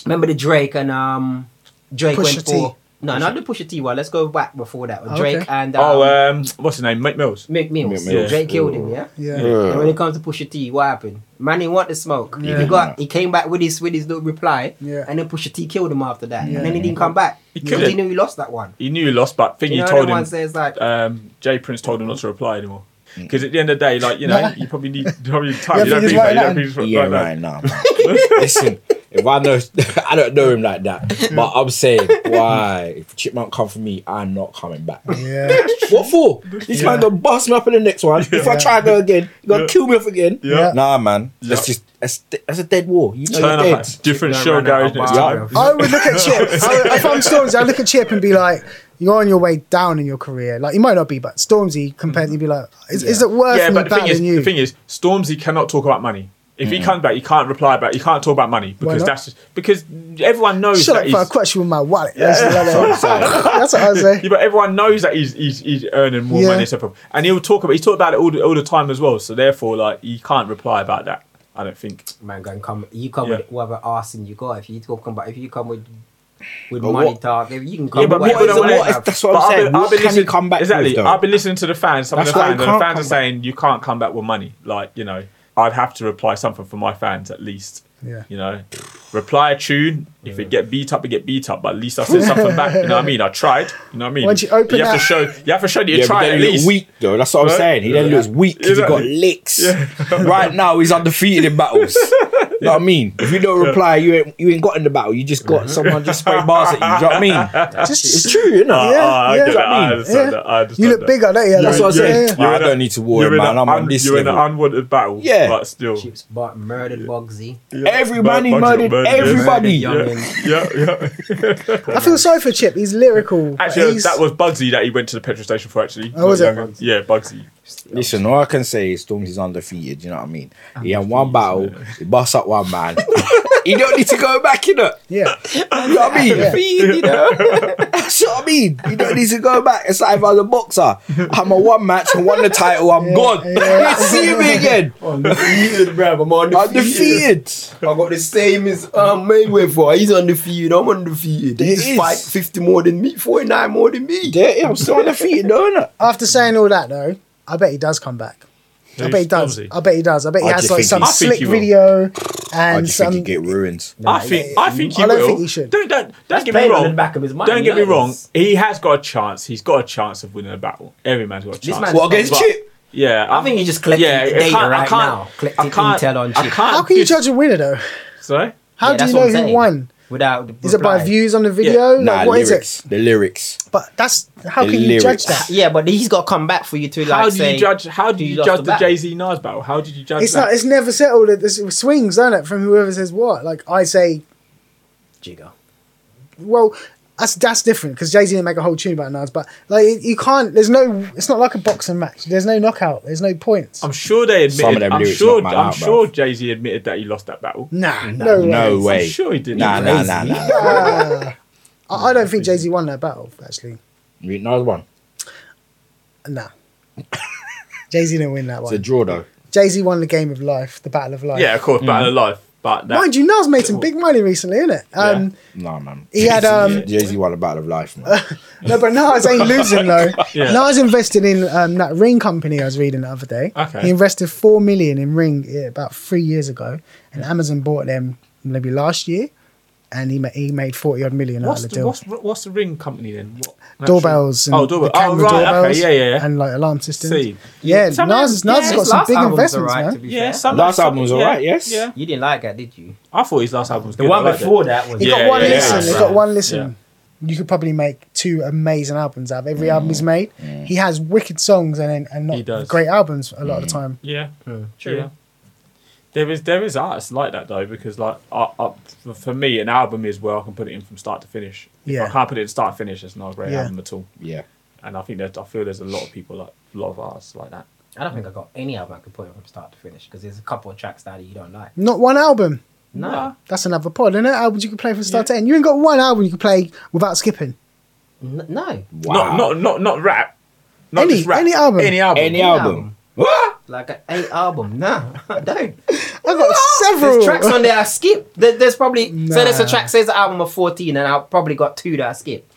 Speaker 4: remember the Drake and um, Drake
Speaker 1: Pusha
Speaker 4: went
Speaker 1: T.
Speaker 4: for no, not the Pusha T one. Let's go back before that one.
Speaker 1: Okay.
Speaker 4: Drake and um,
Speaker 3: oh, um, what's his name? Mick Mills.
Speaker 4: Mick Mills.
Speaker 5: Mick Mills.
Speaker 4: Drake killed him. Yeah.
Speaker 1: Yeah.
Speaker 5: Yeah.
Speaker 4: And when it comes to Pusha T, what happened? Man, he want the smoke.
Speaker 1: Yeah.
Speaker 4: He got. He came back with his with his little reply.
Speaker 1: Yeah.
Speaker 4: And then Pusha T killed him after that.
Speaker 1: Yeah.
Speaker 4: And then he didn't come back.
Speaker 3: He
Speaker 4: because
Speaker 3: couldn't.
Speaker 4: he knew he lost that one.
Speaker 3: He knew he lost, but thing
Speaker 4: You
Speaker 3: he
Speaker 4: know,
Speaker 3: told
Speaker 4: the one
Speaker 3: him.
Speaker 4: says like,
Speaker 3: um, Jay Prince told him not to reply anymore.
Speaker 5: Mm.
Speaker 3: Because at the end of the day, like you know,
Speaker 1: Nah.
Speaker 3: you probably need you probably need time.
Speaker 1: Yeah,
Speaker 3: you don't
Speaker 1: because
Speaker 3: think
Speaker 1: right
Speaker 3: that. You
Speaker 1: now-
Speaker 3: don't think it's right
Speaker 5: Yeah,
Speaker 3: like that.
Speaker 5: right now. man. Listen, if I know, <laughs> I don't know him like that. But I'm saying, why? If Chipmunk come for me, I'm not coming back.
Speaker 1: Yeah.
Speaker 5: What for? This man gonna bust me up in the next one. If I try to go again, he gonna
Speaker 3: Yeah.
Speaker 5: kill me off again.
Speaker 1: Yeah.
Speaker 5: Nah, man.
Speaker 3: Yeah.
Speaker 5: That's just that's, that's a dead war. You know
Speaker 3: Turn
Speaker 5: you're
Speaker 3: up
Speaker 5: dead.
Speaker 3: at different
Speaker 4: No,
Speaker 3: show
Speaker 4: run out
Speaker 3: garage
Speaker 4: of
Speaker 3: next
Speaker 4: bar,
Speaker 3: time.
Speaker 4: bro.
Speaker 1: I would look at Chip. I would, if I'm Stormzy, I'd look at Chip and be like, you're on your way down in your career. Like, you might not be, but Stormzy compared to be like, is, is it worth
Speaker 3: Yeah,
Speaker 1: me
Speaker 3: but the thing
Speaker 1: battling
Speaker 3: is,
Speaker 1: you?
Speaker 3: the thing is, Stormzy cannot talk about money. If
Speaker 5: Mm.
Speaker 3: he comes back, you can't reply about. You can't talk about money because
Speaker 1: not?
Speaker 3: that's just, because everyone knows
Speaker 1: Shut
Speaker 3: that
Speaker 1: up
Speaker 3: he's.
Speaker 1: for a question with my wallet. That's, that's,
Speaker 5: <laughs>
Speaker 1: that's what I say.
Speaker 3: Yeah, <laughs> but everyone knows that he's he's, he's earning more
Speaker 1: Yeah.
Speaker 3: money, so prob- and he'll talk about he's talked about it all the, all the time as well. So therefore, like you can't reply about that. I don't think.
Speaker 4: Man, go and come. You come
Speaker 3: Yeah.
Speaker 4: with whatever arsing you got. If you talk about, if you come with with
Speaker 5: But
Speaker 4: money
Speaker 5: what-
Speaker 4: talk, if you can come.
Speaker 3: Yeah, but
Speaker 4: with
Speaker 3: people
Speaker 4: whatever
Speaker 3: don't
Speaker 4: you
Speaker 3: want it.
Speaker 4: have.
Speaker 5: That's what I'm
Speaker 3: But
Speaker 5: saying.
Speaker 3: I've been,
Speaker 5: What
Speaker 3: I've been
Speaker 5: can he
Speaker 3: listening,
Speaker 5: come back with,
Speaker 3: exactly.
Speaker 5: though?
Speaker 3: I've been listening to the fans. Some
Speaker 5: That's
Speaker 3: of the
Speaker 5: why he
Speaker 3: fans, and the
Speaker 5: can't
Speaker 3: fans are
Speaker 5: come
Speaker 3: saying you can't come back with money. Like you know, I'd have to reply something for my fans at least.
Speaker 1: Yeah.
Speaker 3: You know, reply a tune. If it get beat up, it get beat up. But at least I said something back. You know what I mean? I tried. You know what I mean?
Speaker 1: Once you open
Speaker 3: have
Speaker 1: that-
Speaker 3: to show. You have to show that you
Speaker 5: Yeah, but
Speaker 3: tried
Speaker 5: then
Speaker 3: at
Speaker 5: he looked
Speaker 3: least.
Speaker 5: weak though. That's what I'm
Speaker 3: Right?
Speaker 5: saying. He then
Speaker 3: Yeah.
Speaker 5: looks weak because he got
Speaker 3: Exactly.
Speaker 5: licks. <laughs> right now he's undefeated in battles. You know what I mean? If you don't reply, you ain't you ain't got in the battle. You just got someone just spraying bars at you. Do you know what I mean?
Speaker 1: Just,
Speaker 5: It's true, you know.
Speaker 1: Yeah,
Speaker 3: Ah, I
Speaker 1: yeah.
Speaker 3: get that. I
Speaker 1: Yeah.
Speaker 3: understand that. I understand
Speaker 1: you look
Speaker 3: that.
Speaker 1: bigger, don't you?
Speaker 5: That's
Speaker 1: Like,
Speaker 5: what I'm saying.
Speaker 1: yeah.
Speaker 5: Nah, I
Speaker 3: in a-
Speaker 5: don't need to worry,
Speaker 3: you're in
Speaker 5: man.
Speaker 3: a
Speaker 5: I'm on
Speaker 3: un-
Speaker 5: this
Speaker 3: You're in an
Speaker 5: level.
Speaker 3: unwanted battle.
Speaker 5: Yeah.
Speaker 3: But still.
Speaker 4: Chips but murdered Bugsy.
Speaker 5: Every man he
Speaker 3: Bugsy got
Speaker 5: murdered,
Speaker 3: murdered, yeah.
Speaker 5: everybody.
Speaker 4: Murdered young
Speaker 3: <laughs>
Speaker 4: and-
Speaker 3: Yeah, yeah.
Speaker 1: I feel sorry for Chip. He's lyrical. but
Speaker 3: Actually,
Speaker 1: he's,
Speaker 3: that was Bugsy that he went to the petrol station for, actually.
Speaker 1: Oh, was
Speaker 3: Not
Speaker 1: it?
Speaker 3: Young'un. Yeah, Bugsy.
Speaker 5: Listen, all I can say is Storms is undefeated. You know what I mean? He had one battle, he bust up one <laughs> man. he don't need to go back, you know.
Speaker 1: Yeah.
Speaker 5: You know what I mean?
Speaker 1: Yeah.
Speaker 5: <laughs> Feed, you know? That's what I mean. You don't need to go back. It's like if I was a boxer. I'm a one match, I won the title, I'm gone.
Speaker 1: yeah.
Speaker 5: You see me <laughs> again.
Speaker 4: Undefeated, bruv.
Speaker 1: <laughs>
Speaker 4: I'm
Speaker 5: Undefeated.
Speaker 4: I got the same as um, Mayweather. He's undefeated. I'm undefeated.
Speaker 5: There
Speaker 4: He's
Speaker 5: is.
Speaker 4: fight 50 more than me, 49 more than me.
Speaker 5: Yeah, yeah, I'm still undefeated, though, innit?
Speaker 1: After saying all that, though, I bet he does come back. I
Speaker 3: Who's
Speaker 1: bet he does.
Speaker 3: Stormzy?
Speaker 1: I bet he does. I bet he
Speaker 5: I
Speaker 1: has
Speaker 5: just
Speaker 1: like
Speaker 5: think
Speaker 1: some
Speaker 5: he-
Speaker 3: I think
Speaker 1: slick
Speaker 3: he will.
Speaker 1: video
Speaker 5: I
Speaker 1: and
Speaker 5: just think you
Speaker 1: some.
Speaker 5: get ruined.
Speaker 3: I think I think he
Speaker 1: I don't
Speaker 3: will.
Speaker 1: think he should.
Speaker 3: Don't don't, don't get me
Speaker 4: playing on the
Speaker 3: wrong.
Speaker 4: back of his mind,
Speaker 3: don't get me
Speaker 4: you know,
Speaker 3: wrong.
Speaker 4: it's-
Speaker 3: He has got a chance. He's got a chance of winning a battle. Every man's got a chance.
Speaker 4: man's-
Speaker 5: Well, against
Speaker 3: But-
Speaker 5: Chip.
Speaker 3: yeah,
Speaker 4: I think you're just collecting
Speaker 3: I
Speaker 4: data
Speaker 3: can't- I
Speaker 4: right
Speaker 3: can't-
Speaker 4: now. Collecting
Speaker 3: I can't-
Speaker 4: intel on
Speaker 3: I
Speaker 4: Chip.
Speaker 3: can't
Speaker 1: How can you
Speaker 3: dis-
Speaker 1: judge a winner though?
Speaker 3: Sorry.
Speaker 1: How
Speaker 4: Yeah,
Speaker 1: do
Speaker 4: that's
Speaker 1: you
Speaker 4: what
Speaker 1: know
Speaker 4: I'm
Speaker 1: who
Speaker 4: saying.
Speaker 1: won?
Speaker 4: Without the
Speaker 1: Is it by
Speaker 4: reply.
Speaker 1: views on the video? Like,
Speaker 5: Nah,
Speaker 1: what is
Speaker 5: lyrics. The lyrics.
Speaker 1: it? But that's how
Speaker 5: The
Speaker 1: can you judge
Speaker 5: lyrics.
Speaker 1: that?
Speaker 4: Yeah, but he's got to come back for you to like
Speaker 3: How do
Speaker 4: say,
Speaker 3: you judge? How
Speaker 4: who
Speaker 3: do you
Speaker 4: lost
Speaker 3: judge the
Speaker 4: battle?
Speaker 3: Jay Z Nas battle? How did you judge
Speaker 1: It's
Speaker 3: that?
Speaker 1: not. It's never settled. It it swings, don't it? From whoever says what. Like I say,
Speaker 4: Jigger.
Speaker 1: well, that's that's different because Jay Z didn't make a whole tune about Nas. But like you- you can't. There's no. It's not like a boxing match. There's no knockout. There's no points.
Speaker 3: I'm sure they admitted.
Speaker 5: Some of them
Speaker 3: I'm
Speaker 5: lyrics
Speaker 3: sure.
Speaker 5: knock man
Speaker 3: I'm
Speaker 5: out,
Speaker 3: sure
Speaker 5: bruv.
Speaker 3: Jay Z admitted that he lost that battle.
Speaker 1: nah, no,
Speaker 5: No
Speaker 1: way.
Speaker 5: way.
Speaker 3: I'm sure he didn't.
Speaker 5: Nah, nah, nah, nah.
Speaker 1: Uh, I, I don't think Jay Z won that battle. Actually,
Speaker 5: Another one. <laughs>
Speaker 1: nah. Jay Z didn't win that
Speaker 5: It's a
Speaker 1: one.
Speaker 5: draw, though.
Speaker 1: Jay Z won the game of life, the battle of life.
Speaker 3: Yeah, of course,
Speaker 4: Mm.
Speaker 3: battle of life. But that,
Speaker 1: Mind you, Nas made some big money recently, innit? Um,
Speaker 5: Nah, man.
Speaker 1: He had, um,
Speaker 5: Jay Z won a battle of
Speaker 1: <laughs>
Speaker 5: life, man.
Speaker 1: No, but Nas
Speaker 3: <laughs>
Speaker 1: ain't losing though.
Speaker 3: Yeah.
Speaker 1: Nas invested in um, that Ring company I was reading the other day.
Speaker 3: Okay.
Speaker 1: He invested four million in Ring yeah, about three years ago, and Amazon bought them maybe last year, and he ma- he made forty odd million out of
Speaker 3: What's
Speaker 1: the
Speaker 3: the,
Speaker 1: deal.
Speaker 3: what's, what's the ring company then? What,
Speaker 1: Doorbells and
Speaker 3: Oh, doorbell.
Speaker 1: the camera
Speaker 3: Oh, right.
Speaker 1: doorbells
Speaker 3: Okay. Yeah, yeah, yeah.
Speaker 1: and like alarm systems.
Speaker 3: See.
Speaker 1: Yeah,
Speaker 3: Some of
Speaker 1: Nas,
Speaker 3: them-
Speaker 1: Nas has
Speaker 3: yeah,
Speaker 1: got
Speaker 4: His
Speaker 1: some
Speaker 4: last
Speaker 1: big
Speaker 4: album's
Speaker 1: investments,
Speaker 4: alright, to
Speaker 1: man.
Speaker 4: be
Speaker 3: Yeah,
Speaker 4: fair.
Speaker 3: some
Speaker 5: Last
Speaker 3: some-
Speaker 5: album was
Speaker 3: yeah,
Speaker 5: alright, yes.
Speaker 3: Yeah,
Speaker 4: You didn't like that, did you?
Speaker 3: I thought his last album was
Speaker 4: The
Speaker 3: good. I
Speaker 4: one
Speaker 3: liked it.
Speaker 4: before that was
Speaker 1: He
Speaker 3: Yeah,
Speaker 1: got one
Speaker 3: yeah,
Speaker 1: listen. He
Speaker 3: yeah.
Speaker 1: got one listen. You could probably make two amazing albums out of every album he's made. He has wicked songs and and
Speaker 3: He does.
Speaker 1: not great albums a lot of the time.
Speaker 3: Yeah, true. There is there is artists like that though because like I, I, for- for me an album is where I can put it in from start to finish.
Speaker 1: Yeah.
Speaker 3: If I can't put it in start to finish, it's not a great
Speaker 1: Yeah.
Speaker 3: album at all.
Speaker 5: Yeah.
Speaker 3: And I think that I feel there's a lot of people like a lot of artists like that.
Speaker 4: I don't think I got any album I could put it from start to finish because there's a couple of tracks that you don't like.
Speaker 1: Not one album.
Speaker 4: No.
Speaker 1: That's another pod, isn't it? Albums you can play from start to end. You ain't got one album you can play without skipping.
Speaker 4: N- no.
Speaker 5: Wow.
Speaker 3: Not not not not rap. Not
Speaker 1: Any-
Speaker 3: just rap.
Speaker 1: any album.
Speaker 3: Any album.
Speaker 5: Any
Speaker 4: album.
Speaker 5: album.
Speaker 4: Like an eight album. No, <laughs> I don't.
Speaker 1: I've got several.
Speaker 4: There's tracks on there I skip. There, there's probably so there's a
Speaker 1: Nah.
Speaker 4: track says the album of 14 and I probably got two that I skip.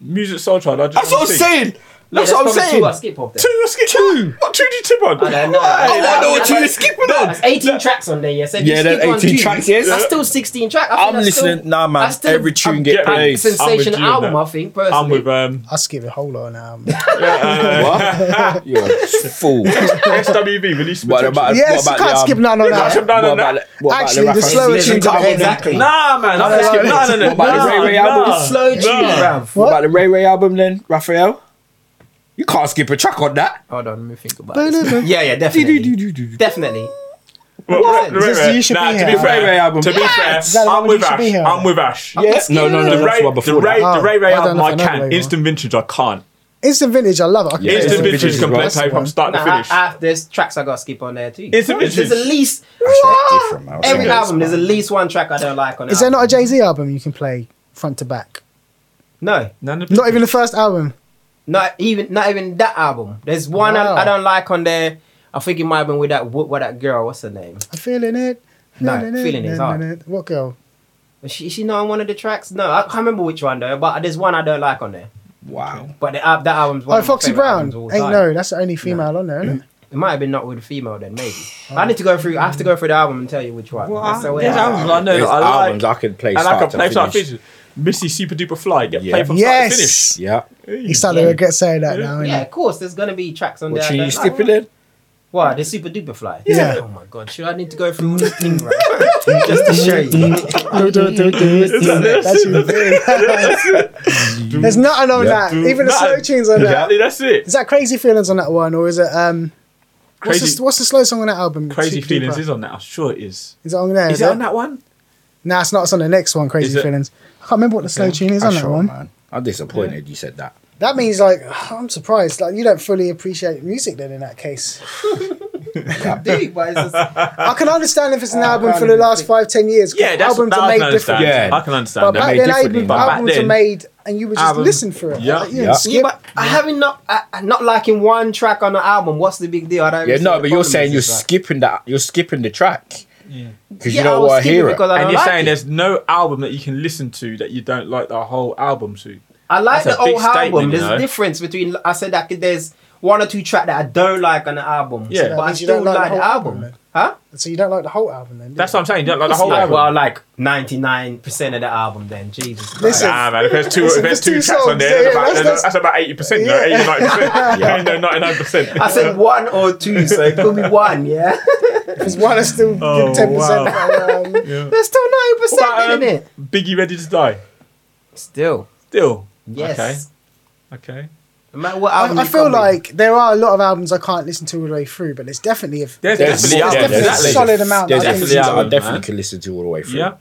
Speaker 3: Music Soul Child. I just
Speaker 5: That's
Speaker 3: wanna
Speaker 5: what I'm
Speaker 3: see.
Speaker 5: saying. That's
Speaker 4: yeah,
Speaker 5: what I'm
Speaker 4: there's probably
Speaker 5: saying.
Speaker 4: Two I skip off there.
Speaker 3: Two, let's get two. What two did you tip on?
Speaker 4: I don't know.
Speaker 5: I don't know what you were skipping on.
Speaker 4: That's 18 tracks on there, yeah. So if
Speaker 5: Yeah,
Speaker 4: you
Speaker 5: there's
Speaker 4: skip on
Speaker 5: 18
Speaker 4: two,
Speaker 5: tracks, yes.
Speaker 4: That's still 16 tracks. I
Speaker 5: I'm
Speaker 4: think that's
Speaker 5: listening.
Speaker 4: Still,
Speaker 5: nah, man.
Speaker 4: that's still
Speaker 5: Every
Speaker 4: a-
Speaker 5: tune
Speaker 4: a
Speaker 5: get
Speaker 3: I'm
Speaker 5: played.
Speaker 3: getting-
Speaker 4: Sensational
Speaker 3: you on
Speaker 4: album,
Speaker 3: that.
Speaker 4: I think. Personally.
Speaker 3: I'm with um
Speaker 1: <laughs> I skip a whole lot on album.
Speaker 5: What? <laughs> You're a fool.
Speaker 3: SWV release.
Speaker 5: What about?
Speaker 1: Yes,
Speaker 5: what
Speaker 1: you
Speaker 5: about
Speaker 1: can't
Speaker 5: the, um,
Speaker 1: skip none on
Speaker 3: Yeah,
Speaker 1: that.
Speaker 3: can't skip none.
Speaker 5: What
Speaker 3: on
Speaker 5: about?
Speaker 3: that.
Speaker 5: the- What
Speaker 1: Actually,
Speaker 5: about
Speaker 1: the
Speaker 5: the
Speaker 1: slower
Speaker 5: reference?
Speaker 1: tunes are
Speaker 4: Exactly.
Speaker 3: Nah, man. I'm
Speaker 1: no,
Speaker 3: not skip
Speaker 1: no,
Speaker 3: none of
Speaker 5: What
Speaker 3: them.
Speaker 5: about the
Speaker 3: Nah,
Speaker 5: Ray Ray
Speaker 3: nah.
Speaker 5: album? It's
Speaker 4: Slow tune,
Speaker 3: Nah.
Speaker 4: bruv.
Speaker 5: What
Speaker 1: What?
Speaker 5: about the Ray Ray album then, Raphael? You can't skip a track on that.
Speaker 4: Hold on, let me think about
Speaker 1: Ba-da-ba.
Speaker 4: this. yeah, yeah, definitely. definitely.
Speaker 3: Well, Ray-
Speaker 1: This-
Speaker 3: Ray-
Speaker 1: you should
Speaker 3: nah,
Speaker 1: be
Speaker 3: to
Speaker 1: here.
Speaker 3: be fair,
Speaker 5: Ray Ray album.
Speaker 3: To be fair,
Speaker 1: Is that the
Speaker 3: I'm
Speaker 1: one
Speaker 3: with
Speaker 1: you should
Speaker 3: Ash.
Speaker 1: be here?
Speaker 3: I'm with Ash.
Speaker 5: Yeah. No, no, no.
Speaker 3: The
Speaker 5: That's
Speaker 3: Ray,
Speaker 5: one
Speaker 3: the
Speaker 5: before
Speaker 3: Ray,
Speaker 5: that.
Speaker 1: Oh,
Speaker 3: the Ray Ray
Speaker 1: I don't
Speaker 3: album
Speaker 1: know if
Speaker 3: I
Speaker 1: I know the Ray
Speaker 3: can.
Speaker 1: one.
Speaker 3: Instant vintage I can't.
Speaker 1: Instant vintage, I love it. I can-
Speaker 2: Yeah,
Speaker 3: It's
Speaker 2: Instant
Speaker 3: the
Speaker 2: Vintage
Speaker 3: vintage
Speaker 2: is
Speaker 3: complete
Speaker 2: right.
Speaker 3: play from start to
Speaker 4: Nah, I,
Speaker 3: finish.
Speaker 4: I, there's tracks I gotta skip on there too.
Speaker 3: It's a
Speaker 4: there's
Speaker 3: vintage.
Speaker 4: at least
Speaker 5: different, man. I was
Speaker 4: every
Speaker 5: thinking it's
Speaker 4: album. There's at least one track I don't like on.
Speaker 1: Is
Speaker 4: the
Speaker 1: there not a
Speaker 4: album.
Speaker 1: Jay Z album you can play front to back?
Speaker 4: no?
Speaker 3: None of
Speaker 1: Not even the first album.
Speaker 4: Not even not even that album. There's one
Speaker 1: Wow.
Speaker 4: I, I don't like on there. I think it might have been with that with that girl. What's her name?
Speaker 1: I'm feeling it.
Speaker 4: No, feeling it's hard.
Speaker 1: it. What girl?
Speaker 4: Was She she not on one of the tracks. No, I can't remember which one though. But there's one I don't like on there.
Speaker 5: Wow.
Speaker 4: But the, al- that album's one
Speaker 1: Oh,
Speaker 4: of my
Speaker 1: Foxy
Speaker 4: favourite
Speaker 1: Brown.
Speaker 4: albums of all
Speaker 1: Ain't
Speaker 4: time.
Speaker 1: no, that's the only female on there, isn't it?
Speaker 4: It might have been not with a female then, maybe.
Speaker 1: Oh.
Speaker 4: I need to go through. I have to go through the album and tell you which one. That's the way
Speaker 3: there's
Speaker 4: I-
Speaker 3: albums I know
Speaker 5: There's
Speaker 3: that I like.
Speaker 5: albums I could play
Speaker 3: and I
Speaker 5: start
Speaker 3: can
Speaker 5: to
Speaker 3: play from start to
Speaker 5: finish.
Speaker 3: finish. Missy Super Duper Fly get
Speaker 5: Yeah.
Speaker 3: played from
Speaker 1: Yes.
Speaker 5: Yeah.
Speaker 3: start to
Speaker 1: He's
Speaker 3: finish.
Speaker 1: starting to
Speaker 4: Yeah.
Speaker 1: regret saying that now, isn't
Speaker 4: Yeah,
Speaker 1: yeah.
Speaker 4: of course. There's gonna be tracks on
Speaker 5: What
Speaker 4: there. I
Speaker 5: you
Speaker 4: don't like.
Speaker 5: skipping it?
Speaker 4: What? The super duper fly.
Speaker 1: Yeah.
Speaker 4: Oh my god. Should I need to go through all the thing right? just to show you?
Speaker 1: That's you. There's nothing on
Speaker 5: Yeah.
Speaker 1: that. Even the slow
Speaker 3: Nothing.
Speaker 1: tunes on that.
Speaker 3: Exactly, that's
Speaker 1: Is
Speaker 3: it.
Speaker 1: that Crazy Feelings on that one, or is it um? What's
Speaker 3: Crazy,
Speaker 1: the, what's the slow song on that album?
Speaker 3: crazy
Speaker 1: Cheap
Speaker 3: Feelings
Speaker 1: Deeper.
Speaker 3: is on that. I'm sure it is.
Speaker 1: Is it on there?
Speaker 3: Is it on that one?
Speaker 1: Nah, it's not. It's on the next one. Crazy
Speaker 3: Is it-
Speaker 1: Feelings. I can't remember what the slow
Speaker 3: Okay.
Speaker 1: tune is on
Speaker 5: Ah,
Speaker 1: that
Speaker 5: sure,
Speaker 1: one.
Speaker 5: man. I'm disappointed you said that.
Speaker 1: That means like <sighs> I'm surprised. Like you don't fully appreciate music then. In that case,
Speaker 4: I do, but it's just,
Speaker 1: I can understand if it's an
Speaker 4: I
Speaker 1: album
Speaker 4: can't
Speaker 1: for the
Speaker 4: even
Speaker 1: last
Speaker 4: think.
Speaker 1: five, ten years. 'cause
Speaker 3: Yeah, that's
Speaker 1: albums
Speaker 3: that
Speaker 1: are
Speaker 3: I can
Speaker 1: made
Speaker 3: understand.
Speaker 1: different.
Speaker 5: Yeah.
Speaker 3: I can
Speaker 1: But
Speaker 3: understand. They're
Speaker 1: back
Speaker 5: made
Speaker 1: then,
Speaker 5: differently,
Speaker 1: album,
Speaker 5: but
Speaker 3: back
Speaker 1: albums were
Speaker 3: then-
Speaker 1: made, and you would just
Speaker 3: Album-
Speaker 1: listen for it.
Speaker 3: Yeah,
Speaker 1: Like, you didn't
Speaker 5: yeah.
Speaker 1: skip.
Speaker 4: yeah, but I having not I, I'm not liking one track on the album. What's the big deal? I don't.
Speaker 5: Yeah,
Speaker 4: really see
Speaker 5: no,
Speaker 4: what
Speaker 5: but
Speaker 4: the
Speaker 5: you're
Speaker 4: problem
Speaker 5: saying
Speaker 4: is,
Speaker 5: you're
Speaker 4: it's like-
Speaker 5: skipping that. You're skipping the track because
Speaker 4: Yeah,
Speaker 5: you
Speaker 4: I
Speaker 5: don't
Speaker 4: was
Speaker 5: want to
Speaker 4: skipping
Speaker 5: hear it.
Speaker 4: because I
Speaker 3: And
Speaker 4: don't
Speaker 3: you're
Speaker 4: like
Speaker 3: saying
Speaker 4: it.
Speaker 3: there's no album that you can listen to that you don't like the whole album to.
Speaker 4: I like
Speaker 3: That's
Speaker 4: the
Speaker 3: a big
Speaker 4: old album.
Speaker 3: statement, you
Speaker 4: There's a
Speaker 3: know.
Speaker 4: difference between I said that there's one or two track that I don't like on the album.
Speaker 3: Yeah. So that
Speaker 4: but I
Speaker 1: means you don't
Speaker 4: still
Speaker 1: like the
Speaker 4: like the
Speaker 1: whole
Speaker 4: album.
Speaker 1: album
Speaker 4: Huh?
Speaker 1: So you don't like the whole album then. do
Speaker 3: That's
Speaker 1: you?
Speaker 3: what I'm saying. Don't like the whole
Speaker 4: Like,
Speaker 3: album.
Speaker 4: Well, like 99% of the album then. Jesus Christ.
Speaker 1: Listen,
Speaker 3: Nah, man. If there's two,
Speaker 1: Listen,
Speaker 3: if
Speaker 1: there's
Speaker 3: there's two
Speaker 1: two
Speaker 3: tracks on
Speaker 1: songs,
Speaker 3: there,
Speaker 1: yeah,
Speaker 3: that's,
Speaker 1: yeah,
Speaker 3: about,
Speaker 1: that's-
Speaker 3: that's, about eighty percent, no, eighty nine
Speaker 1: <laughs>
Speaker 3: percent, no, ninety nine percent.
Speaker 4: I said one or two, so it could be one, yeah?
Speaker 1: Because one is still
Speaker 3: Oh,
Speaker 1: ten percent.
Speaker 3: wow. <laughs>
Speaker 1: Um,
Speaker 4: There's still 90%
Speaker 5: um,
Speaker 4: in it.
Speaker 3: um, Biggie ready to die.
Speaker 4: Still.
Speaker 3: Still.
Speaker 4: Yes.
Speaker 3: Okay. Okay.
Speaker 4: No matter what album
Speaker 1: I, I
Speaker 4: you
Speaker 1: feel
Speaker 4: come with.
Speaker 1: like there are a lot of albums I can't listen to all the way through, but there's definitely if
Speaker 3: There's,
Speaker 5: There's-
Speaker 3: definitely
Speaker 5: yeah,
Speaker 3: albums.
Speaker 1: there's
Speaker 3: exactly.
Speaker 1: a solid amount.
Speaker 5: There's
Speaker 1: I think.
Speaker 5: definitely
Speaker 3: definitely
Speaker 5: I
Speaker 3: album,
Speaker 5: definitely
Speaker 3: man.
Speaker 5: could listen to all the way through.
Speaker 3: Yeah.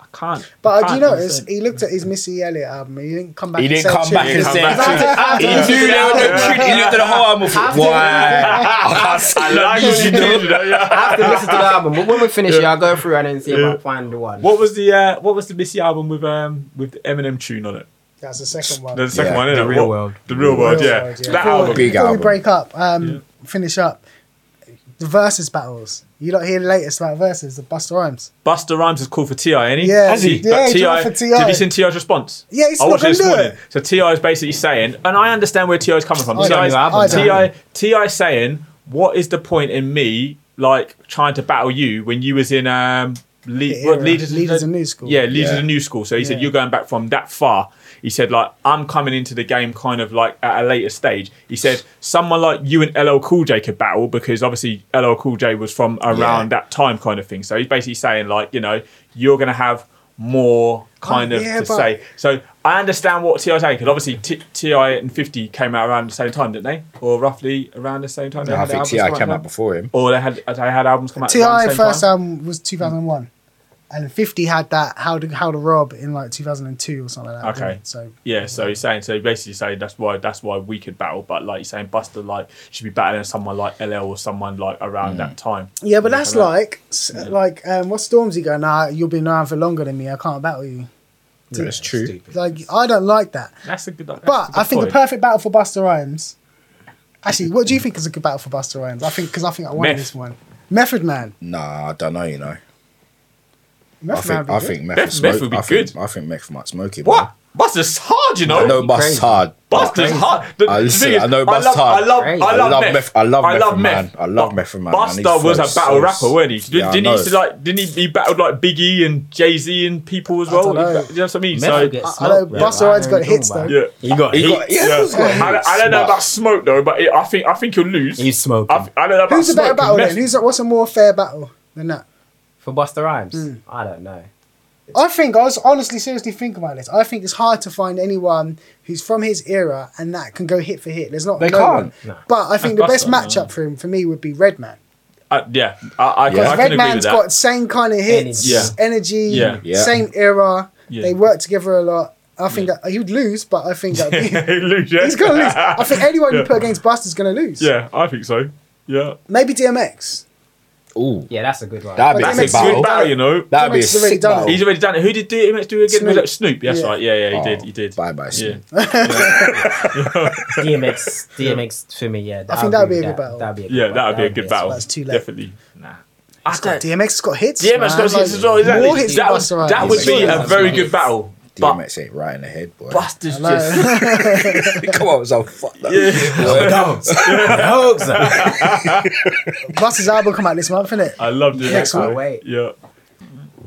Speaker 3: I can't.
Speaker 1: But
Speaker 3: I
Speaker 1: uh, do you
Speaker 3: can't
Speaker 1: notice
Speaker 3: understand.
Speaker 1: he looked at his Missy Elliott album? He didn't come back.
Speaker 5: He
Speaker 1: and
Speaker 5: didn't
Speaker 1: say
Speaker 5: come
Speaker 1: shit.
Speaker 5: back and
Speaker 3: Come
Speaker 5: say.
Speaker 3: back.
Speaker 4: After-
Speaker 5: He
Speaker 4: after-
Speaker 5: knew there was no
Speaker 4: after-
Speaker 5: truth. He looked at the whole album. and thought,
Speaker 4: After-
Speaker 5: Why? I can't
Speaker 1: <laughs>
Speaker 3: Like you should do that, yeah.
Speaker 4: I have to listen to the album, but when we finish it, I'll go through and then see if I find the one.
Speaker 3: What was the uh, what was the Missy album with um with the Eminem tune on it?
Speaker 1: That's the second one.
Speaker 3: The second
Speaker 5: Yeah,
Speaker 3: one, innit?
Speaker 4: The Real
Speaker 3: What-
Speaker 4: World.
Speaker 3: The real world, yeah.
Speaker 1: World, yeah.
Speaker 3: That
Speaker 1: Before-
Speaker 3: album.
Speaker 5: Big
Speaker 1: before
Speaker 5: album.
Speaker 1: we break up, um, finish up. The versus battles. You lot hear the latest about versus the Buster Rhymes.
Speaker 3: Buster Rhymes is called for Ti, ain't he?
Speaker 1: Yeah,
Speaker 3: Has he?
Speaker 1: yeah,
Speaker 3: But
Speaker 1: he
Speaker 3: T.I.
Speaker 1: joined for T.I..
Speaker 3: Did you see Ti's response?
Speaker 1: Yeah, he's
Speaker 3: I
Speaker 1: not
Speaker 3: watched it this
Speaker 1: gonna do
Speaker 3: morning.
Speaker 1: it.
Speaker 3: So Ti is basically saying, and I understand where Ti is coming from.
Speaker 1: I don't know, I
Speaker 3: Ti
Speaker 1: haven't
Speaker 3: Ti Ti saying, what is the point in me like trying to battle you when you was in um
Speaker 1: The
Speaker 3: lead,
Speaker 1: era.
Speaker 3: what, leaders
Speaker 1: Leaders of New School.
Speaker 3: Yeah, leaders
Speaker 5: Yeah.
Speaker 3: of new school. So he said
Speaker 1: Yeah.
Speaker 3: you're going back from that far. He said like I'm coming into the game kind of like at a later stage. He said someone like you and LL Cool J could battle because obviously LL Cool J was from around that time kind of thing. So he's basically saying like you know you're going to have more kind
Speaker 1: Oh,
Speaker 3: of
Speaker 1: yeah,
Speaker 3: to
Speaker 1: but-
Speaker 3: say. So I understand what Ti is saying because obviously T- Ti and Fifty came out around the same time, didn't they? Or roughly around the same time. They
Speaker 5: I
Speaker 3: had their
Speaker 5: think Ti
Speaker 3: albums come
Speaker 5: came
Speaker 3: now.
Speaker 5: out before him.
Speaker 3: Or they had they had albums come out. around
Speaker 1: Ti
Speaker 3: the same
Speaker 1: first
Speaker 3: time.
Speaker 1: album was 2001, and 50 had that How to How to Rob in like 2002 or something like that.
Speaker 3: Okay.
Speaker 1: didn't it? so
Speaker 3: Yeah, so he's saying so he's basically saying that's why that's why we could battle, but like he's saying Buster like should be battling someone like LL or someone like around
Speaker 5: Mm.
Speaker 3: that time.
Speaker 1: yeah, but that's
Speaker 3: Yeah.
Speaker 1: like s like um, what Stormzy going? Nah, you've been around for longer than me. I can't battle you.
Speaker 5: That's true.
Speaker 1: Like I don't like that.
Speaker 3: That's a good. That's a
Speaker 1: But
Speaker 3: good
Speaker 1: I think
Speaker 3: point.
Speaker 1: a perfect battle for Buster Rhymes. Actually, what do you think is a good battle for Buster Rhymes? I think because I think I won
Speaker 3: Meth.
Speaker 1: this one. Method Man.
Speaker 5: Nah, I don't know. You know, I
Speaker 1: Method Man.
Speaker 5: think I
Speaker 1: would be
Speaker 5: think Meth
Speaker 3: Meth-
Speaker 5: would
Speaker 3: Meth
Speaker 5: smoke-
Speaker 3: would be
Speaker 5: I think-
Speaker 3: good.
Speaker 5: I think Meth might smoke it. man.
Speaker 3: what Buster's hard, you know.
Speaker 5: I know Buster's
Speaker 4: crazy.
Speaker 5: hard.
Speaker 3: Buster's hard. The,
Speaker 5: I
Speaker 3: the
Speaker 5: listen,
Speaker 3: thing is,
Speaker 5: I know Buster's
Speaker 3: love,
Speaker 5: hard.
Speaker 3: I love,
Speaker 4: Crazy.
Speaker 3: I love,
Speaker 5: I love
Speaker 3: Meth.
Speaker 5: Meth- I love
Speaker 3: I
Speaker 5: Meth,
Speaker 3: love
Speaker 5: man.
Speaker 3: Meth.
Speaker 5: I love
Speaker 3: But
Speaker 5: Meth, man.
Speaker 3: Buster
Speaker 5: And he
Speaker 3: was a
Speaker 5: flows
Speaker 3: battle
Speaker 5: so-
Speaker 3: rapper, wasn't he? Did,
Speaker 5: Yeah, I
Speaker 3: didn't he
Speaker 5: know.
Speaker 3: used to, like? Didn't he? He battled like Biggie and Jay Z and people as well.
Speaker 1: don't know.
Speaker 3: You know what I mean?
Speaker 4: Metal
Speaker 3: So
Speaker 4: gets
Speaker 1: I- I know
Speaker 4: smoked, bro.
Speaker 1: Busta
Speaker 4: I
Speaker 1: Rhymes
Speaker 4: know
Speaker 1: got
Speaker 4: what you're
Speaker 1: hits,
Speaker 4: talking about.
Speaker 1: though.
Speaker 3: yeah.
Speaker 5: He got.
Speaker 3: He
Speaker 5: He
Speaker 3: got-
Speaker 5: got. Yeah,
Speaker 3: Yeah.
Speaker 5: he's got
Speaker 3: I,
Speaker 5: hits,
Speaker 3: I don't know
Speaker 5: but-
Speaker 3: about smoke though, but I think I think he'll lose.
Speaker 4: He's smoking.
Speaker 3: I, I don't know about
Speaker 1: Who's a better
Speaker 3: smoke.
Speaker 1: battle
Speaker 3: Meth-
Speaker 1: then? Who's a, what's a more fair battle than that?
Speaker 4: For Buster Rhymes?
Speaker 1: Hmm.
Speaker 4: I don't know.
Speaker 1: I think I was honestly seriously thinking about this. I think it's hard to find anyone who's from his era and that can go hit for hit. There's not
Speaker 5: They
Speaker 1: no one.
Speaker 5: can't.
Speaker 1: But I think the best
Speaker 3: Busta, no.
Speaker 1: matchup for him for me would be Redman.
Speaker 3: Uh, yeah, I,
Speaker 5: Yeah.
Speaker 3: I, I can agree with
Speaker 1: Redman's
Speaker 3: that.
Speaker 1: got same kind of hits,
Speaker 4: Energy.
Speaker 3: Yeah.
Speaker 1: energy,
Speaker 3: Yeah.
Speaker 5: Yeah.
Speaker 1: same era.
Speaker 3: Yeah.
Speaker 1: They work together a lot. I think that he would lose, but I think
Speaker 3: <laughs>
Speaker 1: that <laughs>
Speaker 3: Lose, yeah.
Speaker 1: he's going to lose. I think anyone you put against Buster's going to lose.
Speaker 3: <laughs> Yeah, I think so. Yeah,
Speaker 1: Maybe DMX.
Speaker 5: Ooh,
Speaker 4: Yeah, that's a good one.
Speaker 5: that'd be
Speaker 1: But
Speaker 5: a
Speaker 1: that
Speaker 5: sick
Speaker 1: makes
Speaker 3: that's a
Speaker 5: battle.
Speaker 3: good battle, you know.
Speaker 5: That'd be a
Speaker 1: DMX has already
Speaker 5: sick
Speaker 1: done it.
Speaker 5: battle. Oh,
Speaker 3: He's already done it. Who did DMX do it again? Was
Speaker 1: Snoop.
Speaker 3: that Snoop? That's
Speaker 1: Yeah.
Speaker 3: right. Yeah, yeah, he did. He did.
Speaker 5: Bye bye.
Speaker 3: <laughs> Yeah.
Speaker 4: DMX, DMX for me, yeah.
Speaker 1: I think
Speaker 4: I'll
Speaker 1: that'd be a good
Speaker 4: agree with that.
Speaker 1: battle.
Speaker 4: That'd be a good
Speaker 3: Yeah, that would
Speaker 1: <laughs>
Speaker 3: be a
Speaker 4: That'd
Speaker 3: good
Speaker 1: so
Speaker 3: battle.
Speaker 1: that's too late.
Speaker 3: Definitely. Nah. I don't,
Speaker 1: DMX has got hits.
Speaker 3: DMX got
Speaker 1: man.
Speaker 3: hits
Speaker 1: Like,
Speaker 3: as well,
Speaker 1: More
Speaker 3: exactly.
Speaker 1: hits
Speaker 3: that
Speaker 1: than
Speaker 3: was,
Speaker 1: Busta Rhymes.
Speaker 3: that would be a
Speaker 4: Busta
Speaker 3: very
Speaker 4: Rhymes.
Speaker 3: good battle. But
Speaker 5: DMX ain't right in the head, boy.
Speaker 3: Buster's
Speaker 1: Hello.
Speaker 5: <laughs>
Speaker 3: just. <laughs>
Speaker 5: Come on, so fuck that. <laughs> Yeah.
Speaker 3: Oh.
Speaker 1: Buster's album come out this month, innit?
Speaker 3: <laughs> I loved it.
Speaker 1: Next
Speaker 4: one. Wait.
Speaker 3: Yeah.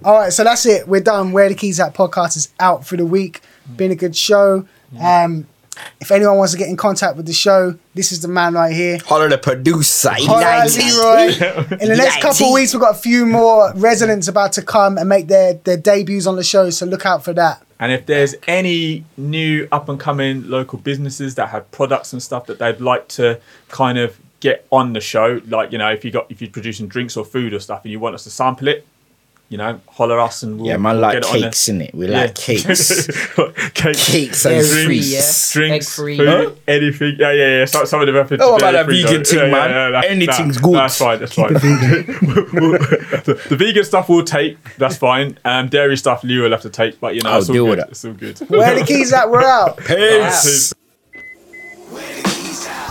Speaker 1: All right, so that's it. We're done. Where the Keys At podcast is out for the week. Been a good show. Um, if anyone wants to get in contact with the show, this is the man right here.
Speaker 5: Holler the producer. he
Speaker 1: All right,
Speaker 5: likes it.
Speaker 1: Leroy. In the next couple of weeks, we've got a few more residents about to come and make their, their debuts on the show, so look out for that.
Speaker 3: And if there's any new up and coming local businesses that have products and stuff that they'd like to kind of get on the show, like you know, if you got if you're producing drinks or food or stuff and you want us to sample it, you know, holler us and we'll
Speaker 5: Yeah, man,
Speaker 3: we'll
Speaker 5: like
Speaker 3: get it on
Speaker 5: cakes, innit? We
Speaker 3: there.
Speaker 5: like cakes.
Speaker 3: <laughs> cakes,
Speaker 5: Cakes
Speaker 4: Dairy
Speaker 5: and
Speaker 4: free,
Speaker 5: drinks.
Speaker 4: yeah.
Speaker 3: drinks,
Speaker 4: Egg free.
Speaker 3: food,
Speaker 5: Huh?
Speaker 3: anything. Yeah, yeah, yeah. Some, some of the methods.
Speaker 5: Don't
Speaker 3: are
Speaker 5: worry Oh, about
Speaker 3: dairy
Speaker 5: that vegan
Speaker 3: free,
Speaker 5: thing,
Speaker 3: though. Yeah, yeah,
Speaker 5: man.
Speaker 3: yeah, that's-
Speaker 5: Anything's
Speaker 3: that-
Speaker 5: good.
Speaker 3: That's fine. That's fine. <laughs> the, the vegan stuff we'll take. That's fine. Um, dairy stuff, Lou will have to take. But you know,
Speaker 5: I'll
Speaker 3: it's all
Speaker 5: deal
Speaker 3: good.
Speaker 5: with it.
Speaker 3: It's all good.
Speaker 1: Where the Keys At, we're out.
Speaker 5: Peace.
Speaker 3: Peace.
Speaker 6: Where the keys at?